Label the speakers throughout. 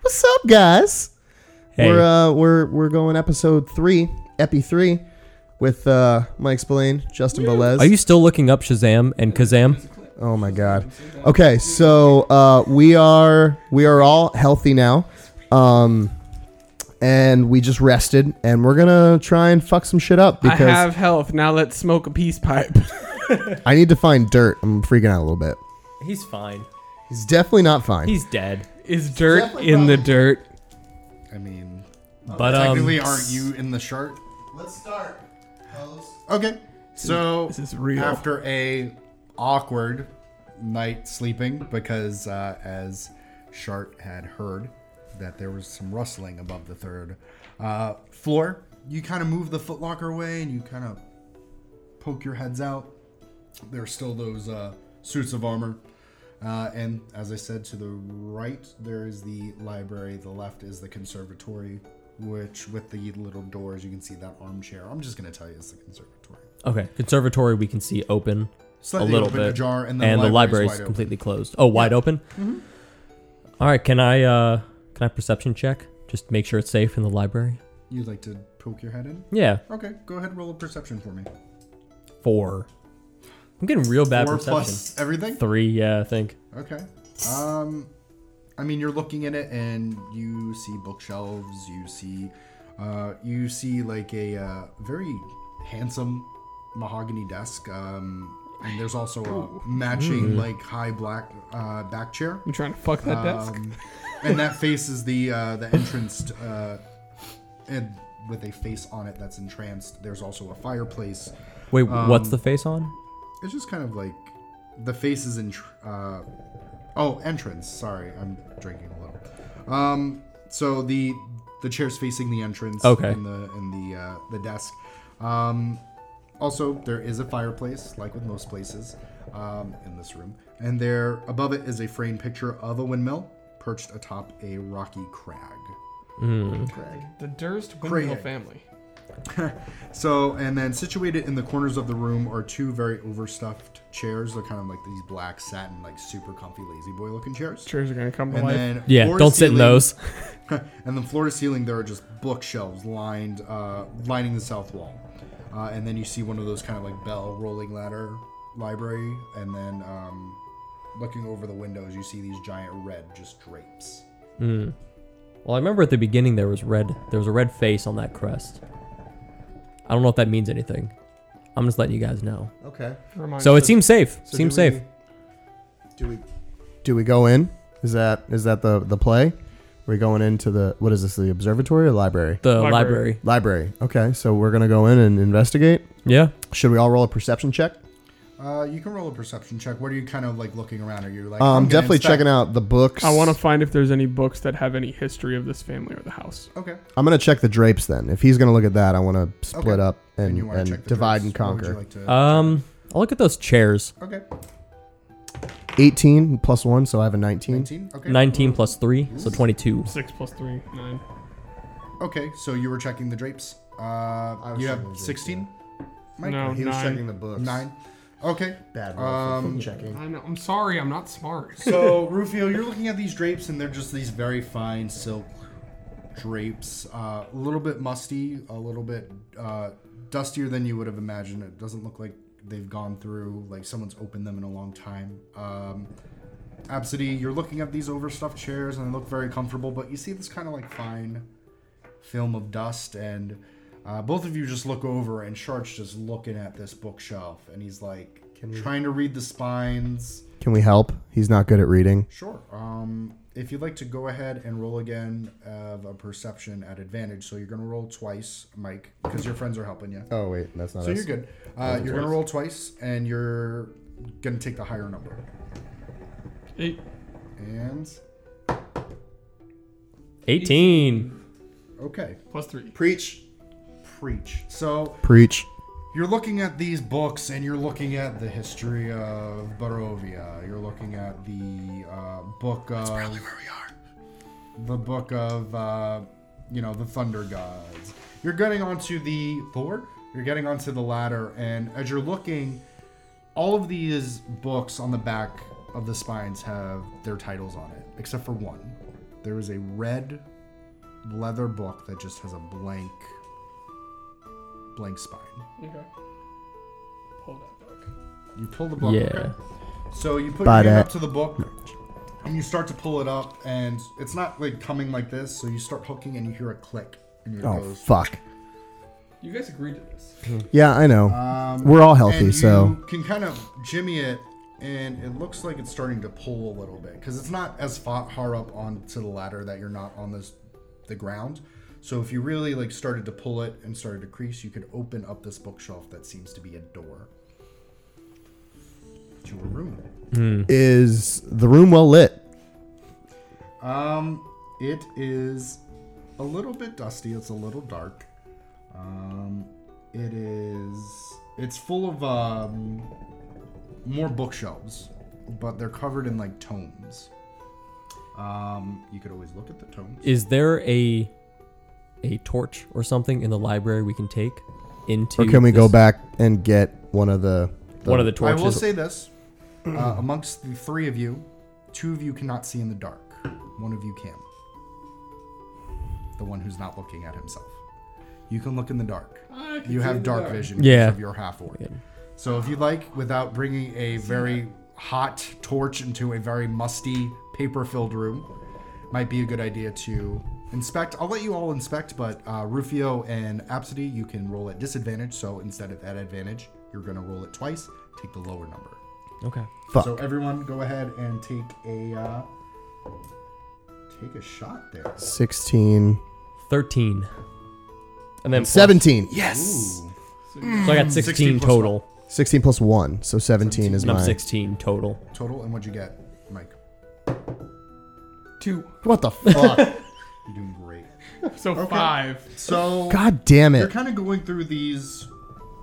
Speaker 1: What's up, guys?
Speaker 2: Hey.
Speaker 1: We're uh, we're we're going episode three, epi three, with uh, Mike Spillane, Justin Velez.
Speaker 2: Are you still looking up Shazam and Kazam?
Speaker 1: Oh my god. Okay, so uh, we are we are all healthy now, um, and we just rested, and we're gonna try and fuck some shit up
Speaker 3: I
Speaker 1: because I,
Speaker 3: have health. Now let's smoke a peace pipe.
Speaker 1: need to find dirt. I'm freaking out a little bit.
Speaker 2: He's fine.
Speaker 1: He's definitely not fine.
Speaker 2: He's dead.
Speaker 3: Is dirt
Speaker 1: definitely
Speaker 3: in the
Speaker 1: probably-
Speaker 3: dirt?
Speaker 4: I mean,
Speaker 2: But um,
Speaker 4: technically, aren't you in the shark?
Speaker 1: Let's start.
Speaker 4: Okay, so
Speaker 3: This is real.
Speaker 4: After a awkward night sleeping, because uh, as Shart had heard that there was some rustling above the third uh, floor, you kind of move the footlocker away and you kind of poke your heads out. There are still those uh, suits of armor. Uh, and as I said, to the right there is the library, the left is the conservatory, which with the little doors you can see that armchair. I'm just gonna tell you it's the conservatory.
Speaker 2: okay, conservatory we can see open
Speaker 4: Slightly
Speaker 2: a little
Speaker 4: open,
Speaker 2: bit,
Speaker 4: ajar, and the
Speaker 2: and the library's
Speaker 4: library's wide open. Mm-hmm.
Speaker 2: completely closed. Oh, wide open. All right, can I uh, can I perception check? Just make sure it's safe in the library.
Speaker 4: You'd like to poke your head in?
Speaker 2: Yeah,
Speaker 4: Okay, go ahead and roll a perception for me.
Speaker 2: four. I'm getting real bad
Speaker 4: Four
Speaker 2: perception.
Speaker 4: plus everything?
Speaker 2: Three, yeah, I think.
Speaker 4: Okay. Um, I mean, you're looking at it and you see bookshelves. You see, uh, you see like a uh, very handsome mahogany desk. Um, and there's also a matching like high black uh, back chair.
Speaker 3: I'm trying to fuck that desk.
Speaker 4: Um, and that faces the uh, the entrance, uh, and with a face on it that's entranced. There's also a fireplace.
Speaker 2: Wait, what's
Speaker 4: Um,
Speaker 2: the face on?
Speaker 4: It's just kind of like the face is in. Tr- uh, oh, entrance. Sorry, I'm drinking a little. Um, so the the chair's facing the entrance.
Speaker 2: Okay.
Speaker 4: And the and the uh, the desk. Um, also, there is a fireplace, like with most places, um, in this room, and there above it is a framed picture of a windmill perched atop a rocky crag. Crag.
Speaker 3: The Durst Windmill
Speaker 4: Craig.
Speaker 3: family.
Speaker 4: So, and then situated in the corners of the room are two very overstuffed chairs. They're kind of like these black satin, like super comfy lazy boy looking chairs.
Speaker 3: Chairs are gonna come to
Speaker 4: And
Speaker 3: life.
Speaker 4: then
Speaker 2: Yeah,
Speaker 4: floor to
Speaker 2: don't sit in
Speaker 4: ceiling-
Speaker 2: those.
Speaker 4: and then floor to ceiling, there are just bookshelves lined, uh, lining the south wall. Uh, and then you see one of those kind of like bell rolling ladder library. And then um, looking over the windows, you see these giant red just drapes.
Speaker 2: Hmm. Well, I remember at the beginning there was red. There was a red face on that crest. I don't know if that means anything. I'm just letting you guys know.
Speaker 1: Okay.
Speaker 3: Remind
Speaker 2: So
Speaker 3: us
Speaker 2: it seems safe.
Speaker 1: So
Speaker 2: seems
Speaker 1: do we-
Speaker 2: safe.
Speaker 1: Do we do we go in? Is that is that the the play? We're going into the what is this? The observatory or library?
Speaker 2: The
Speaker 3: Library.
Speaker 2: library.
Speaker 1: library. Okay, so we're gonna go in and investigate.
Speaker 2: Yeah.
Speaker 1: Should we all roll a perception check?
Speaker 4: Uh, you can roll a perception check. What are you kind of like looking around? Are you like?
Speaker 1: Um,
Speaker 4: gonna
Speaker 1: definitely
Speaker 4: inspect-
Speaker 1: checking out the books.
Speaker 3: I want to find if there's any books that have any history of this family or the house.
Speaker 4: Okay.
Speaker 1: I'm gonna check the drapes then. If he's gonna look at that, I want to split
Speaker 4: Okay.
Speaker 1: up and,
Speaker 4: you wanna
Speaker 1: and,
Speaker 4: check the
Speaker 1: divide
Speaker 4: drapes.
Speaker 1: and
Speaker 4: What would you
Speaker 1: conquer.
Speaker 4: like to-
Speaker 2: Um, I'll look at those chairs.
Speaker 4: okay.
Speaker 1: 18 plus one, so I have a 19.
Speaker 4: 19? Okay.
Speaker 2: 19 plus 3, so 22.
Speaker 3: Six plus three, nine.
Speaker 4: Okay, so you were checking the drapes. Uh,
Speaker 1: was
Speaker 4: you have
Speaker 1: checking the drapes,
Speaker 4: 16? Mike?
Speaker 3: No,
Speaker 1: He was
Speaker 3: nine.
Speaker 1: checking the books.
Speaker 4: Oh, Nine. Okay.
Speaker 1: Bad roll
Speaker 4: Um,
Speaker 1: checking.
Speaker 3: I know. I'm sorry. I'm not smart.
Speaker 4: so, Rufio, you're looking at these drapes, and they're just these very fine silk drapes. Uh, a little bit musty, a little bit uh, dustier than you would have imagined. It doesn't look like they've gone through, like someone's opened them in a long time. Um, Absidy, you're looking at these overstuffed chairs, and they look very comfortable, but you see this kind of like fine film of dust and uh, both of you just look over and Shark's just looking at this bookshelf and he's like trying to read the spines.
Speaker 1: Can we help? He's not good at reading.
Speaker 4: Sure. Um, if you'd like to go ahead and roll again of a perception at advantage, so you're gonna roll twice, Mike, because your friends are helping you.
Speaker 1: Oh wait, that's not.
Speaker 4: So you're good. Uh, you're gonna roll twice, and you're gonna take the higher number.
Speaker 3: Eight.
Speaker 4: And
Speaker 2: 18.
Speaker 4: okay,
Speaker 3: Plus three.
Speaker 4: preach, preach. So
Speaker 1: Preach.
Speaker 4: you're looking at these books and you're looking at the history of Barovia. You're looking at the uh, book of. where we are. The book of, uh, you know, the Thunder Gods. You're getting onto the Thor. You're getting onto the ladder, and as you're looking, all of these books on the back of the spines have their titles on it, except for one. There is a red leather book that just has a blank, blank spine.
Speaker 3: Okay. Pull that book.
Speaker 4: You pull the book.
Speaker 2: Yeah.
Speaker 4: So you put
Speaker 1: But,
Speaker 4: your hand
Speaker 1: uh,
Speaker 4: up to the book, and you start to pull it up, and it's not like coming like this. So you start hooking, and you hear a click, and your
Speaker 1: Oh
Speaker 4: goes.
Speaker 1: fuck.
Speaker 3: You guys agreed to this.
Speaker 1: Yeah, I know.
Speaker 4: Um,
Speaker 1: We're all healthy,
Speaker 4: and
Speaker 1: so-
Speaker 4: you can kind of jimmy it, and it looks like it's starting to pull a little bit because it's not as fa- far up onto the ladder that you're not on this the ground. So if you really like started to pull it and started to crease, you could open up this bookshelf that seems to be a door to a room.
Speaker 1: Is the room well lit?
Speaker 4: Um, it is a little bit dusty. It's a little dark. Um, it is. It's full of um, more bookshelves, but they're covered in like tomes. Um, you could always look at the tomes.
Speaker 2: Is there a a torch or something in the library we can take into?
Speaker 1: Or can we go
Speaker 2: this-
Speaker 1: back and get one of the,
Speaker 2: One of the
Speaker 4: I
Speaker 2: torches.
Speaker 4: will say this: uh, amongst the three of you, two of you cannot see in the dark. One of you can. The one who's not looking at himself. You can look in the dark.
Speaker 3: I can
Speaker 4: You
Speaker 3: see
Speaker 4: have
Speaker 3: the
Speaker 4: dark vision
Speaker 2: Yeah.
Speaker 4: because of your half orc. So if you like, without bringing a very hot torch into a very musty paper-filled room, might be a good idea to inspect. I'll let you all inspect, but uh, Rufio and Absidy, you can roll at disadvantage. So instead of at advantage, you're going to roll it twice. Take the lower number.
Speaker 2: okay.
Speaker 1: Fuck.
Speaker 4: So everyone, go ahead and take a uh, take a shot there.
Speaker 1: 16
Speaker 2: Thirteen. And then plus-
Speaker 1: 17. Yes.
Speaker 4: Ooh.
Speaker 2: So I got 16,
Speaker 4: 16 plus
Speaker 2: total.
Speaker 1: 16 plus 1, so 17 is
Speaker 2: And I'm
Speaker 1: mine.
Speaker 2: 16 total.
Speaker 4: Total, and what'd you get, Mike?
Speaker 3: Two.
Speaker 1: What the fuck?
Speaker 4: You're doing great.
Speaker 3: So five.
Speaker 4: So
Speaker 1: God damn
Speaker 4: You're
Speaker 1: it.
Speaker 4: kind of going through these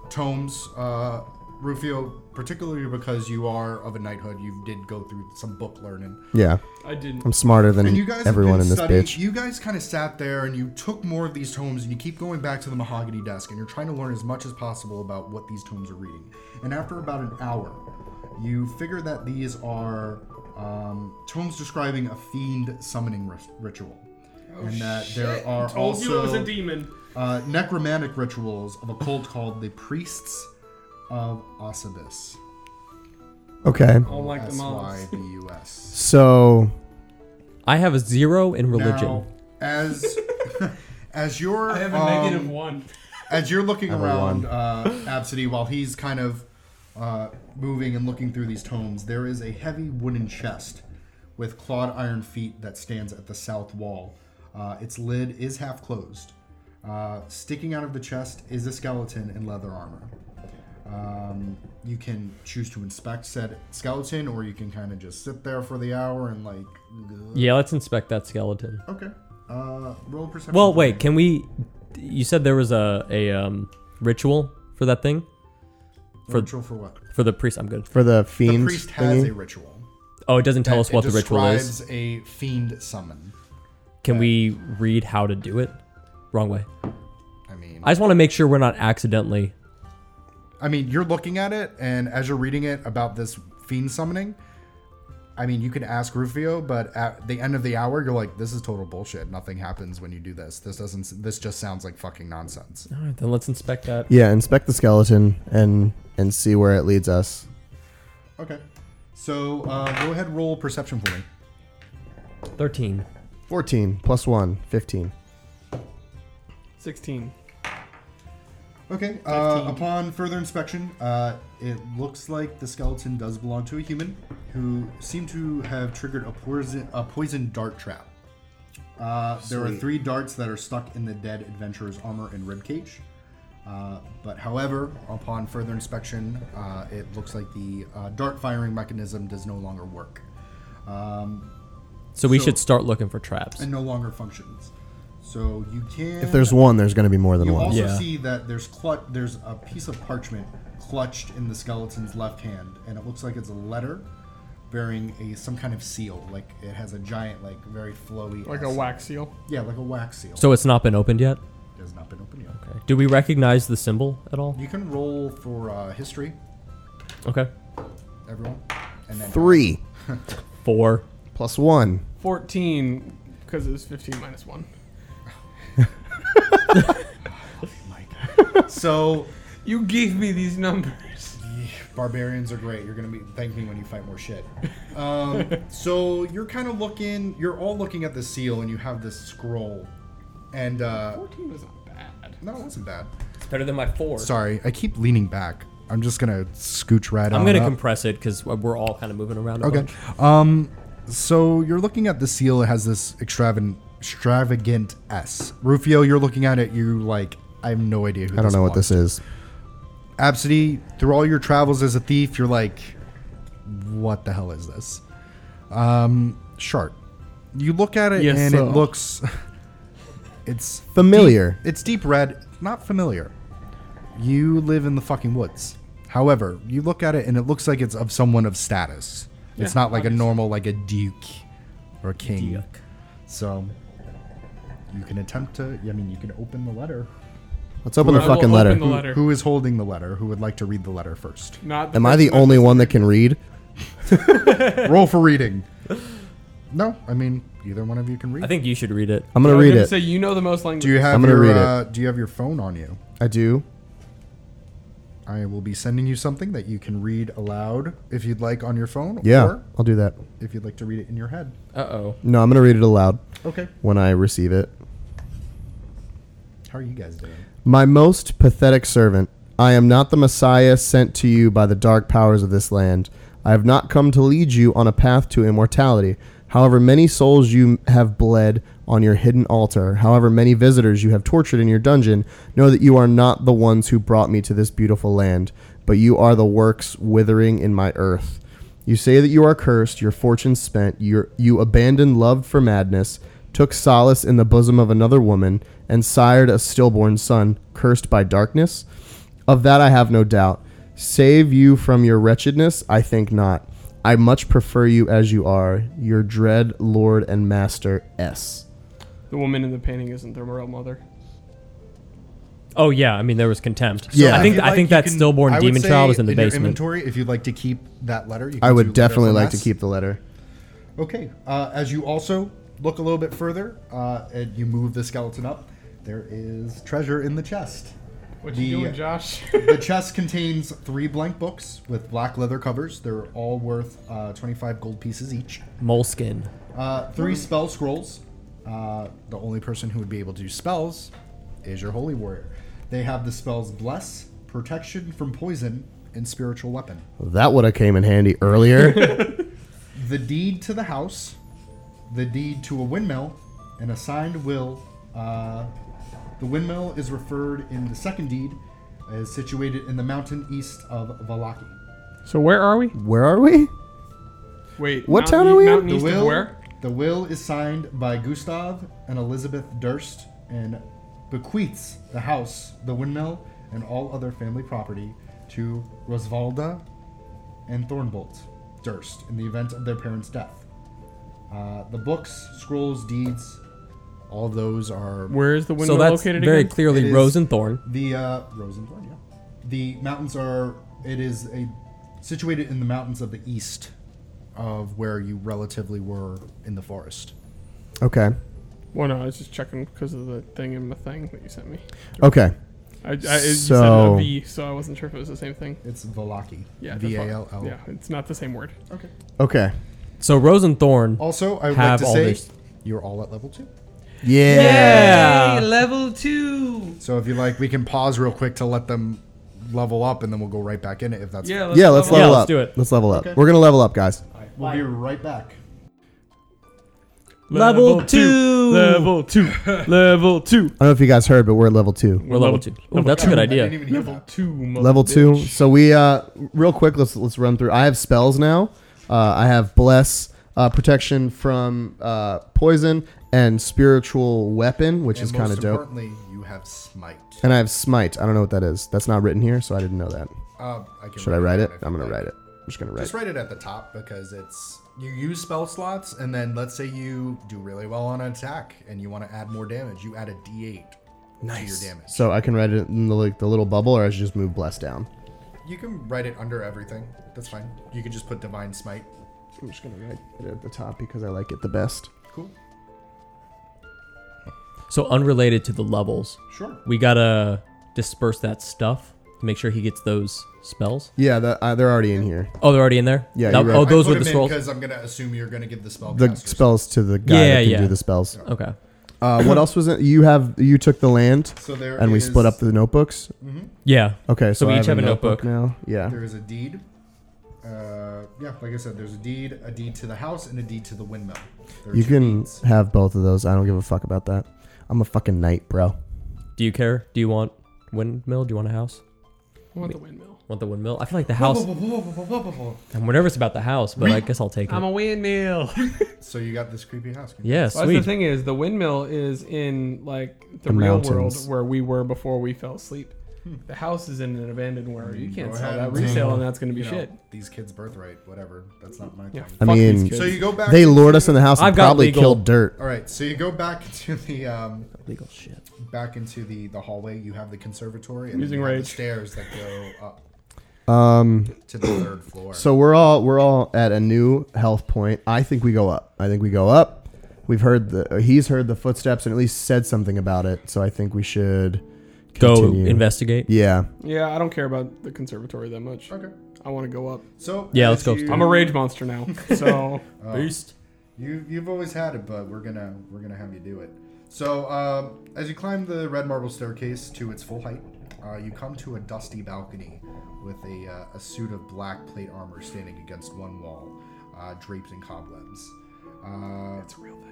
Speaker 4: tomes, uh, Rufio, particularly because you are of a knighthood. You did go through some book learning,
Speaker 1: Yeah.
Speaker 3: I didn't.
Speaker 1: I'm smarter than
Speaker 4: and you guys have
Speaker 1: everyone
Speaker 4: been
Speaker 1: in this
Speaker 4: studying-
Speaker 1: bitch.
Speaker 4: You guys kind of sat there and you took more of these tomes, and you keep going back to the mahogany desk, and you're trying to learn as much as possible about what these tomes are reading. And after about an hour, you figure that these are um, tomes describing a fiend summoning ris- ritual. and that there are
Speaker 3: Oh, Told
Speaker 4: also
Speaker 3: you it was a demon.
Speaker 4: uh, necromantic rituals of a cult called the Priests of Osibis.
Speaker 1: Okay.
Speaker 3: I don't like the
Speaker 4: S Y
Speaker 3: moms.
Speaker 4: B U S.
Speaker 1: So,
Speaker 2: I have a zero in religion.
Speaker 4: Now, as as you're
Speaker 3: I have a
Speaker 4: um,
Speaker 3: negative one.
Speaker 4: as you're looking
Speaker 1: have a
Speaker 4: around
Speaker 1: one.
Speaker 4: uh, Absidy while he's kind of uh, moving and looking through these tomes, there is a heavy wooden chest with clawed iron feet that stands at the south wall. Uh, its lid is half closed. Uh, sticking out of the chest is a skeleton in leather armor. Um, you can choose to inspect said skeleton, or you can kind of just sit there for the hour and like. ugh.
Speaker 2: Yeah, let's inspect that skeleton.
Speaker 4: Okay. Uh, roll perception.
Speaker 2: Well,
Speaker 4: check.
Speaker 2: wait, can we you said there was a a um, ritual for that thing? for-
Speaker 4: Ritual for what?
Speaker 2: For the priest, I'm good.
Speaker 1: for the
Speaker 4: The
Speaker 1: fiend
Speaker 4: priest has
Speaker 1: thingy?
Speaker 4: a ritual.
Speaker 2: Oh, it doesn't tell us
Speaker 4: It
Speaker 2: what the ritual is.
Speaker 4: describes a fiend summon.
Speaker 2: Can we read how to do it? Wrong way.
Speaker 4: I mean,
Speaker 2: I just want to make sure we're not accidentally.
Speaker 4: I mean, you're looking at it, and as you're reading it about this fiend summoning, I mean, you could ask Rufio, but at the end of the hour, you're like, "This is total bullshit. Nothing happens when you do this. This doesn't. This just sounds like fucking nonsense."
Speaker 2: All right, then let's inspect that.
Speaker 1: Yeah, inspect the skeleton and and see where it leads us.
Speaker 4: Okay, so uh, go ahead, roll perception for me.
Speaker 2: 13.
Speaker 1: 14 plus 1, 15.
Speaker 3: Sixteen.
Speaker 4: Okay. Uh,
Speaker 3: 15.
Speaker 4: upon further inspection, uh, it looks like the skeleton does belong to a human who seemed to have triggered a poison a poison dart trap. Uh, there are
Speaker 1: Sweet.
Speaker 4: three darts that are stuck in the dead adventurer's armor and ribcage. Uh, but however, upon further inspection, uh, it looks like the uh, dart firing mechanism does no longer work. Um,
Speaker 2: So we
Speaker 4: So-
Speaker 2: should start looking for traps.
Speaker 4: and no longer functions. So you can.
Speaker 1: If there's one, there's going to be more than
Speaker 4: You
Speaker 1: one.
Speaker 4: also
Speaker 2: Yeah.
Speaker 4: see that there's clut- there's a piece of parchment clutched in the skeleton's left hand, and it looks like it's a letter bearing a some kind of seal. Like it has a giant, like very flowy.
Speaker 3: Like a
Speaker 4: ass-
Speaker 3: wax seal.
Speaker 4: Yeah, like a wax seal.
Speaker 2: So it's not been opened yet?
Speaker 4: it has not been opened yet.
Speaker 2: Okay. Do we recognize the symbol at all?
Speaker 4: You can roll for uh, history,
Speaker 2: Okay.
Speaker 4: everyone. And then
Speaker 1: 3
Speaker 2: 4.
Speaker 1: plus 1.
Speaker 3: Fourteen. because it was 15 minus 1.
Speaker 4: So,
Speaker 3: You gave me these numbers.
Speaker 4: barbarians are great. You're gonna be thank me when you fight more shit. Um, so you're kind of looking. You're all looking at the seal, and you have this scroll. And uh,
Speaker 3: 14 was not bad.
Speaker 4: no, it wasn't bad.
Speaker 2: It's better than my four.
Speaker 4: Sorry, I keep leaning back. I'm just gonna scooch right.
Speaker 2: I'm
Speaker 4: on
Speaker 2: gonna
Speaker 4: up.
Speaker 2: compress it because we're all kind of moving around. A
Speaker 4: Okay.
Speaker 2: bunch.
Speaker 4: Um, so you're looking at the seal. It has this extravagant, extravagant S. Rufio, you're looking at it. You like, I have no idea. Who
Speaker 1: I don't know what this is.
Speaker 4: Absidy, through all your travels as a thief, you're like, what the hell is this? Um, Shart, you look at it
Speaker 3: Yes, uh,
Speaker 4: and
Speaker 3: sir.
Speaker 4: it looks, it's
Speaker 1: Familiar.
Speaker 4: deep- it's deep red, not familiar. You live in the fucking woods. However, you look at it and it looks like it's of someone of status. it's
Speaker 3: Yeah,
Speaker 4: not like
Speaker 3: obviously.
Speaker 4: a normal, like a duke or a king. So you can attempt to. I mean, you can open the letter.
Speaker 1: Let's open the
Speaker 3: I will
Speaker 1: fucking
Speaker 3: open
Speaker 1: letter.
Speaker 3: the letter.
Speaker 4: Who is holding the letter? Who would like to read the letter first?
Speaker 3: Not
Speaker 1: Am I the
Speaker 3: person
Speaker 1: only one that can read?
Speaker 4: Roll for reading. No, I mean either one of you can read.
Speaker 2: I think you should read it.
Speaker 4: Um,
Speaker 1: I'm gonna
Speaker 3: I was
Speaker 1: read
Speaker 3: gonna
Speaker 1: it.
Speaker 3: Say you know the most
Speaker 4: do
Speaker 3: language.
Speaker 4: you have
Speaker 1: I'm gonna
Speaker 4: your
Speaker 1: read it.
Speaker 4: uh, Do you have your phone on you?
Speaker 1: I do.
Speaker 4: I will be sending you something that you can read aloud if you'd like on your phone,
Speaker 1: Yeah,
Speaker 4: or
Speaker 1: I'll do that.
Speaker 4: if you'd like to read it in your head.
Speaker 2: Uh oh.
Speaker 1: No, I'm gonna read it aloud
Speaker 4: Okay.
Speaker 1: when I receive it.
Speaker 4: How are you guys doing?
Speaker 1: My most pathetic servant, I am not the Messiah sent to you by the dark powers of this land. I have not come to lead you on a path to immortality. However, many souls you have bled on your hidden altar, however, many visitors you have tortured in your dungeon, know that you are not the ones who brought me to this beautiful land, but you are the works withering in my earth. You say that you are cursed, your fortune spent, your, you abandoned love for madness, took solace in the bosom of another woman, and sired a stillborn son, cursed by darkness? Of that I have no doubt. Save you from your wretchedness? I think not. I much prefer you as you are, your dread lord and master S.
Speaker 3: the woman in the painting isn't their real mother.
Speaker 2: Oh yeah. I mean, there was contempt.
Speaker 1: Yeah.
Speaker 2: I think
Speaker 4: If you'd
Speaker 2: I think
Speaker 4: like, you
Speaker 2: that
Speaker 4: can-
Speaker 2: stillborn
Speaker 4: I would
Speaker 2: demon
Speaker 4: say
Speaker 2: child was in the
Speaker 4: your
Speaker 2: basement.
Speaker 4: inventory, if you'd like to keep that letter, you can
Speaker 1: I
Speaker 4: do
Speaker 1: would
Speaker 4: letter
Speaker 1: definitely
Speaker 4: from
Speaker 1: like to
Speaker 4: S.
Speaker 1: keep the letter.
Speaker 4: Okay. Uh, as you also look a little bit further uh, and you move the skeleton up, there is treasure in the chest.
Speaker 3: What you
Speaker 4: The-
Speaker 3: doing, Josh?
Speaker 4: the chest contains three blank books with black leather covers. They're all worth uh, 25 gold pieces each.
Speaker 2: Moleskin.
Speaker 4: Uh, three spell scrolls. Uh, the only person who would be able to do spells is your holy warrior. They have the spells Bless, Protection from Poison, and Spiritual Weapon.
Speaker 1: That would have came in handy earlier.
Speaker 4: the deed to the house, the deed to a windmill, and a signed will. Uh, the windmill is referred in the second deed as situated in the mountain east of Valaki.
Speaker 3: so where are we?
Speaker 1: Where are we?
Speaker 3: Wait.
Speaker 1: What
Speaker 3: mountain
Speaker 1: town
Speaker 3: e-
Speaker 1: are we in?
Speaker 3: Mountain
Speaker 4: The
Speaker 3: east of
Speaker 4: will,
Speaker 3: where?
Speaker 4: the will is signed by Gustav and Elizabeth Durst and bequeaths the house, the windmill, and all other family property to Rosvalda and Thornbolt Durst in the event of their parents' death. Uh, the books, scrolls, deeds, all those are
Speaker 3: Where is the window
Speaker 2: So that's
Speaker 3: located
Speaker 2: very
Speaker 3: again?
Speaker 2: clearly
Speaker 4: It is-
Speaker 2: Rose and Thorn.
Speaker 4: the uh, Rosenthorn. Yeah, the mountains are. It is a situated in the mountains of the east of where you relatively were in the forest.
Speaker 1: Okay.
Speaker 3: Well, Oh, no, I was just checking because of the thing in my thing that you sent me.
Speaker 1: Okay.
Speaker 3: I, I,
Speaker 1: So-
Speaker 3: you said a V, so I wasn't sure if it was the same thing.
Speaker 4: It's Valaki.
Speaker 3: Yeah, that's
Speaker 4: V
Speaker 3: fine.
Speaker 4: A L L.
Speaker 3: Yeah, it's not the same word.
Speaker 4: Okay.
Speaker 1: Okay.
Speaker 2: So Rose and Thorn.
Speaker 4: Also, I would
Speaker 2: Have all
Speaker 4: like to
Speaker 2: this-
Speaker 4: say you're all at level two.
Speaker 1: Yeah.
Speaker 2: Yeah.
Speaker 5: level two.
Speaker 4: So if you like, we can pause real quick to let them level up, and then we'll go right back in it if that's.
Speaker 5: Yeah.
Speaker 1: Yeah, let's
Speaker 2: Yeah,
Speaker 1: level
Speaker 2: let's
Speaker 1: up.
Speaker 2: do it.
Speaker 1: Let's level up.
Speaker 4: Okay.
Speaker 1: We're gonna level up, guys.
Speaker 4: We'll be right back.
Speaker 2: Level two.
Speaker 3: Level two. level two.
Speaker 1: I don't know if you guys heard, but we're at level two.
Speaker 2: We're level two. Oh, that's a good
Speaker 4: I
Speaker 2: idea.
Speaker 4: didn't even hear
Speaker 3: Level
Speaker 4: that.
Speaker 3: two. mother
Speaker 1: level two.
Speaker 3: bitch.
Speaker 1: So we uh, real quick, let's let's run through. I have spells now. Uh, I have bless, uh, protection from uh, poison, and spiritual weapon, which
Speaker 4: And
Speaker 1: is kind of
Speaker 4: most
Speaker 1: dope.
Speaker 4: Importantly, you have smite.
Speaker 1: And I have smite. I don't know what that is. That's not written here, so I didn't know that.
Speaker 4: Uh, I can
Speaker 1: Should I write it?
Speaker 4: down if
Speaker 1: I'm
Speaker 4: you'd
Speaker 1: gonna
Speaker 4: like.
Speaker 1: write it. I'm just gonna write.
Speaker 4: Just
Speaker 1: it.
Speaker 4: write it at the top because it's you use spell slots, and then let's say you do really well on an attack, and you want to add more damage, you add a D8 to your damage.
Speaker 1: So I can write it in the like the little bubble, or I should just move bless down.
Speaker 4: You can write it under everything. That's fine. You can just put divine smite.
Speaker 1: I'm just gonna write it at the top because I like it the best.
Speaker 4: Cool.
Speaker 2: So unrelated to the levels,
Speaker 4: Sure.
Speaker 2: we gotta disperse that stuff to make sure he gets those spells.
Speaker 1: Yeah, that, uh, they're already in here.
Speaker 2: Oh, they're already in there.
Speaker 1: Yeah,
Speaker 2: That-
Speaker 1: you're right.
Speaker 2: Oh, those
Speaker 4: I
Speaker 2: were the
Speaker 4: put him in
Speaker 2: scrolls.
Speaker 4: Because I'm gonna assume you're gonna give the spell.
Speaker 1: The spells to the guy
Speaker 2: Yeah,
Speaker 1: that can
Speaker 2: yeah.
Speaker 1: do the spells.
Speaker 2: Okay.
Speaker 1: Uh, what else was it? You have you took the land
Speaker 4: So there
Speaker 1: and we
Speaker 4: is-
Speaker 1: split up the notebooks.
Speaker 4: Mhm.
Speaker 2: Yeah.
Speaker 1: Okay, so,
Speaker 2: we
Speaker 1: I
Speaker 2: each have a notebook.
Speaker 1: now. Yeah.
Speaker 4: There is a deed. Uh, yeah, like I said, there's a deed, a deed to the house, and a deed to the windmill. There are
Speaker 1: You
Speaker 4: two
Speaker 1: can
Speaker 4: deeds.
Speaker 1: have both of those. I don't give a fuck about that. I'm a fucking knight, bro.
Speaker 2: Do you care? Do you want windmill? Do you want a house?
Speaker 3: I want the windmill.
Speaker 2: Want the windmill? I feel like the
Speaker 4: Whoa,
Speaker 2: house.
Speaker 4: whoa, whoa, whoa, whoa, whoa, whoa, whoa.
Speaker 2: I'm nervous about the house, but I guess I'll take
Speaker 3: I'm
Speaker 2: it.
Speaker 3: a windmill.
Speaker 4: So you got this creepy house.
Speaker 2: Yeah,
Speaker 3: Well, that's the
Speaker 2: sweet.
Speaker 3: thing is, the windmill is in like the,
Speaker 1: The
Speaker 3: real
Speaker 1: mountains.
Speaker 3: world where we were before we fell asleep. The house is in an abandoned where you can't
Speaker 4: Hmm. Go
Speaker 3: sell
Speaker 4: ahead
Speaker 3: that
Speaker 4: and
Speaker 3: resale,
Speaker 4: take-
Speaker 3: and that's going to be
Speaker 4: You know,
Speaker 3: shit.
Speaker 4: These kids' birthright, whatever. That's not my
Speaker 3: Yeah,
Speaker 4: thing.
Speaker 1: I
Speaker 3: fuck
Speaker 1: mean-
Speaker 3: these kids.
Speaker 4: So you go back.
Speaker 1: They
Speaker 4: to-
Speaker 1: lured us in the house and
Speaker 2: I've got
Speaker 1: probably
Speaker 2: legal-
Speaker 1: killed dirt.
Speaker 4: All right, so you go back to the um,
Speaker 2: Legal shit.
Speaker 4: back into the the hallway. You have the conservatory and
Speaker 3: Using
Speaker 4: then you have
Speaker 3: rage.
Speaker 4: the stairs that go up
Speaker 1: Um,
Speaker 4: to the third floor.
Speaker 1: So we're all we're all at a new health point. I think we go up. I think we go up. We've heard the or he's heard the footsteps and at least said something about it. So I think we should
Speaker 2: Go
Speaker 1: continue.
Speaker 2: investigate.
Speaker 1: Yeah,
Speaker 3: Yeah, I don't care about the conservatory that much.
Speaker 4: okay,
Speaker 3: I want to go up.
Speaker 4: so
Speaker 2: Yeah,
Speaker 4: as
Speaker 2: let's go
Speaker 4: you-
Speaker 2: upstairs.
Speaker 3: I'm a rage monster now, so
Speaker 4: Oh.
Speaker 2: Beast.
Speaker 4: You you've always had it, but we're gonna we're gonna have you do it. So um, as you climb the red marble staircase to its full height, uh, you come to a dusty balcony with a, uh, a suit of black plate armor standing against one wall, uh, draped in cobwebs. Uh,
Speaker 3: it's a real thing.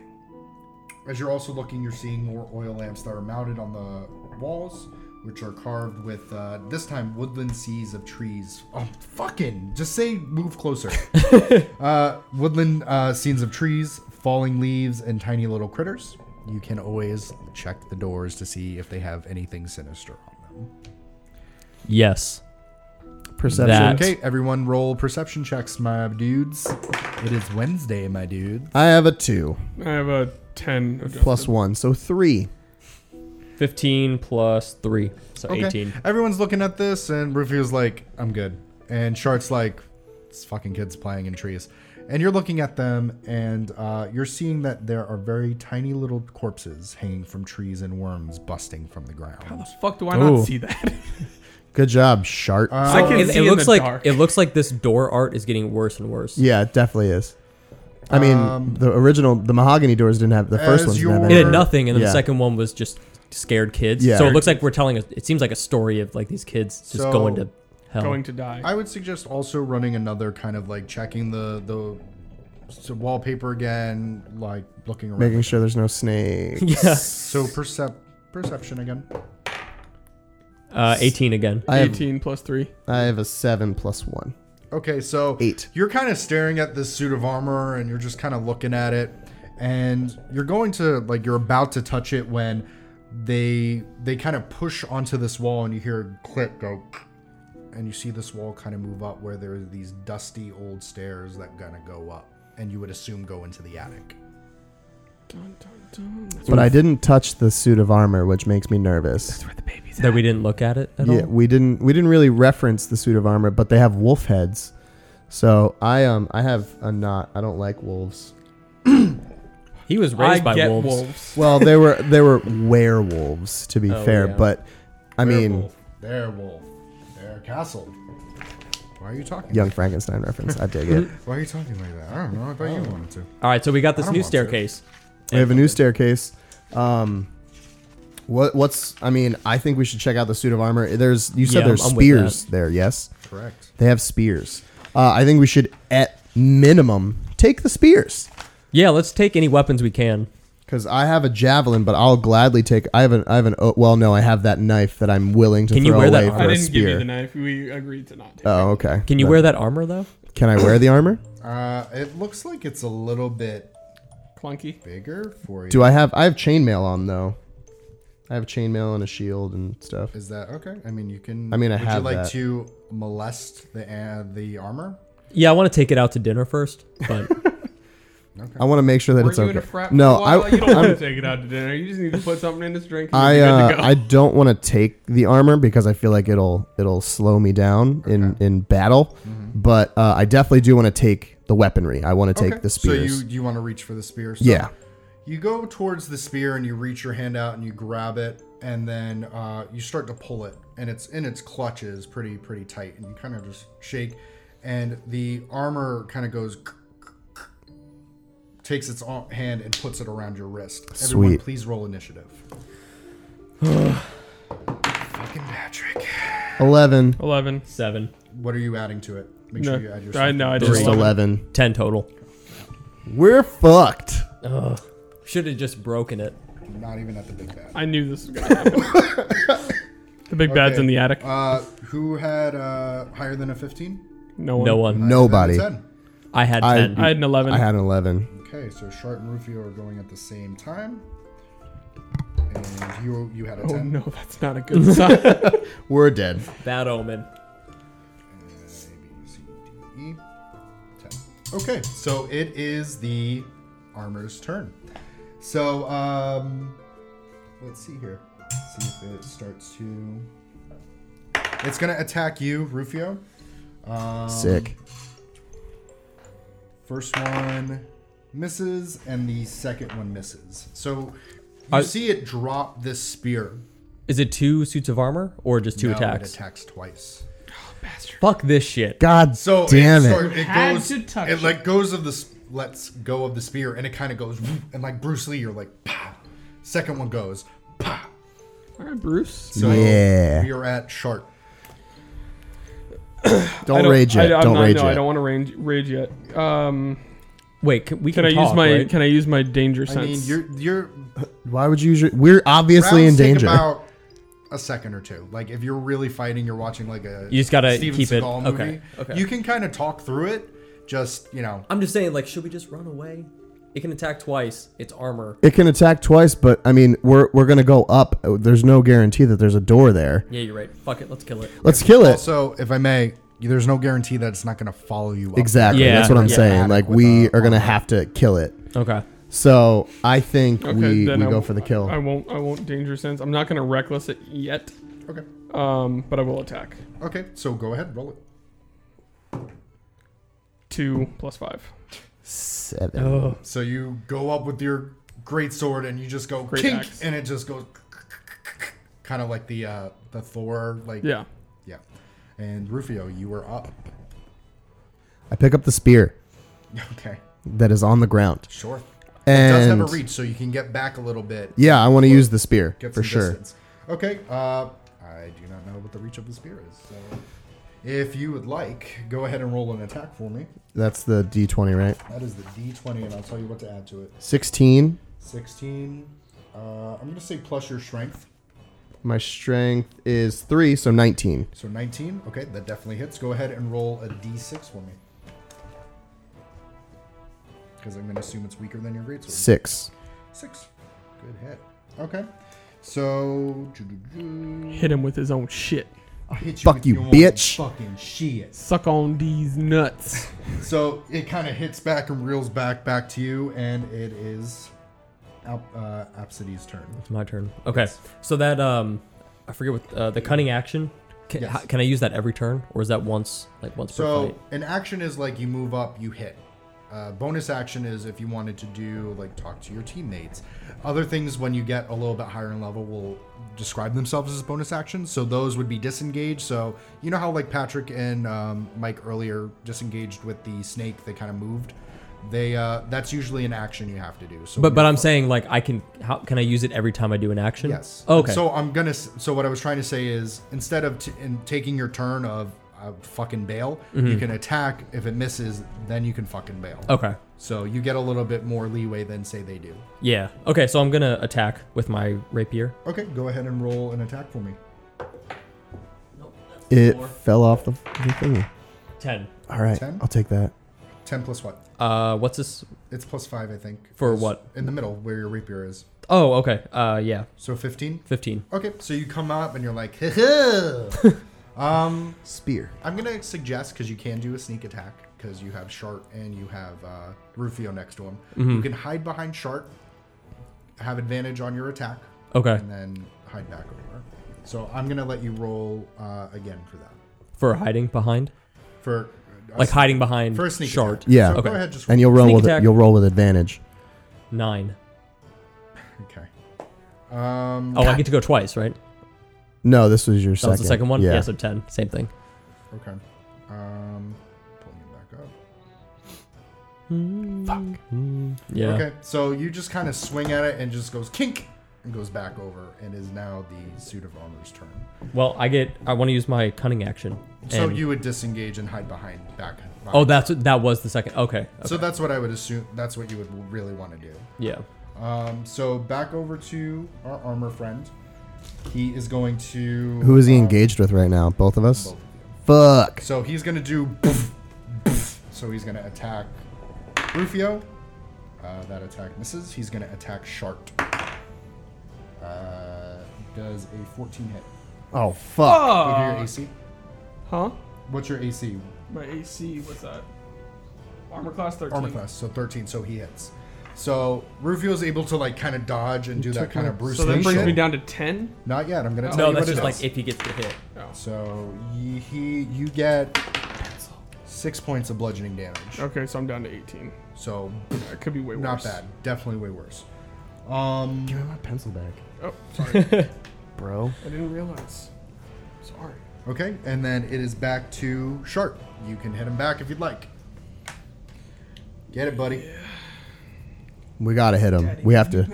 Speaker 4: as you're also looking, you're seeing more oil lamps that are mounted on the walls, which are carved with uh, this time woodland seas of trees. Oh, fucking! Just say move closer. uh, woodland uh, scenes of trees, falling leaves, and tiny little critters. You can always check the doors to see if they have anything sinister on them.
Speaker 2: Yes.
Speaker 1: perception.
Speaker 2: That-
Speaker 4: Okay, everyone, roll perception checks, my dudes. It is Wednesday, my dudes.
Speaker 1: I have a two
Speaker 3: I have a ten adjusted.
Speaker 1: plus one, so three.
Speaker 2: 15 plus 3. So
Speaker 4: Okay.
Speaker 2: 18.
Speaker 4: Everyone's looking at this, and Rufio's like, I'm good. And Shark's like, it's fucking kids playing in trees. And you're looking at them, and uh, you're seeing that there are very tiny little corpses hanging from trees and worms busting from the
Speaker 3: How the
Speaker 4: ground.
Speaker 3: fuck do I not
Speaker 2: Ooh.
Speaker 3: see that?
Speaker 1: Good job, Shart.
Speaker 4: Uh,
Speaker 3: I can
Speaker 2: it,
Speaker 3: see
Speaker 2: it
Speaker 3: in
Speaker 2: looks
Speaker 3: the
Speaker 2: like
Speaker 3: dark.
Speaker 2: it looks like this door art is getting worse and worse.
Speaker 1: yeah, it definitely is. I mean,
Speaker 4: Um,
Speaker 1: the original the mahogany doors didn't have the first
Speaker 4: as
Speaker 1: ones. Didn't have
Speaker 4: your-
Speaker 2: It had
Speaker 1: any.
Speaker 2: nothing, and then the
Speaker 1: Yeah.
Speaker 2: second one was just scared kids.
Speaker 1: Yeah.
Speaker 2: So it looks like we're telling. A, it seems like a story of like these kids just
Speaker 4: So-
Speaker 2: going to hell.
Speaker 3: Going to die.
Speaker 4: I would suggest also running another kind of like checking the the s- wallpaper again, like looking around.
Speaker 1: Making sure there's no snakes.
Speaker 2: yeah.
Speaker 4: So percep perception again.
Speaker 2: Uh, 18 again.
Speaker 1: I have
Speaker 3: Eighteen plus three.
Speaker 1: I have a seven plus one.
Speaker 4: Okay, so
Speaker 1: Eight.
Speaker 4: You're kind of staring at this suit of armor, and you're just kind of looking at it, and you're going to like you're about to touch it when they they kind of push onto this wall, and you hear a click go, and you see this wall kind of move up where there are these dusty old stairs that kind of go up, and you would assume go into the attic.
Speaker 3: Dun, dun, dun. That's
Speaker 1: But I didn't touch the suit of armor, which makes me nervous.
Speaker 3: where the baby's
Speaker 2: That we didn't look at it at
Speaker 1: yeah,
Speaker 2: all.
Speaker 1: we didn't we didn't really reference the suit of armor, but they have wolf heads. So I um I have a knot. I don't like wolves.
Speaker 2: He was raised by
Speaker 3: get
Speaker 2: wolves.
Speaker 1: Well, they were they were werewolves to be
Speaker 2: Oh,
Speaker 1: fair,
Speaker 2: yeah.
Speaker 1: but I mean
Speaker 4: there wolf, there castle. Why are you talking?
Speaker 1: young Frankenstein reference. I dig it.
Speaker 4: Why are you talking like that? I don't know. I thought you
Speaker 1: Oh.
Speaker 4: wanted to.
Speaker 2: All right, so we got
Speaker 4: I
Speaker 2: this
Speaker 4: don't
Speaker 2: new
Speaker 4: want to.
Speaker 2: staircase.
Speaker 1: We have a new staircase. Um, what what's I mean I think we should check out the suit of armor. There's you said
Speaker 2: Yeah,
Speaker 1: there's
Speaker 2: I'm with that.
Speaker 1: spears there. Yes,
Speaker 4: Correct.
Speaker 1: they have spears. Uh, I think we should at minimum take the spears.
Speaker 2: Yeah, let's take any weapons we can.
Speaker 1: Because I have a javelin, but I'll gladly take. I have an. I have an. oh, Well, no, I have that knife that I'm willing to
Speaker 2: Can you
Speaker 1: throw
Speaker 2: wear that
Speaker 1: away
Speaker 2: armor?
Speaker 1: for
Speaker 3: I
Speaker 1: a
Speaker 3: didn't give you
Speaker 1: spear.
Speaker 3: the knife. We agreed to not take
Speaker 1: oh, okay.
Speaker 2: Can you
Speaker 1: But-
Speaker 2: wear that armor though?
Speaker 1: Can I wear the armor?
Speaker 4: Uh, it looks like it's a little
Speaker 3: it.
Speaker 4: bit
Speaker 3: Clunky.
Speaker 4: bigger for you.
Speaker 1: Do I have? I have chainmail on though. I have chainmail and a shield and stuff.
Speaker 4: Is that okay? I mean, you can.
Speaker 1: I mean, I
Speaker 4: would
Speaker 1: have
Speaker 4: you like
Speaker 1: that.
Speaker 4: to molest the uh, the armor?
Speaker 2: Yeah, I want to take it out to dinner first, but
Speaker 1: I want to make sure that
Speaker 3: Were
Speaker 1: it's
Speaker 3: you
Speaker 1: okay.
Speaker 3: in a frat
Speaker 1: no,
Speaker 3: for a while?
Speaker 1: I.
Speaker 3: you don't
Speaker 1: I'm-
Speaker 3: want to take it out to dinner. You just need to put something in this drink. And
Speaker 1: I
Speaker 3: you're good to
Speaker 1: uh,
Speaker 3: go.
Speaker 1: I don't want to take the armor because I feel like it'll it'll slow me down in
Speaker 4: Okay.
Speaker 1: in battle,
Speaker 3: Mm-hmm.
Speaker 1: but uh, I definitely do want to take the weaponry. I want to take the spears.
Speaker 4: So you you want to reach for the spear? So
Speaker 1: yeah,
Speaker 4: You go towards the spear and you reach your hand out and you grab it, and then uh, you start to pull it, and it's in its clutches, pretty pretty tight, and you kind of just shake, and the armor kind of goes, takes its ar- hand and puts it around your wrist. Everyone,
Speaker 1: Sweet.
Speaker 4: please roll initiative. Fucking Patrick.
Speaker 1: 11.
Speaker 3: Eleven.
Speaker 2: Seven.
Speaker 4: What are you adding to it? Make
Speaker 3: No,
Speaker 4: sure you add your.
Speaker 3: I know. I did
Speaker 1: Just 11.
Speaker 2: Ten total.
Speaker 1: We're fucked.
Speaker 2: Ugh. Should have just broken it.
Speaker 4: Not even at the big bad.
Speaker 3: I knew this was gonna happen. the big bad's
Speaker 4: Okay.
Speaker 3: in the attic.
Speaker 4: Uh, who had uh, higher than a 15?
Speaker 3: No one.
Speaker 2: No one.
Speaker 1: Nobody.
Speaker 2: I had
Speaker 1: I-
Speaker 2: ten.
Speaker 3: I had an eleven.
Speaker 1: I had an 11.
Speaker 4: Okay, so Shart and Rufio are going at the same time. And you you had a
Speaker 3: oh
Speaker 4: 10.
Speaker 3: no, that's not a good sign.
Speaker 1: We're dead.
Speaker 2: Bad omen.
Speaker 4: A, B, C, D, E. 10. Okay, so it is the armor's turn. So, um, let's see here. See if it starts to. It's going to attack you, Rufio. Um,
Speaker 1: Sick.
Speaker 4: First one misses, and the second one misses. So you
Speaker 2: Are-
Speaker 4: see it drop this spear.
Speaker 2: Is it two suits of armor or just two
Speaker 4: No,
Speaker 2: attacks?
Speaker 4: It attacks twice.
Speaker 2: Fuck this shit.
Speaker 1: God
Speaker 4: So
Speaker 1: damn
Speaker 4: it,
Speaker 1: it.
Speaker 4: start- it
Speaker 3: Had
Speaker 4: goes.
Speaker 3: to touch
Speaker 4: it like goes of this. Lets go of the spear, and it kind of goes. whoop, And like Bruce Lee, you're like, pow. Second one goes, pow.
Speaker 3: All right, Bruce.
Speaker 4: So
Speaker 1: Yeah.
Speaker 4: you're at sharp.
Speaker 1: Don't,
Speaker 3: I don't-
Speaker 1: rage it.
Speaker 3: I, I'm
Speaker 1: don't
Speaker 3: not,
Speaker 1: rage
Speaker 3: no,
Speaker 1: it.
Speaker 3: I don't want to rage, rage yet. Um,
Speaker 2: Wait, can, we
Speaker 3: can
Speaker 2: can,
Speaker 3: I use
Speaker 2: talk,
Speaker 3: my
Speaker 2: right?
Speaker 3: Can I use my danger sense?
Speaker 4: I mean, you're you're
Speaker 1: Why would you use your. We're obviously
Speaker 4: rounds
Speaker 1: in
Speaker 4: take
Speaker 1: danger.
Speaker 4: About a second or two. Like if you're really fighting, you're watching like a
Speaker 2: You just gotta keep it-
Speaker 4: Seagal
Speaker 2: okay,
Speaker 4: movie.
Speaker 2: okay.
Speaker 4: You can kind of talk through it. Just you know,
Speaker 2: I'm just saying, like, should we just run away? It can attack twice. It's armor.
Speaker 1: It can attack twice, but I mean, we're, we're going to go up. There's no guarantee that there's a door there.
Speaker 2: Yeah, you're right. Fuck it. Let's kill it.
Speaker 1: Let's kill it.
Speaker 4: Also, if I may, there's no guarantee that it's not going to follow you. Up.
Speaker 1: Exactly.
Speaker 2: Yeah.
Speaker 1: That's what I'm
Speaker 2: Yeah.
Speaker 1: saying.
Speaker 4: Attic
Speaker 1: Like,
Speaker 4: with uh,
Speaker 1: we
Speaker 4: a-
Speaker 1: are going to have to kill it.
Speaker 2: Okay.
Speaker 1: So I think
Speaker 3: okay,
Speaker 1: we,
Speaker 3: then
Speaker 1: we
Speaker 3: I
Speaker 1: go
Speaker 3: won't-
Speaker 1: for the kill.
Speaker 3: I, I won't. I won't danger sense. I'm not gonna reckless it yet.
Speaker 4: Okay.
Speaker 3: Um, but I will attack.
Speaker 4: Okay. So go ahead, roll it.
Speaker 3: Two plus five.
Speaker 1: Seven.
Speaker 4: So you go up with your great sword and you just go
Speaker 3: Great
Speaker 4: kink,
Speaker 3: axe.
Speaker 4: and it just goes kind of like the uh, the Thor like
Speaker 3: Yeah.
Speaker 4: yeah. And Rufio, you were up.
Speaker 1: I pick up the spear
Speaker 4: Okay.
Speaker 1: that is on the ground.
Speaker 4: Sure. It does
Speaker 1: And
Speaker 4: have a reach, so you can get back a little bit.
Speaker 1: yeah, I want to use the spear
Speaker 4: Get
Speaker 1: for
Speaker 4: some
Speaker 1: sure.
Speaker 4: distance. Okay. Uh, I do not know what the reach of the spear is. So if you would like, go ahead and roll an attack for me.
Speaker 1: That's the D20, right?
Speaker 4: That is the D20, and I'll tell you what to add to it.
Speaker 1: 16.
Speaker 4: 16. Uh, I'm going to say plus your strength.
Speaker 1: My strength is 3, so 19.
Speaker 4: So 19. Okay, that definitely hits. Go ahead and roll a D6 for me. Because I'm going to assume it's weaker than your greatsword.
Speaker 1: 6.
Speaker 4: Six. Good hit. Okay. So. doo-doo-doo.
Speaker 3: Hit him with his own shit.
Speaker 4: I'll hit
Speaker 1: Fuck
Speaker 4: with
Speaker 1: you,
Speaker 4: your own
Speaker 1: bitch.
Speaker 4: Fucking shit.
Speaker 3: Suck on these nuts.
Speaker 4: So it kind of hits back and reels back back to you, and it is Al- uh, Apsidy's turn.
Speaker 2: It's my turn. Okay. So that um, I forget what uh, the cunning action. Can,
Speaker 4: Yes.
Speaker 2: ho- can I use that every turn, or is that once, like once per
Speaker 4: So
Speaker 2: fight?
Speaker 4: an action is like you move up, you hit. Uh, bonus action is if you wanted to do like talk to your teammates. Other things when you get a little bit higher in level will describe themselves as bonus actions. So those would be disengaged. So you know how like Patrick and um, Mike earlier disengaged with the snake. They kind of moved. They uh, that's usually an action you have to do. So
Speaker 2: But
Speaker 4: you're
Speaker 2: but I'm
Speaker 4: fine.
Speaker 2: saying like I can how can I use it every time I do an action?
Speaker 4: Yes.
Speaker 2: Oh, Okay.
Speaker 4: So I'm gonna. s- So what I was trying to say is, instead of t- in taking your turn of uh, fucking bail,
Speaker 2: Mm-hmm.
Speaker 4: you can attack. If it misses, then you can fucking bail.
Speaker 2: okay.
Speaker 4: So you get a little bit more leeway than say they do.
Speaker 2: Yeah. Okay. So I'm gonna attack with my rapier.
Speaker 4: Okay, go ahead and roll an attack for me.
Speaker 1: It
Speaker 2: Four.
Speaker 1: fell off the, the thingy.
Speaker 2: Ten.
Speaker 1: All right.
Speaker 4: Ten?
Speaker 1: I'll take that.
Speaker 4: Ten plus what?
Speaker 2: Uh, what's this?
Speaker 4: It's plus five, I think.
Speaker 2: For
Speaker 4: It's
Speaker 2: what?
Speaker 4: In the middle, where your rapier is.
Speaker 2: Oh, okay. Uh, yeah,
Speaker 4: So fifteen.
Speaker 2: fifteen.
Speaker 4: Okay, so you come up and you're like, "Heh-heh." um,
Speaker 1: Spear.
Speaker 4: I'm gonna suggest because you can do a sneak attack because you have Shart and you have uh, Rufio next to him.
Speaker 2: Mm-hmm.
Speaker 4: You can hide behind Shart, have advantage on your attack,
Speaker 2: Okay.
Speaker 4: and then hide back over. So I'm gonna let you roll uh, again for that.
Speaker 2: For hiding behind,
Speaker 4: For uh,
Speaker 2: like hiding behind
Speaker 4: for a sneak
Speaker 2: shard.
Speaker 4: attack.
Speaker 1: Yeah.
Speaker 4: So
Speaker 2: Okay.
Speaker 4: Go ahead, just
Speaker 1: And you'll roll
Speaker 2: Sneak
Speaker 1: with
Speaker 2: attack.
Speaker 1: you'll roll with advantage.
Speaker 2: Nine.
Speaker 4: Okay. Um,
Speaker 2: Oh, I get to go twice, right?
Speaker 1: No, this was your
Speaker 2: That
Speaker 1: second.
Speaker 2: was the second one.
Speaker 1: Yeah.
Speaker 2: Yeah, so ten, same thing.
Speaker 4: Okay. Um, pulling it back up.
Speaker 2: Yeah.
Speaker 4: Okay, so you just kind of swing at it and just goes kink and goes back over and is now the suit of armor's turn.
Speaker 2: Well, I get. I want to use my cunning action.
Speaker 4: So
Speaker 2: and-
Speaker 4: you would disengage and hide behind back. behind.
Speaker 2: Oh, that's that was the second. Okay. okay.
Speaker 4: So that's what I would assume. That's what you would really want to do.
Speaker 2: yeah.
Speaker 4: Um, so back over to our armor friend. He is going to.
Speaker 1: Who is he
Speaker 4: uh,
Speaker 1: engaged with right now? Both of us.
Speaker 4: both of you.
Speaker 1: Fuck.
Speaker 4: So he's going to do. Poof, poof. So he's going to attack Rufio. Uh, that attack misses. He's going to attack Shart. Uh, does a 14 hit.
Speaker 1: Oh fuck.
Speaker 4: With your
Speaker 3: Ah,
Speaker 4: AC?
Speaker 3: huh?
Speaker 4: What's your AC?
Speaker 3: My AC, what's that? Armor class 13.
Speaker 4: Armor class, so 13, so he hits. So Rufio's able to like kind of dodge and do that
Speaker 1: took
Speaker 4: kind
Speaker 1: my-
Speaker 4: of Bruce
Speaker 3: So that
Speaker 4: Lee
Speaker 3: brings
Speaker 4: shit.
Speaker 3: me down to 10?
Speaker 4: Not yet. I'm gonna
Speaker 3: No,
Speaker 4: tell
Speaker 2: No,
Speaker 4: you
Speaker 2: that's
Speaker 4: what
Speaker 2: just
Speaker 4: it
Speaker 2: like
Speaker 4: is.
Speaker 2: if he gets the hit.
Speaker 3: No.
Speaker 4: So ye- he, you get six points of bludgeoning damage.
Speaker 3: Okay, so I'm down to 18.
Speaker 4: So
Speaker 3: That could be way worse.
Speaker 4: not bad. Definitely way worse. Um,
Speaker 1: Give me my pencil back,
Speaker 3: Oh, sorry.
Speaker 1: bro.
Speaker 3: I didn't realize. Sorry.
Speaker 4: okay, and then it is back to Sharp. You can hit him back if you'd like. Get it, buddy.
Speaker 1: We gotta hit him. we have to.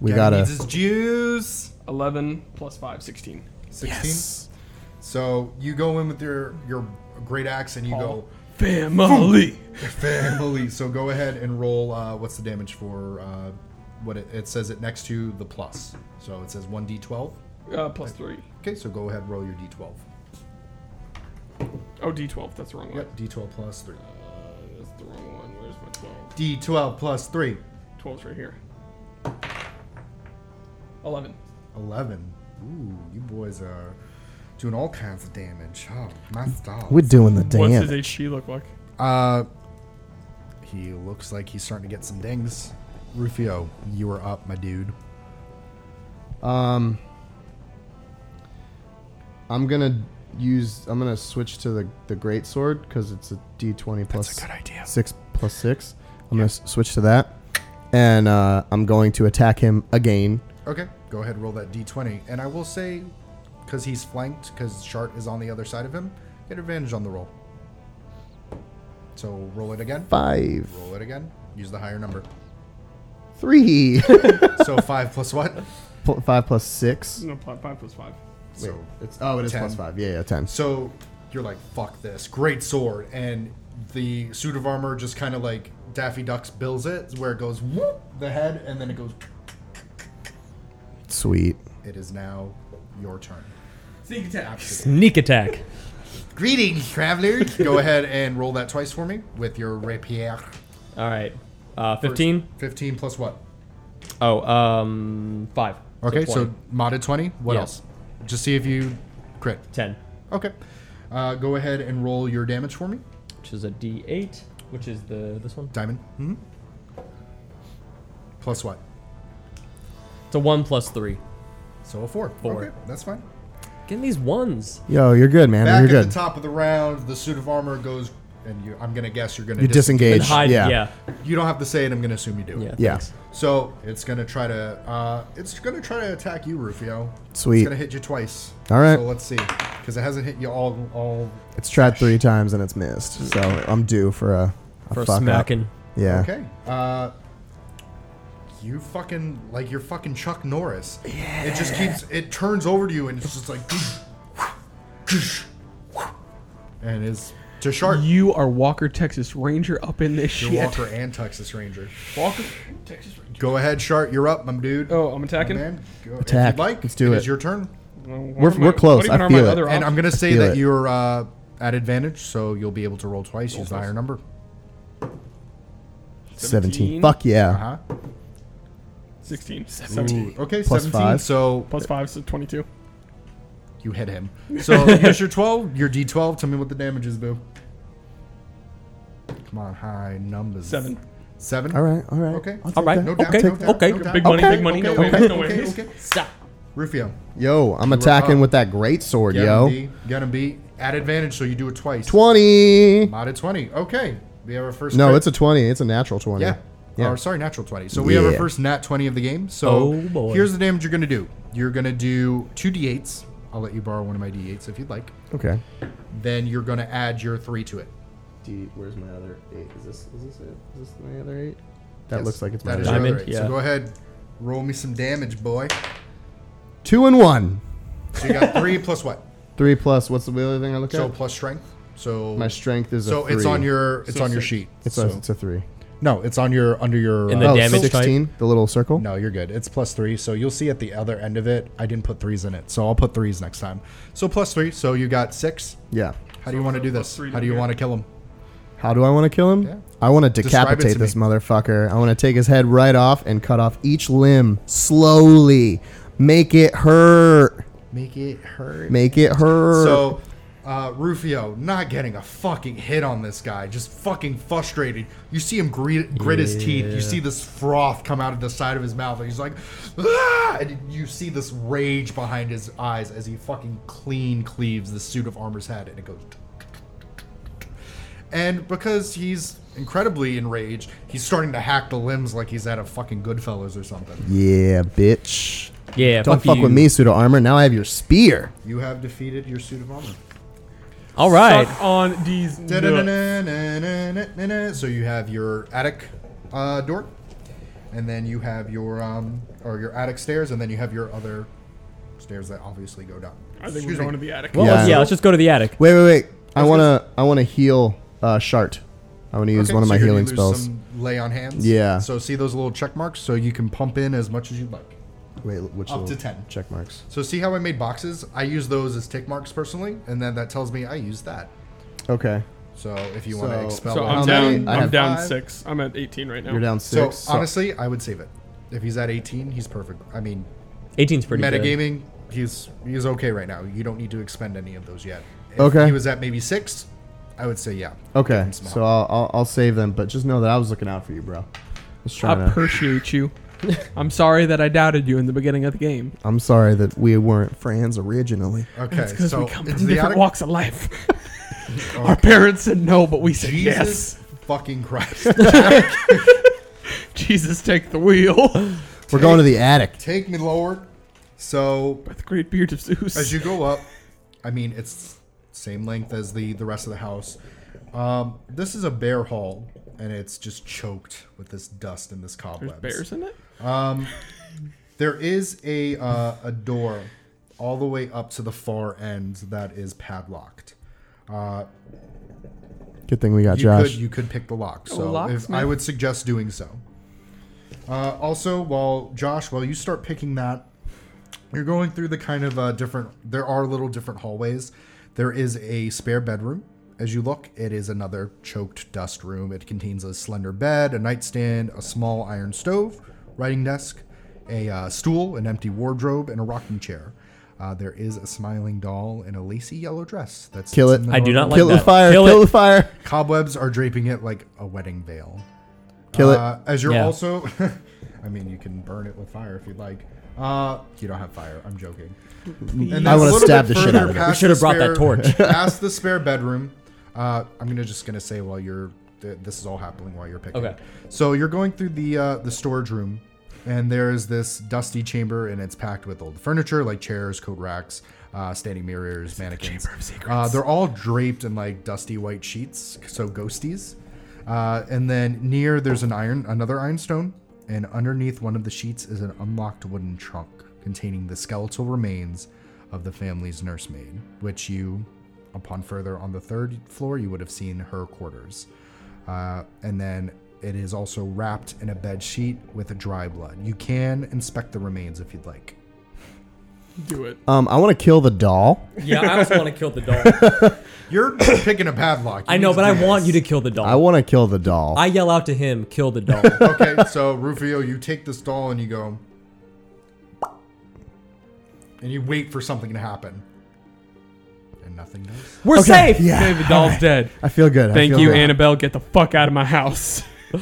Speaker 1: We
Speaker 4: Daddy
Speaker 1: gotta.
Speaker 4: needs his juice.
Speaker 3: 11 plus 5, 16.
Speaker 4: 16. So you go in with your your great axe and you go
Speaker 3: Family!
Speaker 4: family. So go ahead and roll. Uh, what's the damage for? Uh, what it, it says it next to the plus. So it says one d12.
Speaker 3: Uh, plus 3.
Speaker 4: Okay, so go ahead, roll your d12.
Speaker 3: Oh, D12. That's the wrong one.
Speaker 4: Yep, d12 plus three.
Speaker 3: Uh, that's the wrong one. Where's my 12?
Speaker 4: D12 plus three.
Speaker 3: 12's right here. 11.
Speaker 4: Eleven. Ooh, you boys are doing all kinds of damage. Oh, my stuff.
Speaker 1: We're doing the
Speaker 3: What's his
Speaker 1: damn.
Speaker 3: HP look like?
Speaker 4: Uh, he looks like he's starting to get some dings. Rufio, you are up, my dude.
Speaker 1: Um, I'm gonna use. I'm gonna switch to the the great sword because it's a D20 plus
Speaker 4: idea.
Speaker 1: six plus six. I'm gonna s- switch to that, and uh, I'm going to attack him again.
Speaker 4: Okay, go ahead, roll that d20. And I will say, because he's flanked, because Shart is on the other side of him, get advantage on the roll. So roll it again.
Speaker 1: Five,
Speaker 4: Roll it again. Use the higher number.
Speaker 1: three,
Speaker 4: So five plus what?
Speaker 1: Pl- five plus six.
Speaker 3: No, pl- 5 plus 5.
Speaker 1: Wait,
Speaker 4: So
Speaker 1: it's oh, it is
Speaker 4: ten.
Speaker 1: plus five. Yeah, yeah, ten.
Speaker 4: So you're like, fuck this. Great sword. And the suit of armor just kind of like Daffy Duck's bills it, where it goes whoop, the head, and then it goes.
Speaker 1: Sweet.
Speaker 4: It is now your turn.
Speaker 3: Sneak attack.
Speaker 2: Sneak attack.
Speaker 4: Greetings, travelers. Go ahead and roll that twice for me with your rapier.
Speaker 2: All right. Uh, fifteen.
Speaker 4: 15 plus what?
Speaker 2: Oh, um, five.
Speaker 4: Okay, so,
Speaker 2: 20.
Speaker 4: modded 20. What
Speaker 2: Yeah.
Speaker 4: else? Just see if you crit.
Speaker 2: ten,
Speaker 4: Okay. Uh, go ahead and roll your damage for me.
Speaker 2: which is a D eight, which is the this one.
Speaker 4: Diamond. hmm Plus what?
Speaker 2: It's a one plus three.
Speaker 4: So a four.
Speaker 2: Four.
Speaker 4: Okay, that's fine.
Speaker 2: Getting these ones.
Speaker 1: Yo, you're good, man.
Speaker 4: Back
Speaker 1: you're
Speaker 4: at
Speaker 1: good.
Speaker 4: the top of the round, the suit of armor goes, and you, I'm going to guess you're going to
Speaker 1: You disengage.
Speaker 2: And hide.
Speaker 1: yeah.
Speaker 2: Yeah.
Speaker 4: You don't have to say it. I'm going to assume you do.
Speaker 2: Yeah.
Speaker 1: Yeah.
Speaker 2: thanks.
Speaker 4: So it's going to try to, uh, it's going to try to attack you, Rufio.
Speaker 1: Sweet.
Speaker 4: It's going to hit you twice.
Speaker 1: All right.
Speaker 4: So let's see, because it hasn't hit you all, all.
Speaker 1: It's tried three times and it's missed, so I'm due for a, a
Speaker 2: For
Speaker 1: fuck up.
Speaker 2: smacking.
Speaker 1: Yeah.
Speaker 4: Okay. Uh, you fucking like you're fucking Chuck Norris. Yeah. It just keeps. It turns over to you and it's just like, and it's to shark.
Speaker 3: You are Walker, Texas Ranger up in this
Speaker 4: You're
Speaker 3: shit.
Speaker 4: Walker and Texas Ranger.
Speaker 3: Walker, Texas Ranger.
Speaker 4: Go ahead, Shark. You're up, my dude.
Speaker 3: Oh, I'm
Speaker 4: My
Speaker 3: attacking.
Speaker 4: man. Go, If
Speaker 1: Attack.
Speaker 4: you'd like,
Speaker 1: Let's do
Speaker 4: It
Speaker 1: it.
Speaker 4: is your turn.
Speaker 3: We're,
Speaker 1: we're close. I feel it.
Speaker 4: And I'm gonna say
Speaker 1: feel
Speaker 4: that
Speaker 1: it.
Speaker 4: you're uh, at advantage, so you'll be able to roll twice. use the
Speaker 3: twice.
Speaker 4: higher number.
Speaker 1: 17.
Speaker 3: 17.
Speaker 1: Fuck yeah.
Speaker 4: Uh huh.
Speaker 3: 16. 17.
Speaker 4: Okay,
Speaker 1: Plus
Speaker 4: 17.
Speaker 1: five.
Speaker 4: So
Speaker 3: Plus 5, so 22.
Speaker 4: you hit him. So here's your 12, your D12. Tell me what the damage is, boo. Come on, high numbers.
Speaker 3: 7.
Speaker 4: Seven.
Speaker 1: All right, all right.
Speaker 4: Okay.
Speaker 1: I'll take
Speaker 2: All right.
Speaker 1: that.
Speaker 4: No doubt.
Speaker 2: Okay,
Speaker 4: No doubt,
Speaker 2: okay.
Speaker 4: No doubt.
Speaker 3: Big money,
Speaker 1: Okay,
Speaker 3: big money, no
Speaker 4: okay,
Speaker 3: ways,
Speaker 4: okay,
Speaker 3: no
Speaker 4: okay,
Speaker 3: ways.
Speaker 4: okay.
Speaker 2: Stop.
Speaker 4: Rufio,
Speaker 1: Yo, I'm
Speaker 4: were
Speaker 1: attacking
Speaker 4: up.
Speaker 1: with that great sword,
Speaker 4: get
Speaker 1: yo.
Speaker 4: him B. Get him B. At advantage, so you do it twice.
Speaker 1: 20.
Speaker 4: Modded 20. Okay. We have our first.
Speaker 1: No,
Speaker 4: crit.
Speaker 1: it's a 20. It's a natural 20.
Speaker 4: Yeah.
Speaker 1: Yeah.
Speaker 4: Or sorry, natural 20. So we have our
Speaker 1: Yeah.
Speaker 4: first nat 20 of the game. So
Speaker 2: Oh, boy.
Speaker 4: here's the damage you're going to do. You're going to do two d8s. I'll let you borrow one of my d8s if you'd like.
Speaker 1: Okay.
Speaker 4: Then you're going to add your 3 to it.
Speaker 1: D, where's my other eight? Is this is this it? Is this my other eight? That
Speaker 4: Yes,
Speaker 1: looks like it's my other
Speaker 4: that is
Speaker 1: eight.
Speaker 4: your other
Speaker 2: Diamond,
Speaker 4: eight. So
Speaker 2: yeah.
Speaker 4: go ahead, roll me some damage, boy.
Speaker 1: Two and one.
Speaker 4: So you got 3 plus what?
Speaker 1: Three plus. What's the other thing I look
Speaker 4: So
Speaker 1: at?
Speaker 4: plus strength. So
Speaker 1: My strength is a
Speaker 4: So
Speaker 1: three.
Speaker 4: it's on your it's
Speaker 3: So
Speaker 4: on your
Speaker 3: six.
Speaker 4: sheet.
Speaker 1: It's
Speaker 4: so,
Speaker 1: a, it's a three.
Speaker 4: no, it's on your under your
Speaker 2: In
Speaker 4: uh,
Speaker 2: The
Speaker 1: oh,
Speaker 2: damage type?
Speaker 1: 16, The little circle.
Speaker 4: No, you're good. It's plus three. So you'll see at the other end of it, I didn't put threes in it. So I'll put threes next time. So plus three. So you got six.
Speaker 1: Yeah.
Speaker 4: How do you want to do this?
Speaker 3: three to
Speaker 4: How do you
Speaker 3: here.
Speaker 4: want to kill him?
Speaker 1: How do I want to kill him?
Speaker 4: Yeah.
Speaker 1: I want to
Speaker 4: Describe it to
Speaker 1: decapitate this
Speaker 4: me.
Speaker 1: motherfucker. I want to take his head right off and cut off each limb slowly. Make it hurt.
Speaker 4: Make it hurt.
Speaker 1: Make it hurt.
Speaker 4: So uh, Rufio not getting a fucking hit on this guy, just fucking frustrated. You see him grit, grit his teeth. You see this froth come out of the side of his mouth, and he's like, "Ah!" and you see this rage behind his eyes as he fucking clean cleaves the suit of armor's head, and it goes. And because he's incredibly enraged, he's starting to hack the limbs like he's at a fucking Goodfellas or something.
Speaker 1: yeah, bitch.
Speaker 2: Yeah,
Speaker 1: Don't fuck
Speaker 2: you.
Speaker 1: with me, pseudo armor. Now I have your spear.
Speaker 4: You have defeated your suit of armor.
Speaker 2: All right.
Speaker 3: Suck on these. nuts.
Speaker 4: Da-da-da-da-da-da-da-da. So you have your attic uh, door, and then you have your um, or your attic stairs, and then you have your other stairs that obviously go down.
Speaker 3: I think
Speaker 4: Excuse
Speaker 3: we're going
Speaker 4: me.
Speaker 3: to the attic.
Speaker 2: Well,
Speaker 1: Yeah.
Speaker 2: Let's, yeah, let's just go to the attic.
Speaker 1: Wait, wait, wait. I wanna I wanna heal uh Shart. I wanna use
Speaker 4: Okay,
Speaker 1: one of
Speaker 4: so
Speaker 1: my
Speaker 4: you're gonna
Speaker 1: healing
Speaker 4: lose
Speaker 1: spells.
Speaker 4: Some lay on hands.
Speaker 1: Yeah.
Speaker 4: So see those little check marks, so you can pump in as much as you'd like.
Speaker 1: Wait, which
Speaker 4: Up to
Speaker 1: little
Speaker 4: 10.
Speaker 1: check marks?
Speaker 4: So see how I made boxes? I use those as tick marks personally, and then that tells me I use that.
Speaker 1: Okay,
Speaker 4: So if you want to
Speaker 1: So-
Speaker 4: expel,
Speaker 3: So
Speaker 4: it.
Speaker 1: How
Speaker 3: I'm
Speaker 1: many?
Speaker 3: down.
Speaker 1: I
Speaker 3: I'm
Speaker 1: have
Speaker 3: down
Speaker 4: five.
Speaker 3: six. I'm at 18 right now.
Speaker 1: you're down
Speaker 4: so
Speaker 1: six.
Speaker 4: honestly, I would save it. If he's at 18, he's perfect. I mean,
Speaker 2: 18's pretty good.
Speaker 4: metagaming he's he's okay right now you don't need to expend any of those yet if
Speaker 1: Okay.
Speaker 4: he was at maybe six i would say yeah
Speaker 1: okay,
Speaker 4: some
Speaker 1: so I'll, I'll I'll save them, but just know that I was looking out for you, bro. Just trying
Speaker 3: I
Speaker 1: to-
Speaker 3: appreciate you. I'm sorry that I doubted you in the beginning of the game.
Speaker 1: I'm sorry that we weren't friends originally.
Speaker 4: okay
Speaker 3: It's because
Speaker 4: so
Speaker 3: we come
Speaker 4: it's
Speaker 3: from
Speaker 4: the
Speaker 3: different
Speaker 4: attic
Speaker 3: walks of life. Our parents said no, but we said
Speaker 4: jesus fucking christ
Speaker 3: yes. Jesus, take the wheel.
Speaker 1: We're going to the attic.
Speaker 4: take me lord so
Speaker 3: By the great beard of Zeus.
Speaker 4: as you go up i mean it's same length as the the rest of the house um this is a bear hall and it's just choked with this dust and this
Speaker 3: There's
Speaker 4: cobwebs
Speaker 3: bears in it.
Speaker 4: There is a uh, a door all the way up to the far end that is padlocked. Uh,
Speaker 1: Good thing we got
Speaker 4: you
Speaker 1: Josh.
Speaker 4: could you could pick the lock. So if,
Speaker 3: locksmith.
Speaker 4: I would suggest doing so. Uh, also, while Josh, while you start picking that, you're going through the kind of uh, different. There are little different hallways. There is a spare bedroom. As you look, it is another choked dust room. It contains a slender bed, a nightstand, a small iron stove, writing desk, a uh, stool, an empty wardrobe, and a rocking chair. Uh, there is a smiling doll in a lacy yellow dress. That's
Speaker 1: Kill it.
Speaker 2: I do not like
Speaker 1: kill the
Speaker 2: that.
Speaker 1: fire.
Speaker 2: Kill
Speaker 1: Kill,
Speaker 2: it.
Speaker 1: the fire.
Speaker 4: Cobwebs are draping it like a wedding veil.
Speaker 1: Kill it.
Speaker 4: Uh, as you're
Speaker 2: Yeah.
Speaker 4: also, I mean, you can burn it with fire if you'd like. Uh, you don't have fire. I'm joking. And then
Speaker 1: I
Speaker 4: a
Speaker 1: wanna
Speaker 4: little
Speaker 1: stab the
Speaker 4: bit
Speaker 1: shit
Speaker 4: further
Speaker 1: out of it. We
Speaker 4: past
Speaker 2: should've
Speaker 4: the
Speaker 2: brought that torch.
Speaker 4: past the spare bedroom. Uh, I'm gonna just gonna say while you're, th- this is all happening while you're picking.
Speaker 2: Okay.
Speaker 4: So you're going through the uh, the storage room, and there is this dusty chamber, and it's packed with old furniture like chairs, coat racks, uh, standing mirrors, mannequins. Uh, they're all draped in like dusty white sheets, so ghosties. Uh, and then near there's an iron, another ironstone, and underneath one of the sheets is an unlocked wooden trunk containing the skeletal remains of the family's nursemaid, which you, upon further on the third floor, you would have seen her quarters. Uh, and then it is also wrapped in a bed sheet with a dry blood. You can inspect the remains if you'd like.
Speaker 3: Do it.
Speaker 1: Um, I want to kill the doll.
Speaker 2: Yeah, I also want to kill the doll.
Speaker 4: You're picking a padlock.
Speaker 2: I know, but I want you to kill the
Speaker 1: I
Speaker 2: doll.
Speaker 1: want to kill the doll.
Speaker 2: I yell out to him, kill the doll.
Speaker 4: okay, so Rufio, you take this doll and you go, and you wait for something to happen, and nothing does.
Speaker 2: We're
Speaker 1: Okay,
Speaker 2: safe!
Speaker 1: yeah.
Speaker 3: David the doll's dead.
Speaker 1: I feel good. I
Speaker 3: Thank
Speaker 1: feel
Speaker 3: you,
Speaker 1: good.
Speaker 3: Annabelle. Get the fuck out of my house.
Speaker 1: I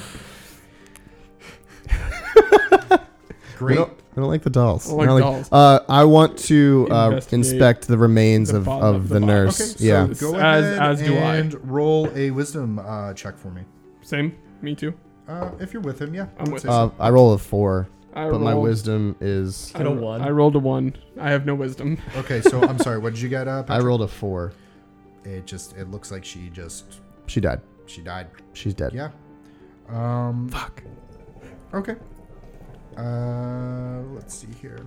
Speaker 4: Great.
Speaker 1: don't, I don't like the dolls.
Speaker 3: I like
Speaker 1: Not
Speaker 3: dolls.
Speaker 1: Uh, I want to uh,
Speaker 3: Investigate
Speaker 1: inspect the remains
Speaker 3: the
Speaker 1: of,
Speaker 3: bottom
Speaker 1: of
Speaker 3: of
Speaker 1: the,
Speaker 3: the bottom.
Speaker 1: nurse.
Speaker 4: Okay, so
Speaker 1: yeah.
Speaker 3: it's-
Speaker 4: go
Speaker 3: As-
Speaker 4: ahead
Speaker 3: as do I.
Speaker 4: and roll a wisdom uh, check for me.
Speaker 3: Same. Me too.
Speaker 4: Uh, if you're with him, yeah.
Speaker 3: I'm with
Speaker 1: Uh, I roll a four,
Speaker 3: I
Speaker 1: but my
Speaker 3: rolled-
Speaker 1: wisdom is.
Speaker 2: I don't want.
Speaker 3: I rolled a one. I have no wisdom.
Speaker 4: Okay, so I'm sorry. What did you get? Uh,
Speaker 1: I rolled a four.
Speaker 4: it just it looks like she just
Speaker 1: She died.
Speaker 4: she died.
Speaker 1: She's dead.
Speaker 4: Yeah. Um.
Speaker 1: Fuck.
Speaker 4: Okay. Uh, let's see here.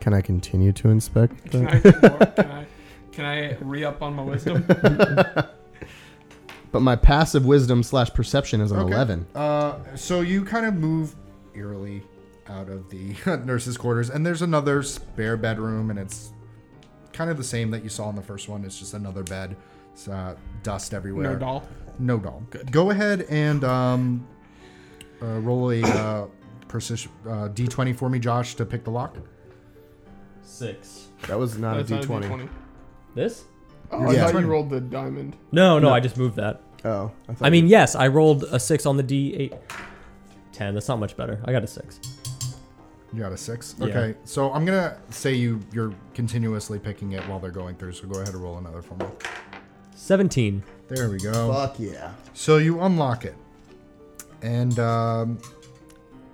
Speaker 1: Can I continue to inspect?
Speaker 3: Can
Speaker 1: The,
Speaker 3: I, get more? can I, can I re up on my wisdom?
Speaker 1: but my passive wisdom slash perception is an
Speaker 4: Okay.
Speaker 1: eleven.
Speaker 4: Uh, so you kind of move eerily out of the nurses' quarters, and there's another spare bedroom, and it's kind of the same that you saw in the first one. It's just another bed, it's, uh, dust everywhere.
Speaker 3: no doll.
Speaker 4: No doll. Good. Go ahead and um, uh, roll a uh, persis- uh, d20 for me, Josh, to pick the lock.
Speaker 2: Six.
Speaker 1: That was not
Speaker 3: That's
Speaker 1: a
Speaker 3: not
Speaker 1: D twenty.
Speaker 2: This?
Speaker 3: Oh,
Speaker 4: Yeah.
Speaker 3: I thought you rolled the diamond.
Speaker 2: No, no, I just moved that.
Speaker 1: Oh,
Speaker 2: I mean, yes, I rolled a six on the D8. Ten. That's not much better. I got a six.
Speaker 4: You got a six.
Speaker 2: Yeah.
Speaker 4: Okay, so I'm gonna say you you're continuously picking it while they're going through. So go ahead and roll another for me.
Speaker 2: Seventeen.
Speaker 4: There we go.
Speaker 1: fuck yeah.
Speaker 4: So you unlock it, and um,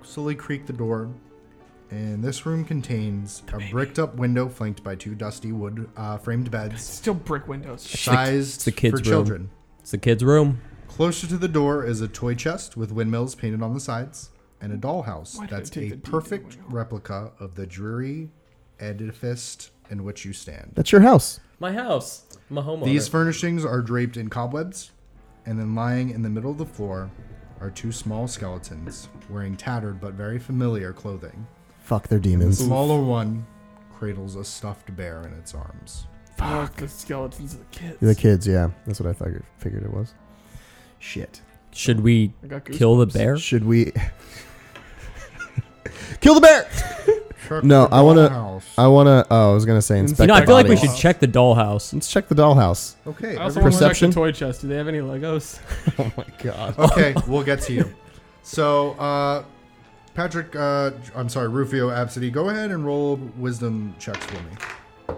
Speaker 4: slowly creak the door. And this room contains a bricked-up window flanked by two dusty wood-framed beds,
Speaker 3: Still brick windows.
Speaker 4: sized
Speaker 2: the kids'
Speaker 4: for
Speaker 2: room.
Speaker 4: children.
Speaker 2: It's the kid's room.
Speaker 4: Closer to the door is a toy chest with windmills painted on the sides and a dollhouse
Speaker 3: Why did I
Speaker 4: that's
Speaker 3: take
Speaker 4: a
Speaker 3: the deed
Speaker 4: perfect
Speaker 3: away?
Speaker 4: replica of the dreary edifice in which you stand.
Speaker 1: That's your house.
Speaker 2: My house. I'm a homeowner.
Speaker 4: These furnishings are draped in cobwebs, and then lying in the middle of the floor are two small skeletons wearing tattered but very familiar clothing.
Speaker 1: Fuck, they're
Speaker 4: The
Speaker 1: demons.
Speaker 4: smaller one cradles a stuffed bear in its arms.
Speaker 3: Oh, it's the skeletons of the kids.
Speaker 1: The kids, yeah. That's what I figured, figured it was. Shit.
Speaker 2: Should we
Speaker 3: I got goosebumps.
Speaker 2: kill the bear?
Speaker 1: Should we kill the bear? No, I wanna-
Speaker 4: Dollhouse.
Speaker 1: I wanna. Oh, I was gonna say
Speaker 3: Inspect
Speaker 1: inspect.
Speaker 2: You know, I
Speaker 1: the
Speaker 2: feel like we
Speaker 1: bodies.
Speaker 2: should check the dollhouse.
Speaker 1: Let's check the dollhouse.
Speaker 4: Okay.
Speaker 3: I also
Speaker 4: everyone-
Speaker 3: want to check
Speaker 1: Perception?
Speaker 3: the toy chest. Do they have any Legos?
Speaker 1: Oh my god.
Speaker 4: Okay, we'll get to you. So, uh, Patrick, uh, I'm sorry, Rufio Absidy, go ahead and roll wisdom checks for me.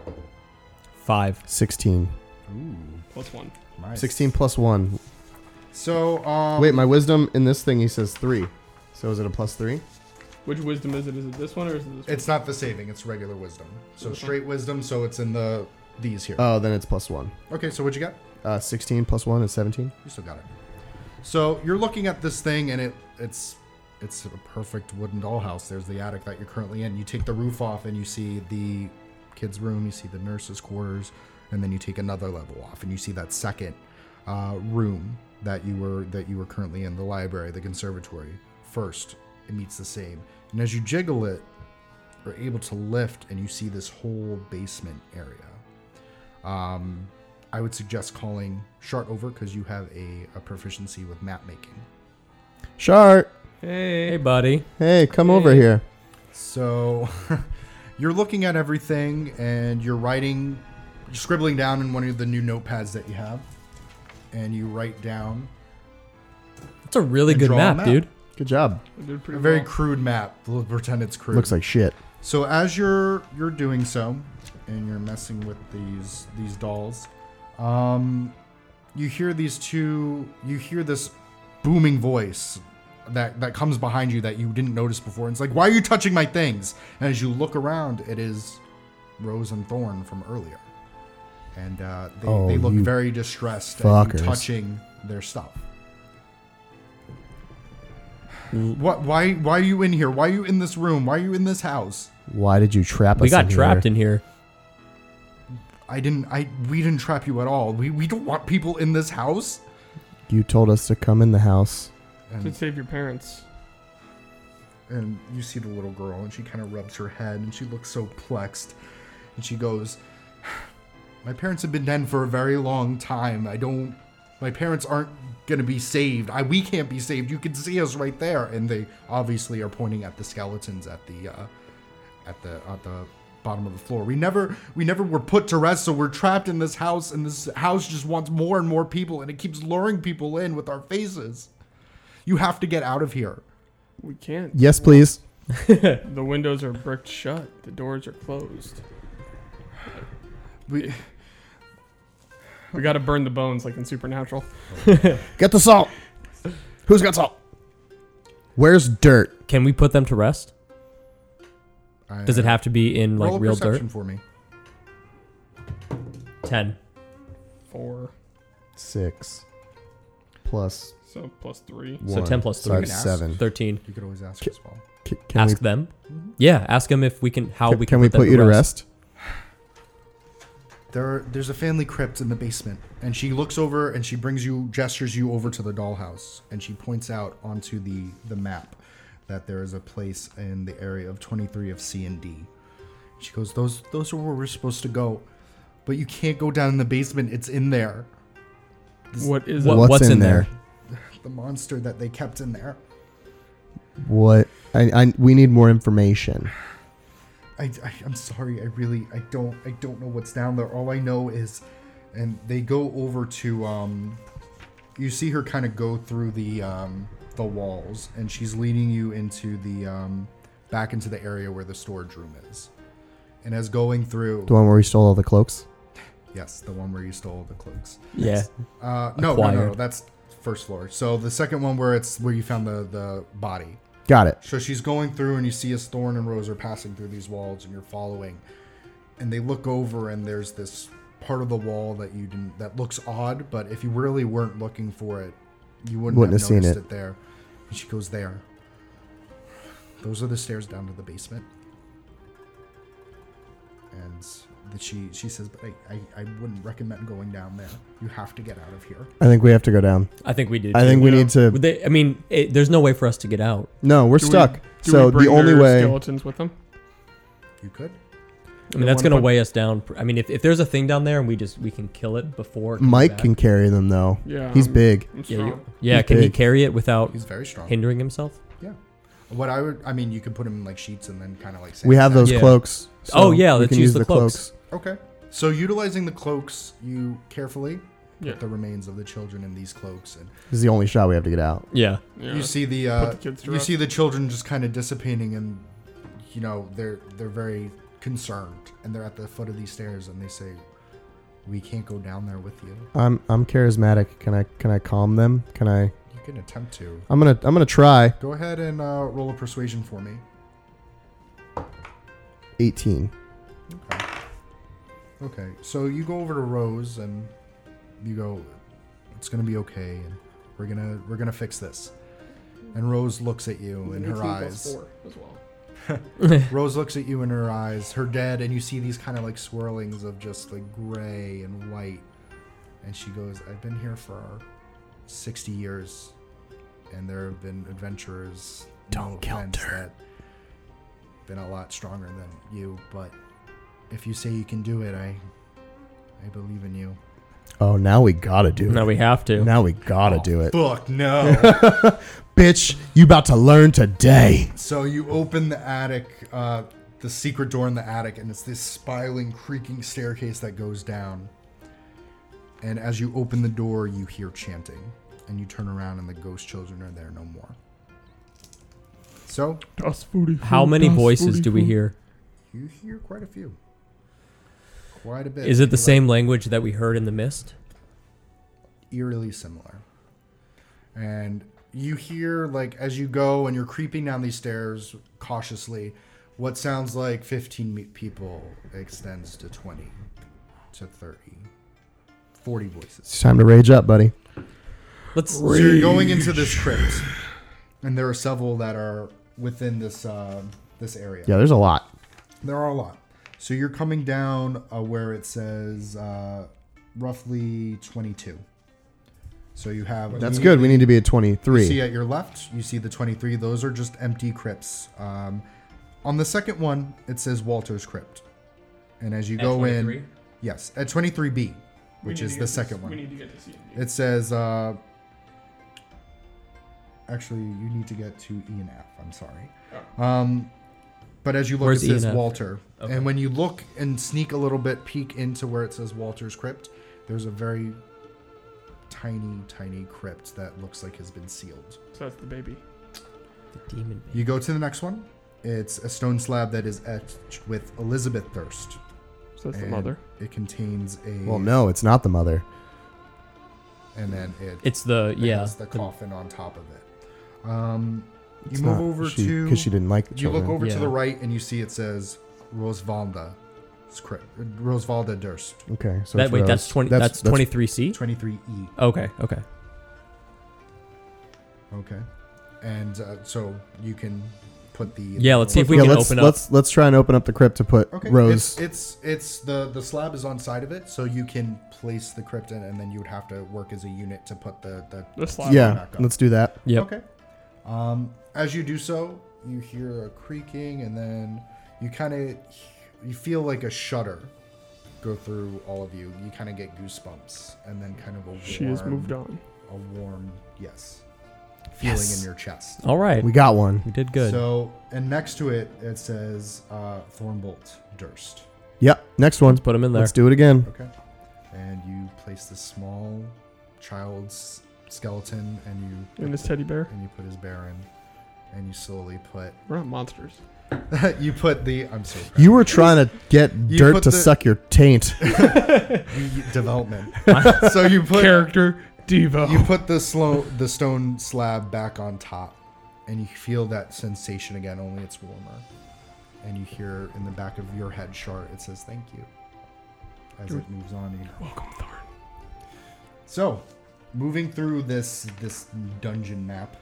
Speaker 2: Five.
Speaker 1: Sixteen.
Speaker 4: Ooh,
Speaker 3: Plus one.
Speaker 4: nice.
Speaker 1: Sixteen plus one.
Speaker 4: So, um,
Speaker 1: Wait, my wisdom in this thing he says three. So is it a plus three?
Speaker 3: Which wisdom is it? Is it this one or is it this
Speaker 4: it's not the saving; it's regular wisdom. So straight wisdom. So it's in the these here.
Speaker 1: Oh, then it's plus one.
Speaker 4: Okay, so what you got?
Speaker 1: Uh, sixteen plus one is seventeen.
Speaker 4: You still got it. So you're looking at this thing, and it it's it's a perfect wooden dollhouse. There's the attic that you're currently in. You take the roof off, and you see the kids' room. You see the nurses' quarters, and then you take another level off, and you see that second uh, room that you were that you were currently in, the library, the conservatory. First, it meets the same, and as you jiggle it, are able to lift, and you see this whole basement area. Um, I would suggest calling Shart over because you have a, a proficiency with map making.
Speaker 1: Shart.
Speaker 3: one? Hey.
Speaker 2: Hey, buddy.
Speaker 1: Hey, come over
Speaker 3: Hey.
Speaker 1: here.
Speaker 4: So you're looking at everything and you're writing, you're scribbling down in one of the new notepads that you have, and you write down
Speaker 2: That's a really
Speaker 4: And
Speaker 2: good
Speaker 4: draw a
Speaker 2: map,
Speaker 4: map.
Speaker 2: dude.
Speaker 1: Good job.
Speaker 3: I did
Speaker 4: a
Speaker 3: pretty
Speaker 4: very
Speaker 3: well.
Speaker 4: crude map. We'll pretend it's crude.
Speaker 1: Looks like shit.
Speaker 4: So as you're you're doing so, and you're messing with these these dolls, um, you hear these two. You hear this booming voice that that comes behind you that you didn't notice before. And it's like, why are you touching my things? And as you look around, it is Rose and Thorn from earlier, and uh, they,
Speaker 1: Oh,
Speaker 4: they look
Speaker 1: you
Speaker 4: very distressed and
Speaker 1: fuckers.
Speaker 4: touching their stuff.
Speaker 1: Mm.
Speaker 4: What? Why? Why are you in here? Why are you in this room? Why are you in this house?
Speaker 1: Why did you trap us?
Speaker 2: We got
Speaker 1: in
Speaker 2: trapped
Speaker 1: Here?
Speaker 2: in here.
Speaker 4: I didn't. I we didn't trap you at all. We we don't want people in this house.
Speaker 1: You told us to come in the house.
Speaker 3: To
Speaker 4: And,
Speaker 3: save your parents.
Speaker 4: and you see the little girl, and she kind of rubs her head, and she looks so plexed, and she goes, "My parents have been dead for a very long time. I don't. My parents aren't gonna be saved. I we can't be saved. You can see us right there." And they obviously are pointing at the skeletons at the uh, at the at the bottom of the floor. We never we never were put to rest, so we're trapped in this house, and this house just wants more and more people, and it keeps luring people in with our faces. You have to get out of here.
Speaker 3: We can't.
Speaker 1: Yes, please.
Speaker 3: The windows are bricked shut. The doors are closed.
Speaker 4: We,
Speaker 3: We gotta burn the bones like in Supernatural.
Speaker 1: Get the salt. Who's got salt? Where's dirt?
Speaker 2: Can we put them to rest?
Speaker 4: I-
Speaker 2: Does it have to be in
Speaker 4: roll
Speaker 2: like
Speaker 4: a
Speaker 2: real dirt?
Speaker 4: perception for me?
Speaker 2: Ten.
Speaker 3: Four.
Speaker 1: Six plus
Speaker 3: So plus three.
Speaker 1: one.
Speaker 2: So 10 plus
Speaker 1: I
Speaker 2: three.
Speaker 1: have
Speaker 4: You can ask.
Speaker 1: seven.
Speaker 2: Thirteen.
Speaker 4: You could always ask as well.
Speaker 1: C- can
Speaker 2: ask
Speaker 1: we, Mm-hmm.
Speaker 2: them. Yeah, ask them if we can. How
Speaker 1: can,
Speaker 2: we
Speaker 1: can we
Speaker 2: them
Speaker 1: put you to rest?
Speaker 4: There, there's a family crypt in the basement, and she looks over and she brings you, gestures you over to the dollhouse, and she points out onto the the map that there is a place in the area of 23 of C and D. She goes, "Those, those are where we're supposed to go, but you can't go down in the basement. It's in there.
Speaker 3: What is
Speaker 2: What-
Speaker 3: it?
Speaker 1: What's,
Speaker 2: what's
Speaker 1: in,
Speaker 2: in
Speaker 1: there?
Speaker 4: The monster that they kept in there.
Speaker 1: What? I, I, we need more information.
Speaker 4: I, I, I'm sorry. I really, I don't, I don't know what's down there. All I know is, and they go over to, um, you see her kind of go through the, um, the walls, and she's leading you into the, um, back into the area where the storage room is. And as going through,
Speaker 1: The one where we stole all the cloaks.
Speaker 4: yes, the one where you stole the cloaks.
Speaker 2: Yeah.
Speaker 4: Uh, no, no, no, no,
Speaker 2: Acquired.
Speaker 4: that's first floor. So the second one where it's where you found the the body.
Speaker 1: Got it.
Speaker 4: So she's going through, and you see as Thorn and Rose are passing through these walls, and you're following. And they look over, and there's this part of the wall that you didn't that looks odd, but if you really weren't looking for it, you wouldn't,
Speaker 1: Wouldn't
Speaker 4: have,
Speaker 1: have seen
Speaker 4: noticed
Speaker 1: it.
Speaker 4: it. there. And she goes there. Those are the stairs down to the basement. And that she she says, but I, I, I wouldn't recommend going down there. You have to get out of here.
Speaker 1: I think we have to go down.
Speaker 2: I think we do.
Speaker 1: I think we
Speaker 3: Yeah.
Speaker 1: need to.
Speaker 2: Would They, I mean, it, there's no way for us to get out.
Speaker 1: No, we're
Speaker 3: Do we-
Speaker 1: stuck.
Speaker 3: Do
Speaker 1: so
Speaker 3: we bring
Speaker 1: the only
Speaker 3: their
Speaker 1: way.
Speaker 3: Skeletons with them.
Speaker 4: You could.
Speaker 2: I mean,
Speaker 3: Yeah,
Speaker 2: that's
Speaker 3: one
Speaker 2: gonna
Speaker 3: point-
Speaker 2: weigh us down. pr- I mean, if, if there's a thing down there and we just we can kill it before it comes
Speaker 1: Mike
Speaker 2: back. Um,
Speaker 1: can carry them though.
Speaker 3: Yeah.
Speaker 1: He's
Speaker 3: I'm-
Speaker 1: big.
Speaker 3: I'm
Speaker 2: Yeah, you,
Speaker 3: strong.
Speaker 2: yeah
Speaker 1: He's
Speaker 2: can he
Speaker 1: big.
Speaker 2: carry it without
Speaker 4: He's very strong.
Speaker 2: hindering himself?
Speaker 4: Yeah. What I would, I mean, you could put them in like sheets and then kind of like.
Speaker 1: We have
Speaker 4: sand
Speaker 1: those
Speaker 2: Yeah.
Speaker 1: cloaks. so
Speaker 2: Oh, yeah,
Speaker 1: we
Speaker 2: let's
Speaker 1: can
Speaker 2: use the cloaks.
Speaker 4: them. Okay. So utilizing the cloaks, you carefully
Speaker 3: Yeah.
Speaker 4: put the remains of the children in these cloaks, and
Speaker 1: This is the only shot we have to get out.
Speaker 2: Yeah.
Speaker 3: Yeah.
Speaker 4: you see the, uh,
Speaker 3: the kids to
Speaker 4: you
Speaker 3: rest.
Speaker 4: see the children just kind of dissipating, and you know they're they're very concerned, and they're at the foot of these stairs, and they say, "We can't go down there with you."
Speaker 1: I'm I'm charismatic. Can I can I calm them? Can I?
Speaker 4: You can attempt to.
Speaker 1: I'm gonna I'm gonna try.
Speaker 4: Go ahead and uh, roll a persuasion for me.
Speaker 1: 18.
Speaker 4: Okay. Okay. So you go over to Rose and you go, "It's gonna be okay, and we're gonna we're gonna fix this." And Rose looks at you
Speaker 3: 18
Speaker 4: in her
Speaker 3: plus
Speaker 4: eyes.
Speaker 3: Four as well.
Speaker 4: Rose looks at you in her eyes, her dead, and you see these kind of like swirlings of just like gray and white. And she goes, "I've been here for 60 years, and there have been adventurers.
Speaker 1: Don't kill
Speaker 4: offense,
Speaker 1: dirt.
Speaker 4: that Been a lot stronger than you, but if you say you can do it, I, I believe in you."
Speaker 1: Oh, now we gotta do it.
Speaker 2: Now we have to.
Speaker 1: Now we gotta do it.
Speaker 4: Fuck no.
Speaker 1: Bitch, you about to learn today.
Speaker 4: So you open the attic, uh, the secret door in the attic, and it's this spiraling, creaking staircase that goes down. And as you open the door, you hear chanting, and you turn around, and the ghost children are there no more. So
Speaker 3: Das Foodie
Speaker 2: How
Speaker 3: food,
Speaker 2: many
Speaker 3: das
Speaker 2: voices
Speaker 3: Foodie
Speaker 2: do we
Speaker 3: food.
Speaker 2: hear?
Speaker 4: you hear quite a few, quite a bit.
Speaker 2: Is it the
Speaker 4: Like,
Speaker 2: same language that we heard in the mist?
Speaker 4: eerily similar. And you hear, like, as you go and you're creeping down these stairs cautiously, what sounds like 15 me- people extends to 20, to 30, 40 voices.
Speaker 1: It's time to rage up, buddy.
Speaker 2: Let's.
Speaker 4: So you're going into this crypt, and there are several that are within this uh, this area.
Speaker 1: Yeah, there's a lot.
Speaker 4: There are a lot. So you're coming down uh, where it says uh, roughly 22. So you have
Speaker 1: That's good. We need to be at 23.
Speaker 4: You see at your left, you see the 23. Those are just empty crypts. Um, on the second one, it says Walter's Crypt. And as you go in, yes, at 23B,
Speaker 3: We
Speaker 4: which
Speaker 3: need
Speaker 4: is
Speaker 3: to
Speaker 4: the
Speaker 3: get to-
Speaker 4: second
Speaker 3: We
Speaker 4: one,
Speaker 3: need to get to C&D.
Speaker 4: it says, uh, actually, you need to get to E and F. I'm sorry.
Speaker 3: Oh.
Speaker 4: Um, but as you look,
Speaker 2: Where's
Speaker 4: it
Speaker 2: E and
Speaker 4: says
Speaker 2: F?
Speaker 4: Walter.
Speaker 2: Okay.
Speaker 4: And when you look and sneak a little bit, peek into where it says Walter's Crypt, there's a very tiny, tiny crypt that looks like has been sealed.
Speaker 3: So that's the baby.
Speaker 2: The demon.
Speaker 4: You go to the next one. It's a stone slab that is etched with Elizabeth Thirst.
Speaker 3: So that's the
Speaker 4: And
Speaker 3: mother.
Speaker 4: It contains a.
Speaker 1: well, no, it's not the mother.
Speaker 4: And then it.
Speaker 2: It's the
Speaker 4: it
Speaker 2: yeah.
Speaker 4: has the
Speaker 2: the-
Speaker 4: coffin on top of it. Um, You move over to.
Speaker 1: because she didn't like the
Speaker 4: you
Speaker 1: children.
Speaker 4: look over to
Speaker 2: Yeah.
Speaker 4: the right and you see it says Rosvalda, script Rosvalda Durst,
Speaker 1: Okay, so
Speaker 2: that
Speaker 1: it's
Speaker 2: wait,
Speaker 1: Rose.
Speaker 2: that's twenty. That's twenty three C.
Speaker 4: 23E.
Speaker 2: Okay, okay.
Speaker 4: Okay, and uh, so you can put the
Speaker 2: Yeah, let's see if we
Speaker 1: yeah,
Speaker 2: can
Speaker 1: let's
Speaker 2: open up.
Speaker 1: let's let's try and open up the crypt to put
Speaker 4: Okay,
Speaker 1: Rose.
Speaker 4: It's, it's it's the the slab is on side of it, so you can place the crypt in, and then you would have to work as a unit to put the the.
Speaker 3: The slide
Speaker 1: yeah,
Speaker 4: back up.
Speaker 1: let's do that.
Speaker 2: Yep.
Speaker 4: Okay. Um, as you do so, you hear a creaking, and then you kind of you feel like a shudder go through all of you. You kind of get goosebumps, and then kind of a warm,
Speaker 3: She has moved on.
Speaker 4: a warm yes feeling
Speaker 1: Yes.
Speaker 4: in your chest.
Speaker 2: All right,
Speaker 1: We
Speaker 2: we,
Speaker 1: got one.
Speaker 2: did good.
Speaker 4: So, and next to it, it says uh, Thornbolt Durst.
Speaker 1: Yep. Next one.
Speaker 2: let's put them in there.
Speaker 1: Let's do it again.
Speaker 4: Okay. And you place the small child's skeleton and you
Speaker 3: And this teddy bear.
Speaker 4: and you put his bear in and you slowly put
Speaker 3: We're not monsters.
Speaker 4: you put the I'm so proud.
Speaker 1: You were trying to get
Speaker 4: You
Speaker 1: dirt
Speaker 4: put
Speaker 1: to
Speaker 4: the-
Speaker 1: suck your taint.
Speaker 4: You- development. so you put
Speaker 3: Character Devo.
Speaker 4: you put the slow the stone slab back on top and you feel that sensation again only it's warmer. And you hear in the back of your head short it says thank you as it moves on you
Speaker 3: Welcome, Thorn.
Speaker 4: So, moving through this this dungeon map,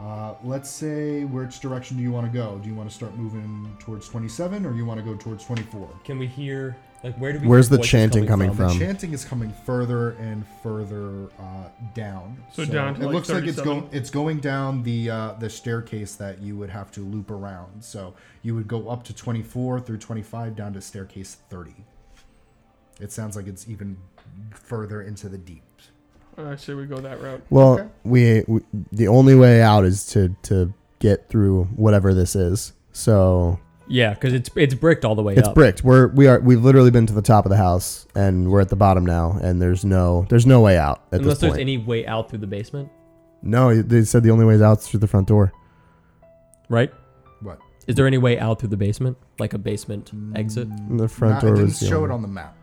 Speaker 4: uh, let's say which direction do you want to go? Do you want to start moving towards 27 or you want to go towards 24?
Speaker 2: Can we hear? Like, where do we?
Speaker 1: Where's the
Speaker 2: hear voices
Speaker 1: chanting coming
Speaker 4: The
Speaker 1: Um,
Speaker 4: chanting is coming further and further uh, down.
Speaker 3: So down to
Speaker 4: it
Speaker 3: like
Speaker 4: looks like it's
Speaker 3: 37?
Speaker 4: going it's going down the uh, the staircase that you would have to loop around. So you would go up to 24 through 25 down to staircase 30. It sounds like it's even further into the deep.
Speaker 3: I say we go that route.
Speaker 1: Well,
Speaker 4: Okay.
Speaker 1: we, we the only way out is to to get through whatever this is. So
Speaker 2: Yeah, because it's it's bricked all the way
Speaker 1: it's
Speaker 2: up.
Speaker 1: bricked. We're we are we've literally been to the top of the house and we're at the bottom now, and there's no there's no way out at
Speaker 2: Unless
Speaker 1: this
Speaker 2: there's
Speaker 1: point.
Speaker 2: any way out through the basement,
Speaker 1: no, they said the only way out is through the front door.
Speaker 2: right?
Speaker 4: What? Mm.
Speaker 2: Is there any way out through the basement, like a basement exit?
Speaker 1: And the front
Speaker 4: Not-
Speaker 1: door
Speaker 4: it didn't
Speaker 1: was the
Speaker 4: show
Speaker 1: only-
Speaker 4: it on the map.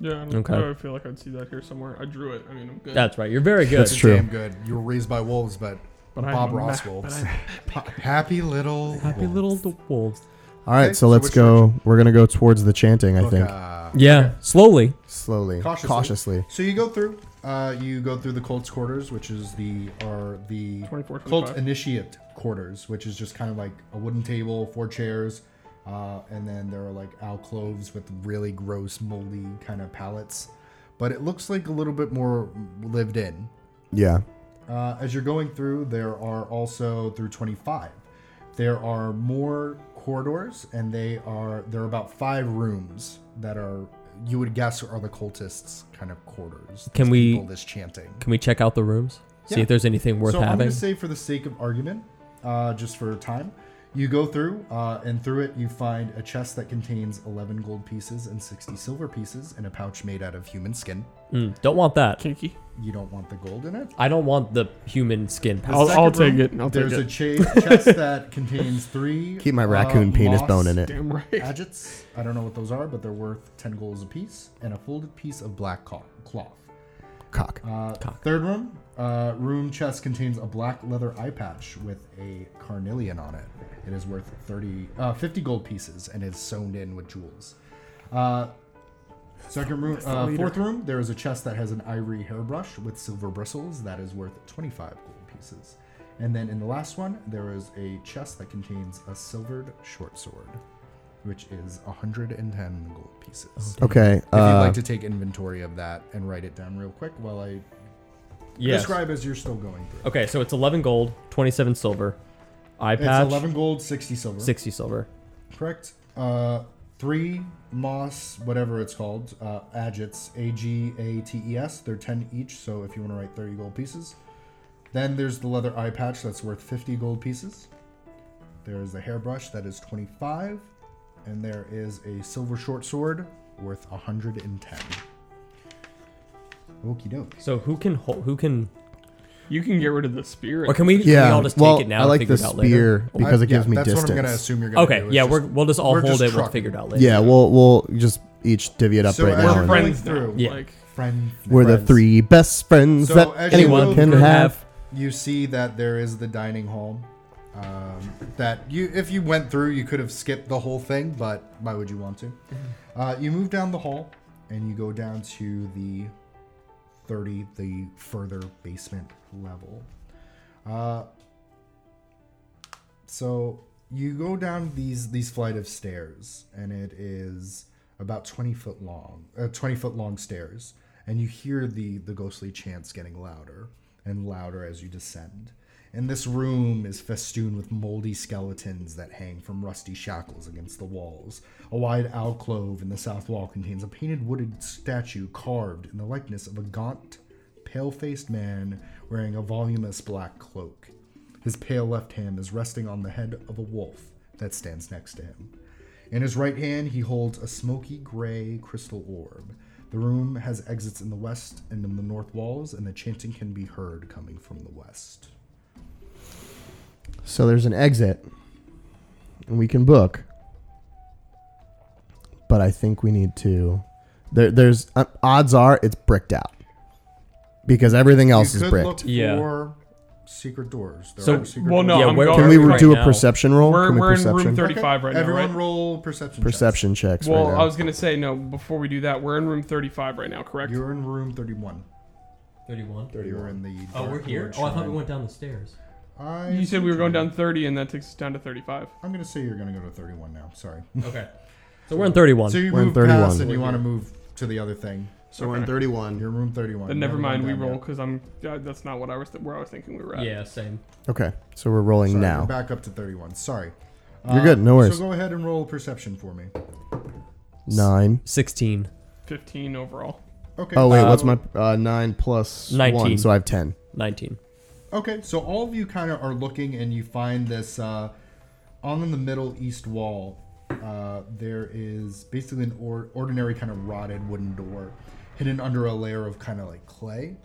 Speaker 3: Yeah, I, don't,
Speaker 2: Okay.
Speaker 3: I don't feel like I'd see that here somewhere. I drew it. I mean, I'm good.
Speaker 2: That's right. You're very good.
Speaker 1: That's true.
Speaker 4: Damn good. You were raised by wolves, but,
Speaker 3: But I'm
Speaker 4: Bob
Speaker 3: a ma-
Speaker 4: Ross
Speaker 3: but
Speaker 4: wolves.
Speaker 3: I'm-
Speaker 4: Ha- happy little.
Speaker 2: Happy little d- wolves.
Speaker 1: All right,
Speaker 4: Okay,
Speaker 1: so
Speaker 4: so
Speaker 1: let's
Speaker 4: which
Speaker 1: go. We're gonna go towards the chanting. I
Speaker 4: Look,
Speaker 1: think
Speaker 4: uh,
Speaker 2: Yeah, slowly.
Speaker 1: slowly,
Speaker 4: Cautiously.
Speaker 1: cautiously.
Speaker 4: so you go through. Uh, you go through the Colt's quarters, which is the are the
Speaker 3: 24,
Speaker 4: Colt
Speaker 3: 25.
Speaker 4: initiate quarters, which is just kind of like a wooden table, four chairs, uh, and then there are like alcoves with really gross, moldy kind of pallets. But it looks like a little bit more lived in.
Speaker 1: Yeah.
Speaker 4: Uh, as you're going through, there are also through 25. There are more corridors, and they are there are about five rooms that are you would guess are the cultists' kind of quarters.
Speaker 2: Can
Speaker 4: these
Speaker 2: we-
Speaker 4: people, this chanting?
Speaker 2: Can we check out the rooms? See
Speaker 4: Yeah.
Speaker 2: if there's anything worth
Speaker 4: so I'm
Speaker 2: having.
Speaker 4: gonna say for the sake of argument, uh, just for time, you go through, uh, and through it you find a chest that contains 11 gold pieces and 60 silver pieces, and a pouch made out of human skin.
Speaker 2: Mm, don't want that.
Speaker 3: Kinky.
Speaker 4: You don't want the gold in it.
Speaker 2: I don't want the human skin.
Speaker 4: The
Speaker 3: I'll-
Speaker 4: second
Speaker 3: I'll take it. I'll take
Speaker 4: there's
Speaker 3: it.
Speaker 4: a cha- chest that contains three. uh,
Speaker 1: Keep my raccoon penis
Speaker 4: moss
Speaker 1: bone in it.
Speaker 3: Damn right.
Speaker 4: Gadgets. I don't know what those are, but they're worth ten golds apiece, and a folded piece of black co- cloth.
Speaker 1: Cock.
Speaker 4: Uh,
Speaker 2: Cock.
Speaker 4: Third room. Uh, room chest contains a black leather eye patch with a carnelian on it. It is worth 30, uh, 50 gold pieces and is sewn in with jewels. Uh, second room, uh, fourth room, there is a chest that has an ivory hairbrush with silver bristles that is worth 25 gold pieces. And then in the last one, there is a chest that contains a silvered short sword, which is 110 gold pieces.
Speaker 1: Okay.
Speaker 4: If you'd
Speaker 1: Uh,
Speaker 4: like to take inventory of that and write it down real quick while I
Speaker 2: Yes.
Speaker 4: describe as you're still going through.
Speaker 2: Okay, so it's 11 gold, 27 silver, eye
Speaker 4: It's
Speaker 2: patch,
Speaker 4: 11 gold, 60 silver.
Speaker 2: 60 silver.
Speaker 4: Correct. Uh, three moss, whatever it's called, uh, agits, A G A T E S. They're 10 each, so if you want to write 30 gold pieces. Then there's the leather eye patch that's worth 50 gold pieces. There's the hairbrush that is 25. And there is a silver short sword worth 110. Okie doke.
Speaker 2: So who can hold, who can
Speaker 3: You can get rid of the spirit.
Speaker 2: or can we, can
Speaker 1: yeah.
Speaker 2: we all just
Speaker 1: well,
Speaker 2: take it now
Speaker 1: I
Speaker 2: and
Speaker 1: like
Speaker 2: figure
Speaker 1: the
Speaker 2: it out later?
Speaker 1: spear because it
Speaker 4: I- yeah,
Speaker 1: gives me
Speaker 4: that's
Speaker 1: distance.
Speaker 4: what I'm gonna assume you're gonna
Speaker 2: Okay,
Speaker 4: do. is
Speaker 2: yeah,
Speaker 4: just-
Speaker 2: we're, we'll just all
Speaker 4: we're
Speaker 2: hold
Speaker 4: just
Speaker 2: it. We'll
Speaker 4: trucking.
Speaker 2: figure it out later.
Speaker 1: Yeah, we'll we'll just each divvy it up
Speaker 4: So
Speaker 1: right
Speaker 4: as
Speaker 1: now.
Speaker 4: we're
Speaker 1: and-
Speaker 3: friend-
Speaker 4: going
Speaker 3: Friends now.
Speaker 4: through,
Speaker 2: Yeah.
Speaker 3: Like,
Speaker 4: friend,
Speaker 1: We're the
Speaker 4: friends.
Speaker 1: three best friends
Speaker 4: So
Speaker 1: that
Speaker 4: as you
Speaker 1: anyone
Speaker 4: go
Speaker 1: can
Speaker 4: through-
Speaker 1: have.
Speaker 4: You see that there is the dining hall. um, that you, if you went through, you could have skipped the whole thing, but why would you want to? Uh, you move down the hall and you go down to the 30, the further basement level. Uh, so you go down these these flight of stairs, and it is about twenty foot long, uh, twenty foot long stairs, and you hear the the ghostly chants getting louder and louder as you descend. And this room is festooned with moldy skeletons that hang from rusty shackles against the walls. A wide alcove in the south wall contains a painted wooden statue carved in the likeness of a gaunt, pale faced man wearing a voluminous black cloak. His pale left hand is resting on the head of a wolf that stands next to him. In his right hand, he holds a smoky gray crystal orb. The room has exits in the west and in the north walls, and the chanting can be heard coming from the west.
Speaker 1: So there's an exit, and we can book. But I think we need to. There, there's uh, odds are it's bricked out because everything else
Speaker 4: you
Speaker 1: is
Speaker 4: could
Speaker 1: bricked.
Speaker 4: look
Speaker 2: Yeah.
Speaker 4: for secret doors. There
Speaker 2: So-
Speaker 4: are secret
Speaker 3: Well, no,
Speaker 2: Yeah,
Speaker 3: I'm
Speaker 2: where-
Speaker 3: going
Speaker 1: can we
Speaker 3: right
Speaker 1: do
Speaker 2: now.
Speaker 1: a perception roll?
Speaker 3: We're-
Speaker 1: can we
Speaker 3: we're in room
Speaker 1: perception?
Speaker 3: 35 right now,
Speaker 4: Everyone
Speaker 3: right?
Speaker 4: roll perception. checks.
Speaker 1: perception checks.
Speaker 3: Well,
Speaker 1: right now.
Speaker 3: I was gonna say no. Before we do that, we're in room 35 right now, correct?
Speaker 4: You're in room 31.
Speaker 2: 31.
Speaker 4: You're in the.
Speaker 2: Oh, we're
Speaker 4: dark
Speaker 2: here?
Speaker 4: door
Speaker 2: Oh, I thought we
Speaker 4: shrine.
Speaker 2: went down the stairs.
Speaker 4: I
Speaker 3: you said we were going down 30, and that takes us down to 35.
Speaker 4: I'm gonna say you're gonna go to 31 now. Sorry.
Speaker 2: Okay. So we're in 31.
Speaker 4: So you
Speaker 1: We're in
Speaker 4: move past
Speaker 1: 31.
Speaker 4: and you want to move to the other thing.
Speaker 1: so we're in 31.
Speaker 4: You're in room 31.
Speaker 3: Then
Speaker 4: You
Speaker 3: never
Speaker 4: haven't
Speaker 3: mind, we
Speaker 4: gone down
Speaker 3: roll
Speaker 4: yet.
Speaker 3: because I'm. Uh, that's not what I was. Th- where I was thinking we were at.
Speaker 2: yeah, same.
Speaker 1: Okay, so we're rolling
Speaker 4: Sorry,
Speaker 1: now.
Speaker 4: we're back up to 31. Sorry.
Speaker 1: You're good, no worries.
Speaker 4: So go ahead and roll perception for me.
Speaker 1: Nine.
Speaker 2: 16.
Speaker 3: 15 overall.
Speaker 4: Okay.
Speaker 1: Oh wait, what's
Speaker 4: so-
Speaker 1: my uh, nine plus
Speaker 2: 19.
Speaker 1: one? So I have ten.
Speaker 2: 19.
Speaker 4: Okay, so all of you kind of are looking and you find this uh, on the middle east wall. Uh, there is basically an or- ordinary kind of rotted wooden door hidden under a layer of kind of like clay.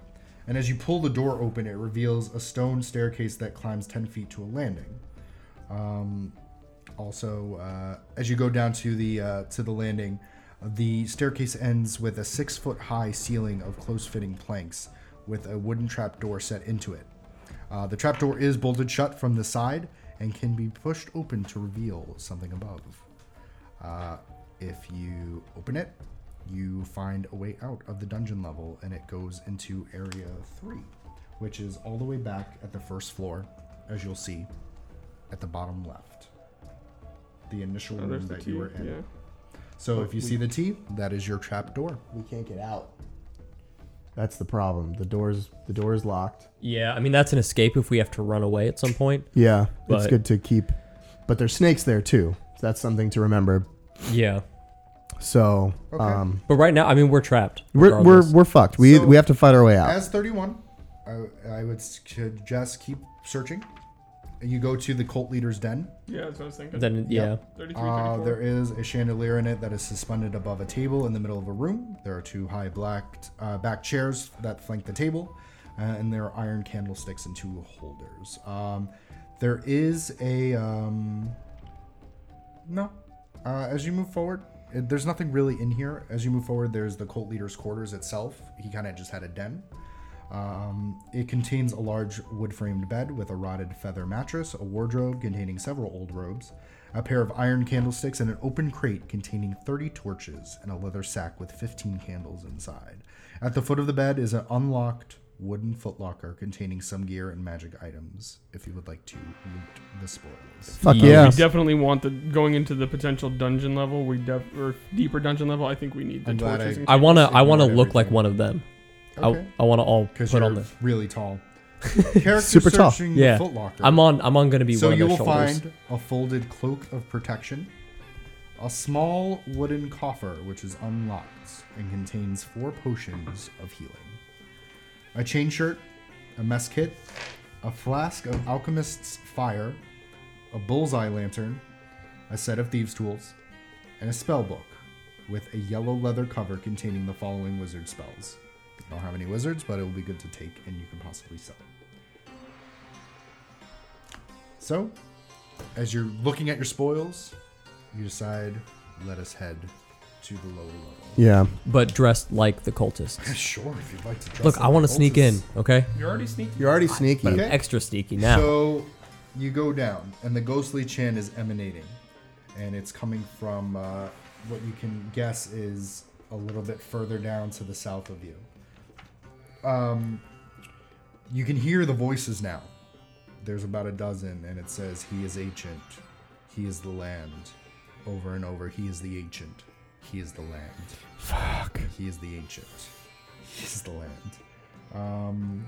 Speaker 4: And as you pull the door open, it reveals a stone staircase that climbs 10 feet to a landing. Also, uh, as you go down to the uh, to the landing, the staircase ends with a six foot high ceiling of close fitting planks, with a wooden trap door set into it. Uh, the trap door is bolted shut from the side and can be pushed open to reveal something above. Uh, if you open it, you find a way out of the dungeon level, and it goes into area three, which is all the way back at the first floor, as you'll see at the bottom left. The initial
Speaker 3: Oh,
Speaker 4: room
Speaker 3: there's the
Speaker 4: Mm, that
Speaker 3: T.
Speaker 4: you were in.
Speaker 3: Yeah.
Speaker 4: So if you see the T, that is your trap door.
Speaker 1: We can't get out. That's the problem. The doors. The door is locked.
Speaker 2: Yeah, I mean, that's an escape if we have to run away at some point.
Speaker 1: Yeah, it's
Speaker 2: But-
Speaker 1: good to keep. But there's snakes there too. So that's something to remember.
Speaker 2: Yeah.
Speaker 1: So
Speaker 4: Okay.
Speaker 1: um,
Speaker 2: But right now, I mean, we're trapped.
Speaker 1: we're, we're
Speaker 2: regardless.
Speaker 1: we're fucked. We
Speaker 4: So-
Speaker 1: we have to fight our way out.
Speaker 4: As 31, I, I would suggest keep searching. You go to the cult leader's den.
Speaker 3: Yeah, that's what I was thinking.
Speaker 2: Then, yeah.
Speaker 4: Yep.
Speaker 3: 33,
Speaker 4: Uh,
Speaker 3: 34.
Speaker 4: there is a chandelier in it that is suspended above a table in the middle of a room. There are two high black uh, back chairs that flank the table, uh, and there are iron candlesticks and two holders. Um, there is a um, no. Uh, as you move forward, it, there's nothing really in here. As you move forward, there's the cult leader's quarters itself. He kind of just had a den. Um, it contains a large wood framed bed with a rotted feather mattress, a wardrobe containing several old robes, a pair of iron candlesticks, and an open crate containing 30 torches and a leather sack with 15 candles inside. At the foot of the bed is an unlocked wooden footlocker containing some gear and magic items if you would like to loot the spoils.
Speaker 1: Fuck
Speaker 2: Yeah.
Speaker 1: yeah.
Speaker 3: We definitely want the going into the potential dungeon level. We def- or deeper dungeon level. I think we need the
Speaker 4: I'm glad
Speaker 3: torches.
Speaker 4: I-
Speaker 3: and-
Speaker 2: I want to I wanna
Speaker 4: Ignored
Speaker 2: look like
Speaker 4: everything.
Speaker 2: one of them.
Speaker 4: Okay.
Speaker 2: I, I want to all
Speaker 4: Because
Speaker 2: put
Speaker 4: you're
Speaker 2: on the.
Speaker 4: really tall. Character
Speaker 1: Super tall.
Speaker 4: searching the
Speaker 2: Yeah.
Speaker 4: footlocker.
Speaker 2: I'm on. I'm on. Gonna be
Speaker 4: so
Speaker 2: one of
Speaker 4: you
Speaker 2: their
Speaker 4: will
Speaker 2: shoulders.
Speaker 4: find a folded cloak of protection, a small wooden coffer which is unlocked and contains four potions of healing, a chain shirt, a mess kit, a flask of alchemist's fire, a bullseye lantern, a set of thieves' tools, and a spell book with a yellow leather cover containing the following wizard spells. I don't have any wizards, but it will be good to take and you can possibly sell. So, as you're looking at your spoils, you decide, let us head to the lower level.
Speaker 1: yeah.
Speaker 2: but dressed like the cultists.
Speaker 4: Sure, if you'd like to. dress
Speaker 2: Look,
Speaker 4: like
Speaker 2: I
Speaker 4: a
Speaker 2: want to sneak in.
Speaker 4: cultist.
Speaker 2: Okay,
Speaker 3: You're already sneaking.
Speaker 1: You're already sneaky.
Speaker 4: Okay.
Speaker 2: extra sneaky now.
Speaker 4: So, you go down, and the ghostly chant is emanating, and it's coming from uh, what you can guess is a little bit further down to the south of you. Um, you can hear the voices now. There's about a dozen, and it says, "He is ancient, he is the land." Over and over, he is the ancient, he is the land.
Speaker 1: Fuck.
Speaker 4: He is the ancient. He is the land. Um,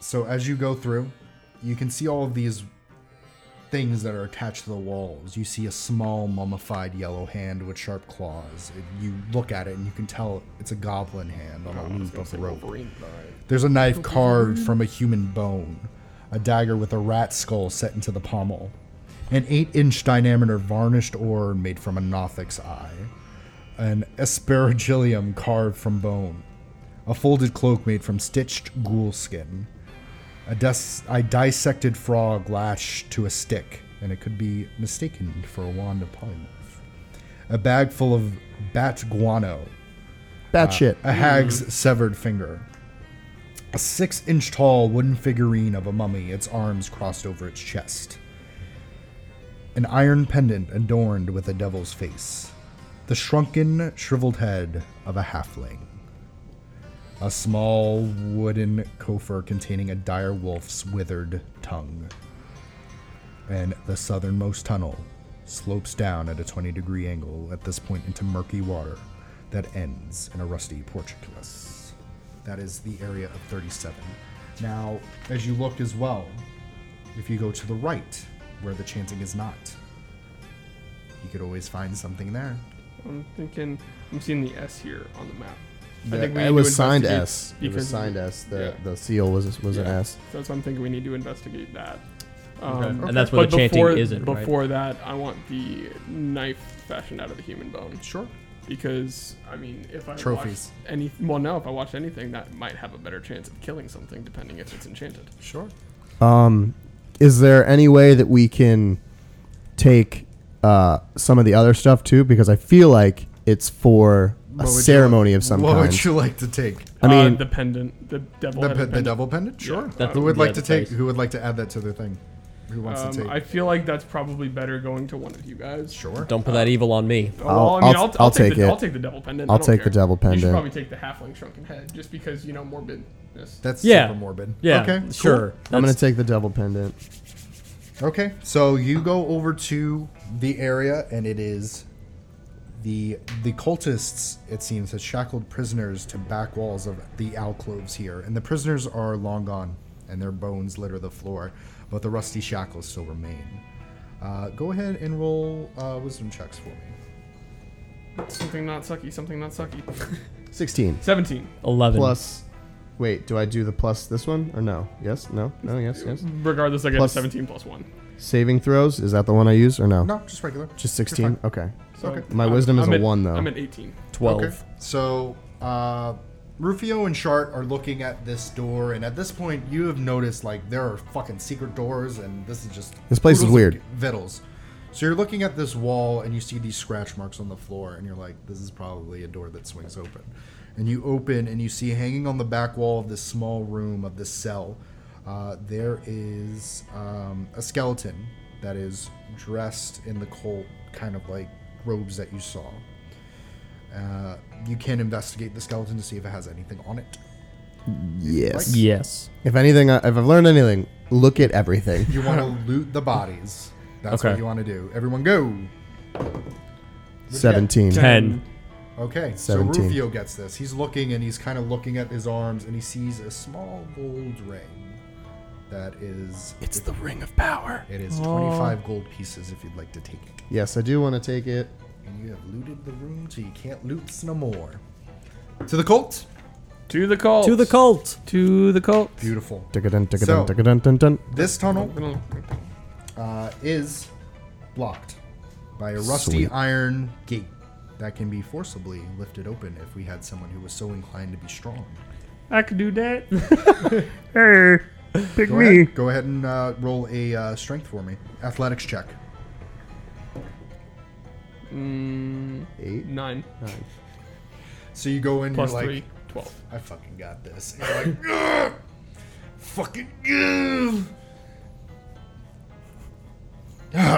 Speaker 4: so as you go through, you can see all of these things that are attached to the walls. You see a small mummified yellow hand with sharp claws. It- you look at it and you can tell it's a goblin hand on a loop of rope. There's a knife carved from a human bone, a dagger with a rat skull set into the pommel, an eight-inch diameter varnished orb made from a nothic's eye an aspergillium carved from bone, a folded cloak made from stitched ghoul skin, a, dis- a dissected frog lashed to a stick, and it could be mistaken for a wand of polymorph, a bag full of bat guano,
Speaker 1: Bat shit.
Speaker 4: a hag's severed finger, a six inch tall wooden figurine of a mummy, its arms crossed over its chest, an iron pendant adorned with a devil's face, the shrunken, shriveled head of a halfling, a small wooden coffer containing a dire wolf's withered tongue, and the southernmost tunnel. Slopes down at a 20 degree angle at this point into murky water that ends in a rusty portcullis. That is the area of 37. Now, as you look as well, if you go to the right, where the chanting is not, you could always find something there.
Speaker 3: I'm thinking. I'm seeing the S here on the map.
Speaker 1: The-
Speaker 3: think we need
Speaker 1: it
Speaker 3: to
Speaker 1: was signed
Speaker 3: investigate
Speaker 1: S. It was
Speaker 3: because-
Speaker 1: signed S. The
Speaker 3: yeah.
Speaker 1: the seal was was an
Speaker 3: Yeah.
Speaker 1: S.
Speaker 3: So that's what I'm thinking. We need to investigate that. Um,
Speaker 4: Okay. And
Speaker 2: that's where
Speaker 3: but
Speaker 2: the chanting
Speaker 3: before,
Speaker 2: isn't, right?
Speaker 3: Before that, I want the knife fashioned out of the human bone
Speaker 4: Sure.
Speaker 3: because I mean, if I watched
Speaker 4: Trophies.
Speaker 3: any well, no, if I watch anything, that might have a better chance of killing something, depending if it's enchanted.
Speaker 4: Sure.
Speaker 1: Um, is there any way that we can take uh, some of the other stuff too? Because I feel like it's for a ceremony of some
Speaker 4: what
Speaker 1: kind.
Speaker 4: would you like to take?
Speaker 1: I mean-
Speaker 3: uh, the pendant, the devil.
Speaker 4: The,
Speaker 3: head
Speaker 4: pe- the
Speaker 3: pendant.
Speaker 4: double pendant?
Speaker 3: Yeah. Uh,
Speaker 4: Sure.
Speaker 3: That's
Speaker 4: who would
Speaker 2: the
Speaker 4: like
Speaker 2: other
Speaker 4: to take?
Speaker 2: place.
Speaker 4: Who would like to add that to their thing? Who wants to
Speaker 3: Um,
Speaker 4: take?
Speaker 3: I feel like that's probably better going to one of you guys.
Speaker 4: sure.
Speaker 2: Don't put that evil on me.
Speaker 3: Oh, well,
Speaker 1: I'll-
Speaker 3: I mean,
Speaker 1: I'll-
Speaker 3: I'll,
Speaker 1: I'll
Speaker 3: take,
Speaker 1: take
Speaker 3: the,
Speaker 1: it.
Speaker 3: I'll take the double pendant. I
Speaker 1: I'll
Speaker 3: don't
Speaker 1: take the
Speaker 3: care.
Speaker 1: double
Speaker 3: You should
Speaker 1: pendant.
Speaker 3: probably take the halfling shrunken head, just because you know morbidness.
Speaker 4: That's
Speaker 2: Yeah.
Speaker 4: super morbid.
Speaker 2: Yeah,
Speaker 4: Okay. cool.
Speaker 2: sure.
Speaker 1: I'm gonna
Speaker 2: That's-
Speaker 1: take the double pendant.
Speaker 4: Okay, so you go over to the area, and it is the the cultists. It seems had shackled prisoners to back walls of the alcoves here, and the prisoners are long gone, and their bones litter the floor, but the rusty shackles still remain. Uh, go ahead and roll uh, wisdom checks for me.
Speaker 3: Something not sucky. Something not sucky.
Speaker 1: Sixteen
Speaker 3: Seventeen.
Speaker 2: Eleven.
Speaker 1: plus. Wait, do I do the plus this one or no? Yes, no, no, yes, yes.
Speaker 3: Regardless, I get a
Speaker 1: Plus-
Speaker 3: seventeen plus one.
Speaker 1: Saving throws is that the one I use or no?
Speaker 4: No, just regular.
Speaker 1: Just sixteen. Okay.
Speaker 3: So
Speaker 4: Okay.
Speaker 1: My wisdom is
Speaker 3: I'm
Speaker 1: a
Speaker 3: at-
Speaker 1: one, though.
Speaker 3: I'm at eighteen.
Speaker 2: Twelve.
Speaker 4: Okay. So, uh, Rufio and Shart are looking at this door, and at this point, you have noticed like there are fucking secret doors, and this is just
Speaker 1: This place is
Speaker 4: oodles of
Speaker 1: weird.
Speaker 4: Vittles. So you're looking at this wall, and you see these scratch marks on the floor, and you're like, this is probably a door that swings open. And you open, and you see hanging on the back wall of this small room of this cell, uh, there is um, a skeleton that is dressed in the cult kind of like robes that you saw. Uh, you can investigate the skeleton to see if it has anything on it.
Speaker 1: Yes.
Speaker 2: Yes.
Speaker 1: If anything, I- if I've learned anything, look at everything.
Speaker 4: You want to loot the bodies. That's what
Speaker 2: Okay.
Speaker 4: you want to do. Everyone go.
Speaker 1: Seventeen.
Speaker 2: Ten.
Speaker 4: Okay, so
Speaker 1: Seventeen.
Speaker 4: Rufio gets this. He's looking and he's kind of looking at his arms and he sees a small gold ring that is
Speaker 1: It's the ring of power.
Speaker 4: it is 25 gold pieces if you'd like to take it.
Speaker 1: Yes, I do want to take it.
Speaker 4: And you have looted the room so you can't loot no more. To the cult.
Speaker 3: To the cult.
Speaker 2: To the cult.
Speaker 3: To the cult.
Speaker 4: Beautiful.
Speaker 1: Dun-dun, dun-dun,
Speaker 4: So-
Speaker 1: dun-dun, dun-dun.
Speaker 4: This tunnel
Speaker 3: Well,
Speaker 4: uh, is blocked by a rusty
Speaker 1: Sweet.
Speaker 4: iron gate that can be forcibly lifted open if we had someone who was so inclined to be strong.
Speaker 3: I could do that.
Speaker 4: Pick go me. Ahead, go ahead and uh, roll a uh, strength for me. Athletics check.
Speaker 3: Mm,
Speaker 1: Eight.
Speaker 3: nine
Speaker 1: Nine.
Speaker 4: So you go in,
Speaker 3: plus
Speaker 4: you're like,
Speaker 3: three. Twelve.
Speaker 4: I fucking got this. And you're like, "Ugh! fucking, ugh!"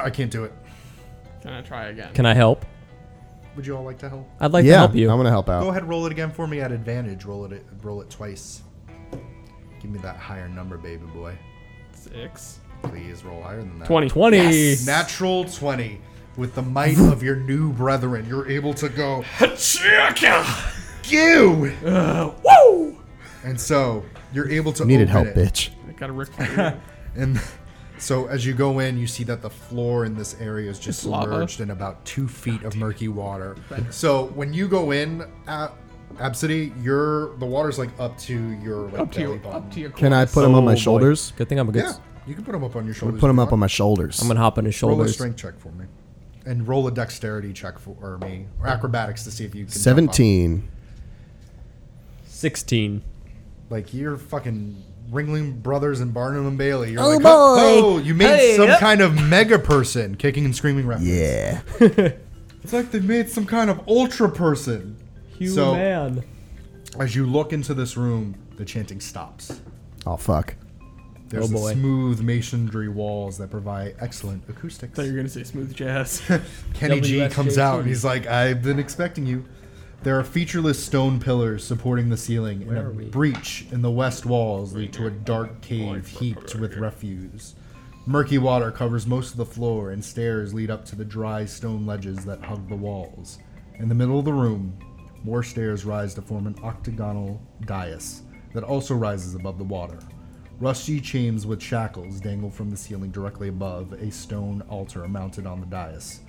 Speaker 4: I can't do it.
Speaker 3: Can I try again?
Speaker 2: Can I help?
Speaker 4: Would you all like to help?
Speaker 2: I'd like
Speaker 1: yeah,
Speaker 2: to help you.
Speaker 1: I'm gonna help out.
Speaker 4: Go ahead, roll it again for me at advantage. Roll it, roll it twice. Give me that higher number, baby boy.
Speaker 3: Six.
Speaker 4: Please roll higher than that.
Speaker 3: 20.
Speaker 2: 20.
Speaker 4: Natural 20. With the might of your new brethren, you're able to go, you!
Speaker 3: Woo!
Speaker 4: And so you're able to
Speaker 1: Needed help,
Speaker 4: open it.
Speaker 1: bitch.
Speaker 3: I got a Rick. Flair.
Speaker 4: And so as you go in, you see that the floor in this area is just
Speaker 3: It's lava.
Speaker 4: submerged in about two feet of murky water. So when you go in, uh, Absidy, you're the water's like up to your like
Speaker 3: up to
Speaker 4: belly
Speaker 3: you.
Speaker 4: button.
Speaker 3: Up to you.
Speaker 1: Can I put
Speaker 2: Oh,
Speaker 1: him on my
Speaker 2: boy.
Speaker 1: shoulders?
Speaker 2: Good thing I'm a good.
Speaker 4: Yeah,
Speaker 2: s-
Speaker 4: you can put them up on your
Speaker 1: I'm
Speaker 4: shoulders.
Speaker 1: gonna put him up on my shoulders.
Speaker 2: I'm gonna hop on his
Speaker 4: Roll a
Speaker 2: shoulders.
Speaker 4: strength check for me, and roll a dexterity check for or me or acrobatics to see if you can. jump up.
Speaker 1: Seventeen.
Speaker 2: 16.
Speaker 4: Like you're fucking Ringling Brothers and Barnum and Bailey. You're
Speaker 1: Oh,
Speaker 4: like,
Speaker 1: boy.
Speaker 4: oh, you made
Speaker 2: Hey,
Speaker 4: some
Speaker 2: yep.
Speaker 4: kind of mega person, kicking and screaming reference.
Speaker 1: Yeah.
Speaker 4: It's like they made some kind of ultra person. So-
Speaker 2: man.
Speaker 4: As you look into this room, the chanting stops.
Speaker 1: Oh fuck.
Speaker 4: There's
Speaker 2: Oh, boy.
Speaker 4: the smooth masonry walls that provide excellent acoustics.
Speaker 3: thought you were gonna say smooth jazz.
Speaker 4: Kenny G
Speaker 2: WSJT.
Speaker 4: comes out and he's like, I've been expecting you. There are featureless stone pillars supporting the ceiling, and a
Speaker 2: are we?
Speaker 4: breach in the west walls lead to a dark cave heaped with refuse. Murky water covers most of the floor, and stairs lead up to the dry stone ledges that hug the walls. In the middle of the room, more stairs rise to form an octagonal dais that also rises above the water. Rusty chains with shackles dangle from the ceiling directly above a stone altar mounted on the dais.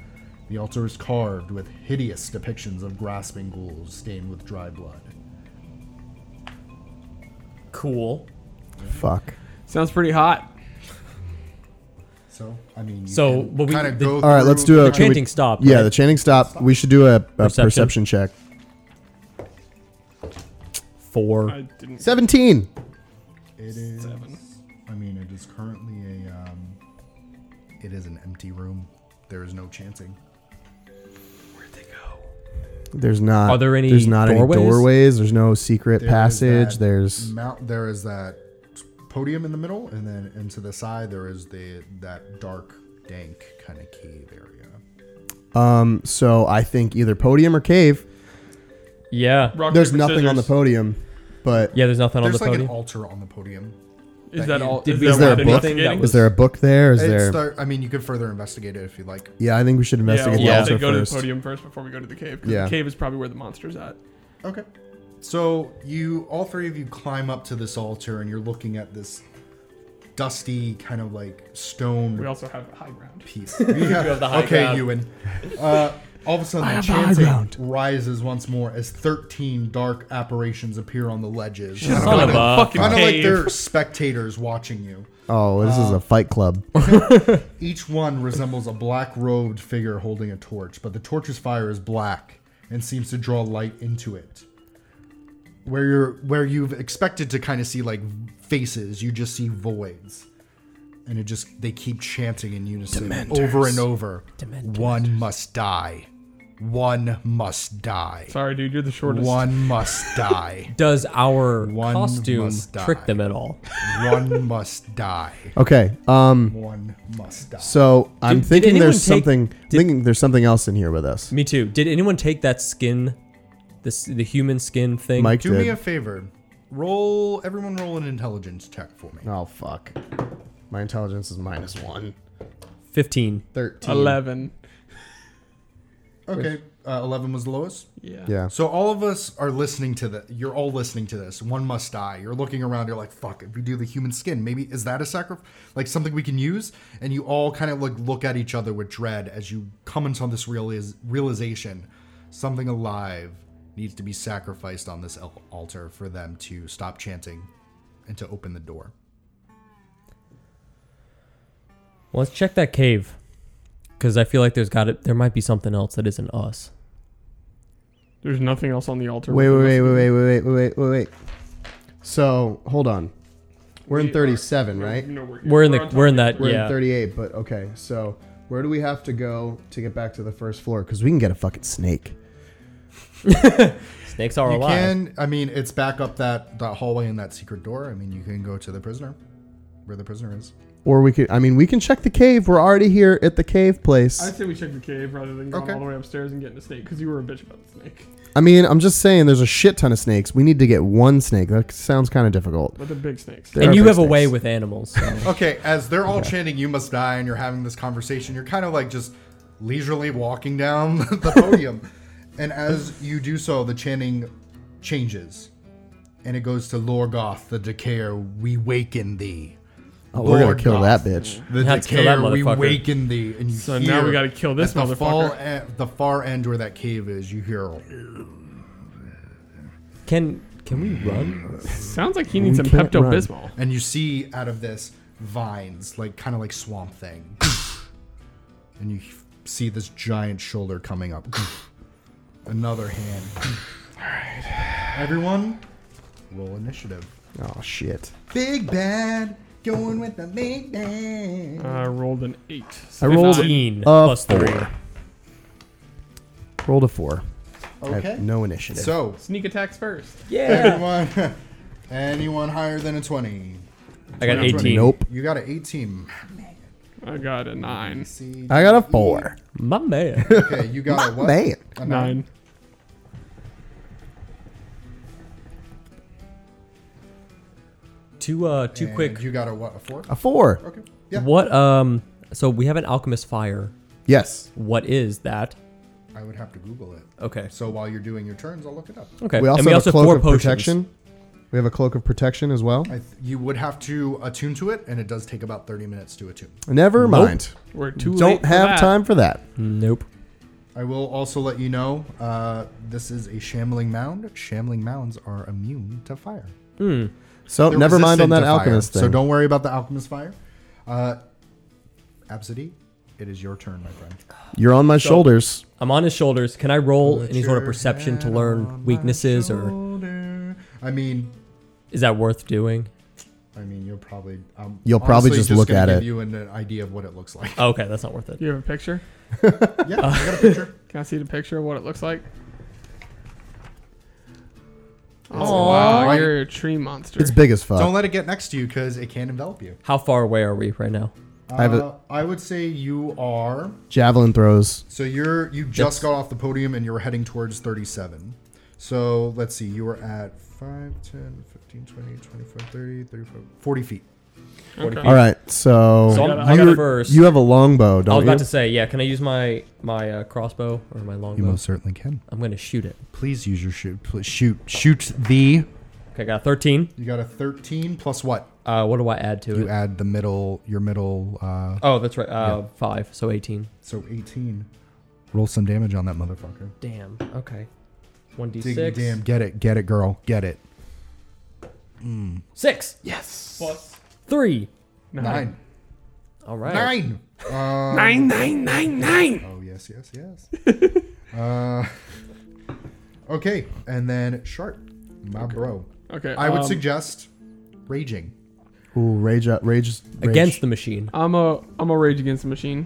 Speaker 4: The altar is carved with hideous depictions of grasping ghouls stained with dry blood.
Speaker 2: Cool.
Speaker 1: Fuck.
Speaker 3: Sounds pretty hot.
Speaker 4: So, I mean, you
Speaker 2: So, but we-
Speaker 4: kind of
Speaker 2: the-
Speaker 4: go.
Speaker 1: All right, let's do a.
Speaker 2: The chanting
Speaker 1: can we-
Speaker 2: stopped,
Speaker 1: Yeah,
Speaker 2: right?
Speaker 1: the chanting stopped. We should do a, a perception.
Speaker 2: Perception.
Speaker 1: check.
Speaker 3: I
Speaker 2: Four.
Speaker 3: didn't.
Speaker 1: Seventeen.
Speaker 4: It is.
Speaker 3: Seven.
Speaker 4: I mean, it is currently a. Um, it is an empty room. There is no chanting.
Speaker 3: Where'd they go?
Speaker 1: There's not.
Speaker 2: Are there any
Speaker 1: There's not
Speaker 2: doorways?
Speaker 1: any doorways. There's no secret
Speaker 4: There is
Speaker 1: passage.
Speaker 4: that
Speaker 1: There's.
Speaker 4: mount. There is that podium in the middle, and then into the side there is the that dark, dank kind of cave area.
Speaker 1: Um. So I think either podium or cave.
Speaker 2: Yeah.
Speaker 3: Rock,
Speaker 1: There's
Speaker 3: paper,
Speaker 1: nothing on the
Speaker 3: scissors.
Speaker 1: podium, but
Speaker 2: Yeah, there's nothing on
Speaker 4: There's
Speaker 2: the
Speaker 4: like
Speaker 2: podium.
Speaker 4: an altar on the podium.
Speaker 3: Is that all?
Speaker 2: Did
Speaker 3: is
Speaker 2: we
Speaker 3: that
Speaker 1: is there a
Speaker 3: what
Speaker 1: book?
Speaker 3: they're investigating?
Speaker 1: Is there a book there? Is
Speaker 4: It's
Speaker 1: there?
Speaker 4: the- I mean, you could further investigate it if you like.
Speaker 1: yeah, I think we should
Speaker 3: Yeah,
Speaker 1: investigate
Speaker 3: we'll
Speaker 2: Yeah.
Speaker 1: the
Speaker 3: say
Speaker 1: altar
Speaker 3: go to
Speaker 1: first.
Speaker 3: the podium first before we go to the cave. 'cause
Speaker 1: Yeah.
Speaker 3: The cave is probably where the monster's at.
Speaker 4: Okay. So you, all three of you, climb up to this altar, and you're looking at this dusty kind of like stone
Speaker 1: Mm.
Speaker 3: We also have high ground.
Speaker 4: piece. Yeah.
Speaker 2: have the high
Speaker 4: okay,
Speaker 2: ground.
Speaker 4: Ewan. Uh, all of a sudden, the
Speaker 1: have the high ground.
Speaker 4: chanting rises once more as 13 dark apparitions appear on the ledges. Kind
Speaker 2: Son of
Speaker 4: of
Speaker 2: a-
Speaker 3: fucking
Speaker 4: kind of like
Speaker 3: cave.
Speaker 4: they're spectators watching you.
Speaker 1: Oh, this is a fight club.
Speaker 4: Each one resembles a black robed figure holding a torch, but the torch's fire is black and seems to draw light into it. Where you're where you've expected to kind of see like faces, you just see voids. And it just they keep chanting in unison over and over. One must die. One must die.
Speaker 3: Sorry, dude, you're the shortest.
Speaker 4: One must die.
Speaker 2: Does our
Speaker 4: One
Speaker 2: costume
Speaker 4: must die.
Speaker 2: trick them at all?
Speaker 4: One must die.
Speaker 1: Okay. Um.
Speaker 4: One must die.
Speaker 1: So I'm
Speaker 2: did
Speaker 1: thinking
Speaker 2: anyone
Speaker 1: there's
Speaker 2: take-
Speaker 1: something. thinking there's something else in here with us.
Speaker 2: Me too. Did anyone take that skin, this the human skin thing?
Speaker 1: Mike
Speaker 4: Do
Speaker 1: did.
Speaker 4: me a favor. Roll everyone roll an intelligence check for me.
Speaker 1: oh fuck. My intelligence is minus one.
Speaker 2: 15.
Speaker 1: Thirteen.
Speaker 3: Eleven.
Speaker 4: Okay, uh, eleven was the lowest.
Speaker 3: Yeah.
Speaker 1: Yeah.
Speaker 4: So all of us are listening to the. You're all listening to this. One must die. You're looking around. You're like, fuck. If we do the human skin, maybe is that a sacrifice? Like something we can use? And you all kind of like look at each other with dread as you come into this realiz- realization. Something alive needs to be sacrificed on this al- altar for them to stop chanting and to open the door.
Speaker 2: Well, let's check that cave. Because I feel like there's got it. There might be something else that isn't us.
Speaker 3: There's nothing else on the altar.
Speaker 1: Wait,
Speaker 3: we can
Speaker 1: wait, wait, wait,
Speaker 3: investigate.
Speaker 1: wait, wait, wait, wait, wait, wait. So hold on. We're
Speaker 3: We
Speaker 1: in
Speaker 3: are-
Speaker 1: 37,
Speaker 3: no,
Speaker 1: right?
Speaker 3: No, we're, here.
Speaker 2: We're in
Speaker 3: on
Speaker 2: the
Speaker 3: top
Speaker 2: we're in
Speaker 3: of
Speaker 2: that
Speaker 1: We're
Speaker 2: yeah.
Speaker 1: in 38, but okay. So where do we have to go to get back to the first floor? Because we can get a fucking snake.
Speaker 2: Snakes are
Speaker 4: You
Speaker 2: alive.
Speaker 4: can. I mean, it's back up that that hallway and that secret door. I mean, you can go to the prisoner, where the prisoner is.
Speaker 3: it.
Speaker 1: Or we could, I mean, we can check the cave. We're already here at the cave place.
Speaker 3: I'd say we check the cave rather than going
Speaker 4: Okay.
Speaker 3: all the way upstairs and getting a snake because you were a bitch about the snake.
Speaker 1: I mean, I'm just saying there's a shit ton of snakes. We need to get one snake. That sounds kind of difficult.
Speaker 3: But the big snakes.
Speaker 1: There
Speaker 2: and
Speaker 1: are
Speaker 2: you
Speaker 1: big
Speaker 2: have a way
Speaker 1: snakes.
Speaker 2: with animals. So.
Speaker 4: Okay, as they're all chanting, "You must die," and you're having this conversation, you're kind of like just leisurely walking down the podium, and as you do so, the chanting changes, and it goes to Lorgoth, the Decayer, we waken thee.
Speaker 1: Oh, we're going
Speaker 4: Lord
Speaker 1: to kill
Speaker 4: God.
Speaker 1: that bitch.
Speaker 4: The
Speaker 2: Let's kill that
Speaker 4: Decayer, we
Speaker 2: motherfucker.
Speaker 4: waken thee. And you
Speaker 3: So
Speaker 4: hear
Speaker 3: now we gotta kill this
Speaker 4: at the fall
Speaker 3: motherfucker.
Speaker 4: At the far end where that cave is, you hear.
Speaker 2: Can can we run?
Speaker 3: Sounds like he needs some
Speaker 1: can't
Speaker 3: Pepto Bismol.
Speaker 4: and you see out of this vines, like kind of like swamp thing, and you see this giant shoulder coming up. Another hand. Everyone, roll initiative.
Speaker 1: Oh, shit.
Speaker 4: Big bad, going with the big bad.
Speaker 3: I rolled an eight.
Speaker 1: I rolled-
Speaker 3: Fifteen.
Speaker 2: 15
Speaker 1: Uh,
Speaker 2: plus three.
Speaker 1: four. Rolled a four. I
Speaker 4: Okay.
Speaker 1: have no initiative.
Speaker 4: So
Speaker 3: Sneak attacks first.
Speaker 2: Yeah.
Speaker 4: everyone, anyone higher than a twenty?
Speaker 2: I got 18.
Speaker 1: Nope.
Speaker 4: You got an eighteen.
Speaker 3: I got a nine.
Speaker 4: See,
Speaker 1: I got a four.
Speaker 2: My man.
Speaker 4: okay, you got a what?
Speaker 1: Man.
Speaker 4: A
Speaker 3: Nine.
Speaker 2: too uh too
Speaker 4: And
Speaker 2: quick.
Speaker 4: You got a what? A four?
Speaker 1: A four.
Speaker 4: Okay. Yeah.
Speaker 2: What um so we have an alchemist fire.
Speaker 1: Yes.
Speaker 2: What is that?
Speaker 4: I would have to Google it.
Speaker 2: Okay.
Speaker 4: So while you're doing your turns, I'll look it up.
Speaker 2: Okay.
Speaker 1: We also
Speaker 2: and we
Speaker 1: have
Speaker 2: also
Speaker 1: a cloak
Speaker 2: four
Speaker 1: of
Speaker 2: potions.
Speaker 1: protection. We have a cloak of protection as well.
Speaker 4: I th- you would have to attune to it, and it does take about 30 minutes to attune.
Speaker 1: Never mind.
Speaker 3: We're too late
Speaker 1: Don't
Speaker 3: for
Speaker 1: have
Speaker 3: that.
Speaker 1: time for that.
Speaker 2: Nope.
Speaker 4: I will also let you know uh, this is a shambling mound. Shambling mounds are immune to fire.
Speaker 1: So
Speaker 4: They're
Speaker 1: never mind on
Speaker 4: resistant
Speaker 1: that
Speaker 4: to fire,
Speaker 1: alchemist thing.
Speaker 4: So don't worry about the alchemist fire. Uh, Absidy, it is your turn, my friend.
Speaker 1: You're on my shoulders.
Speaker 2: I'm on his shoulders. Can I roll
Speaker 4: Put
Speaker 2: any sort of
Speaker 4: your
Speaker 2: perception to
Speaker 4: head on
Speaker 2: learn
Speaker 4: my
Speaker 2: weaknesses or
Speaker 4: shoulder. I mean,
Speaker 2: is that worth doing?
Speaker 4: I mean, you'll probably um,
Speaker 1: You'll probably
Speaker 4: honestly
Speaker 1: just look
Speaker 4: gonna
Speaker 1: at
Speaker 4: give
Speaker 1: it.
Speaker 4: You an an idea of what it looks like.
Speaker 2: Oh, okay, that's not worth it.
Speaker 3: You have a picture?
Speaker 4: yeah, I got a picture.
Speaker 3: Can I see the picture of what it looks like?
Speaker 2: Aw.
Speaker 3: Oh, wow. You're a tree monster.
Speaker 1: It's big as fuck.
Speaker 4: Don't let it get next to you because it can envelop you.
Speaker 2: How far away are we right now?
Speaker 1: I have a-
Speaker 4: Uh, I would say you are.
Speaker 1: Javelin throws.
Speaker 4: So you're you just got off the podium and you're heading towards 37. So let's see, you were at 5, 10, 15, 20, 25, 30, 35, 40 feet.
Speaker 3: Okay.
Speaker 1: All right. So,
Speaker 2: So
Speaker 3: I got- I
Speaker 1: you,
Speaker 2: got first.
Speaker 1: you have a longbow, don't
Speaker 2: I was about
Speaker 1: you?
Speaker 2: to say, yeah, can I use my my uh, crossbow or my longbow?
Speaker 4: You most certainly can.
Speaker 2: I'm going to shoot it.
Speaker 4: Please use your shoot. Pl- Shoot. Shoot the.
Speaker 2: Okay, I got a 13.
Speaker 4: You got a 13 plus what?
Speaker 2: Uh, what do I add to
Speaker 4: You
Speaker 2: it?
Speaker 4: add the middle, your middle, uh,
Speaker 2: Oh, that's right. Uh, 5, so 18.
Speaker 4: so 18. Roll some damage on that motherfucker.
Speaker 2: Damn. Okay.
Speaker 4: Dig-
Speaker 2: 1d6.
Speaker 4: Damn, get it, get it, girl, get it.
Speaker 2: 6.
Speaker 4: Yes.
Speaker 3: Plus
Speaker 2: 3.
Speaker 4: Nine.
Speaker 2: All right.
Speaker 4: Nine. Um,
Speaker 3: Nine, nine, nine, nine.
Speaker 4: Oh yes, yes, yes. uh, okay, and then sharp, my bro.
Speaker 3: Okay.
Speaker 4: I would
Speaker 3: um,
Speaker 4: suggest raging.
Speaker 1: Ooh, rage up, rage, rage.
Speaker 2: Against the machine.
Speaker 3: I'm a I'm a rage against the machine,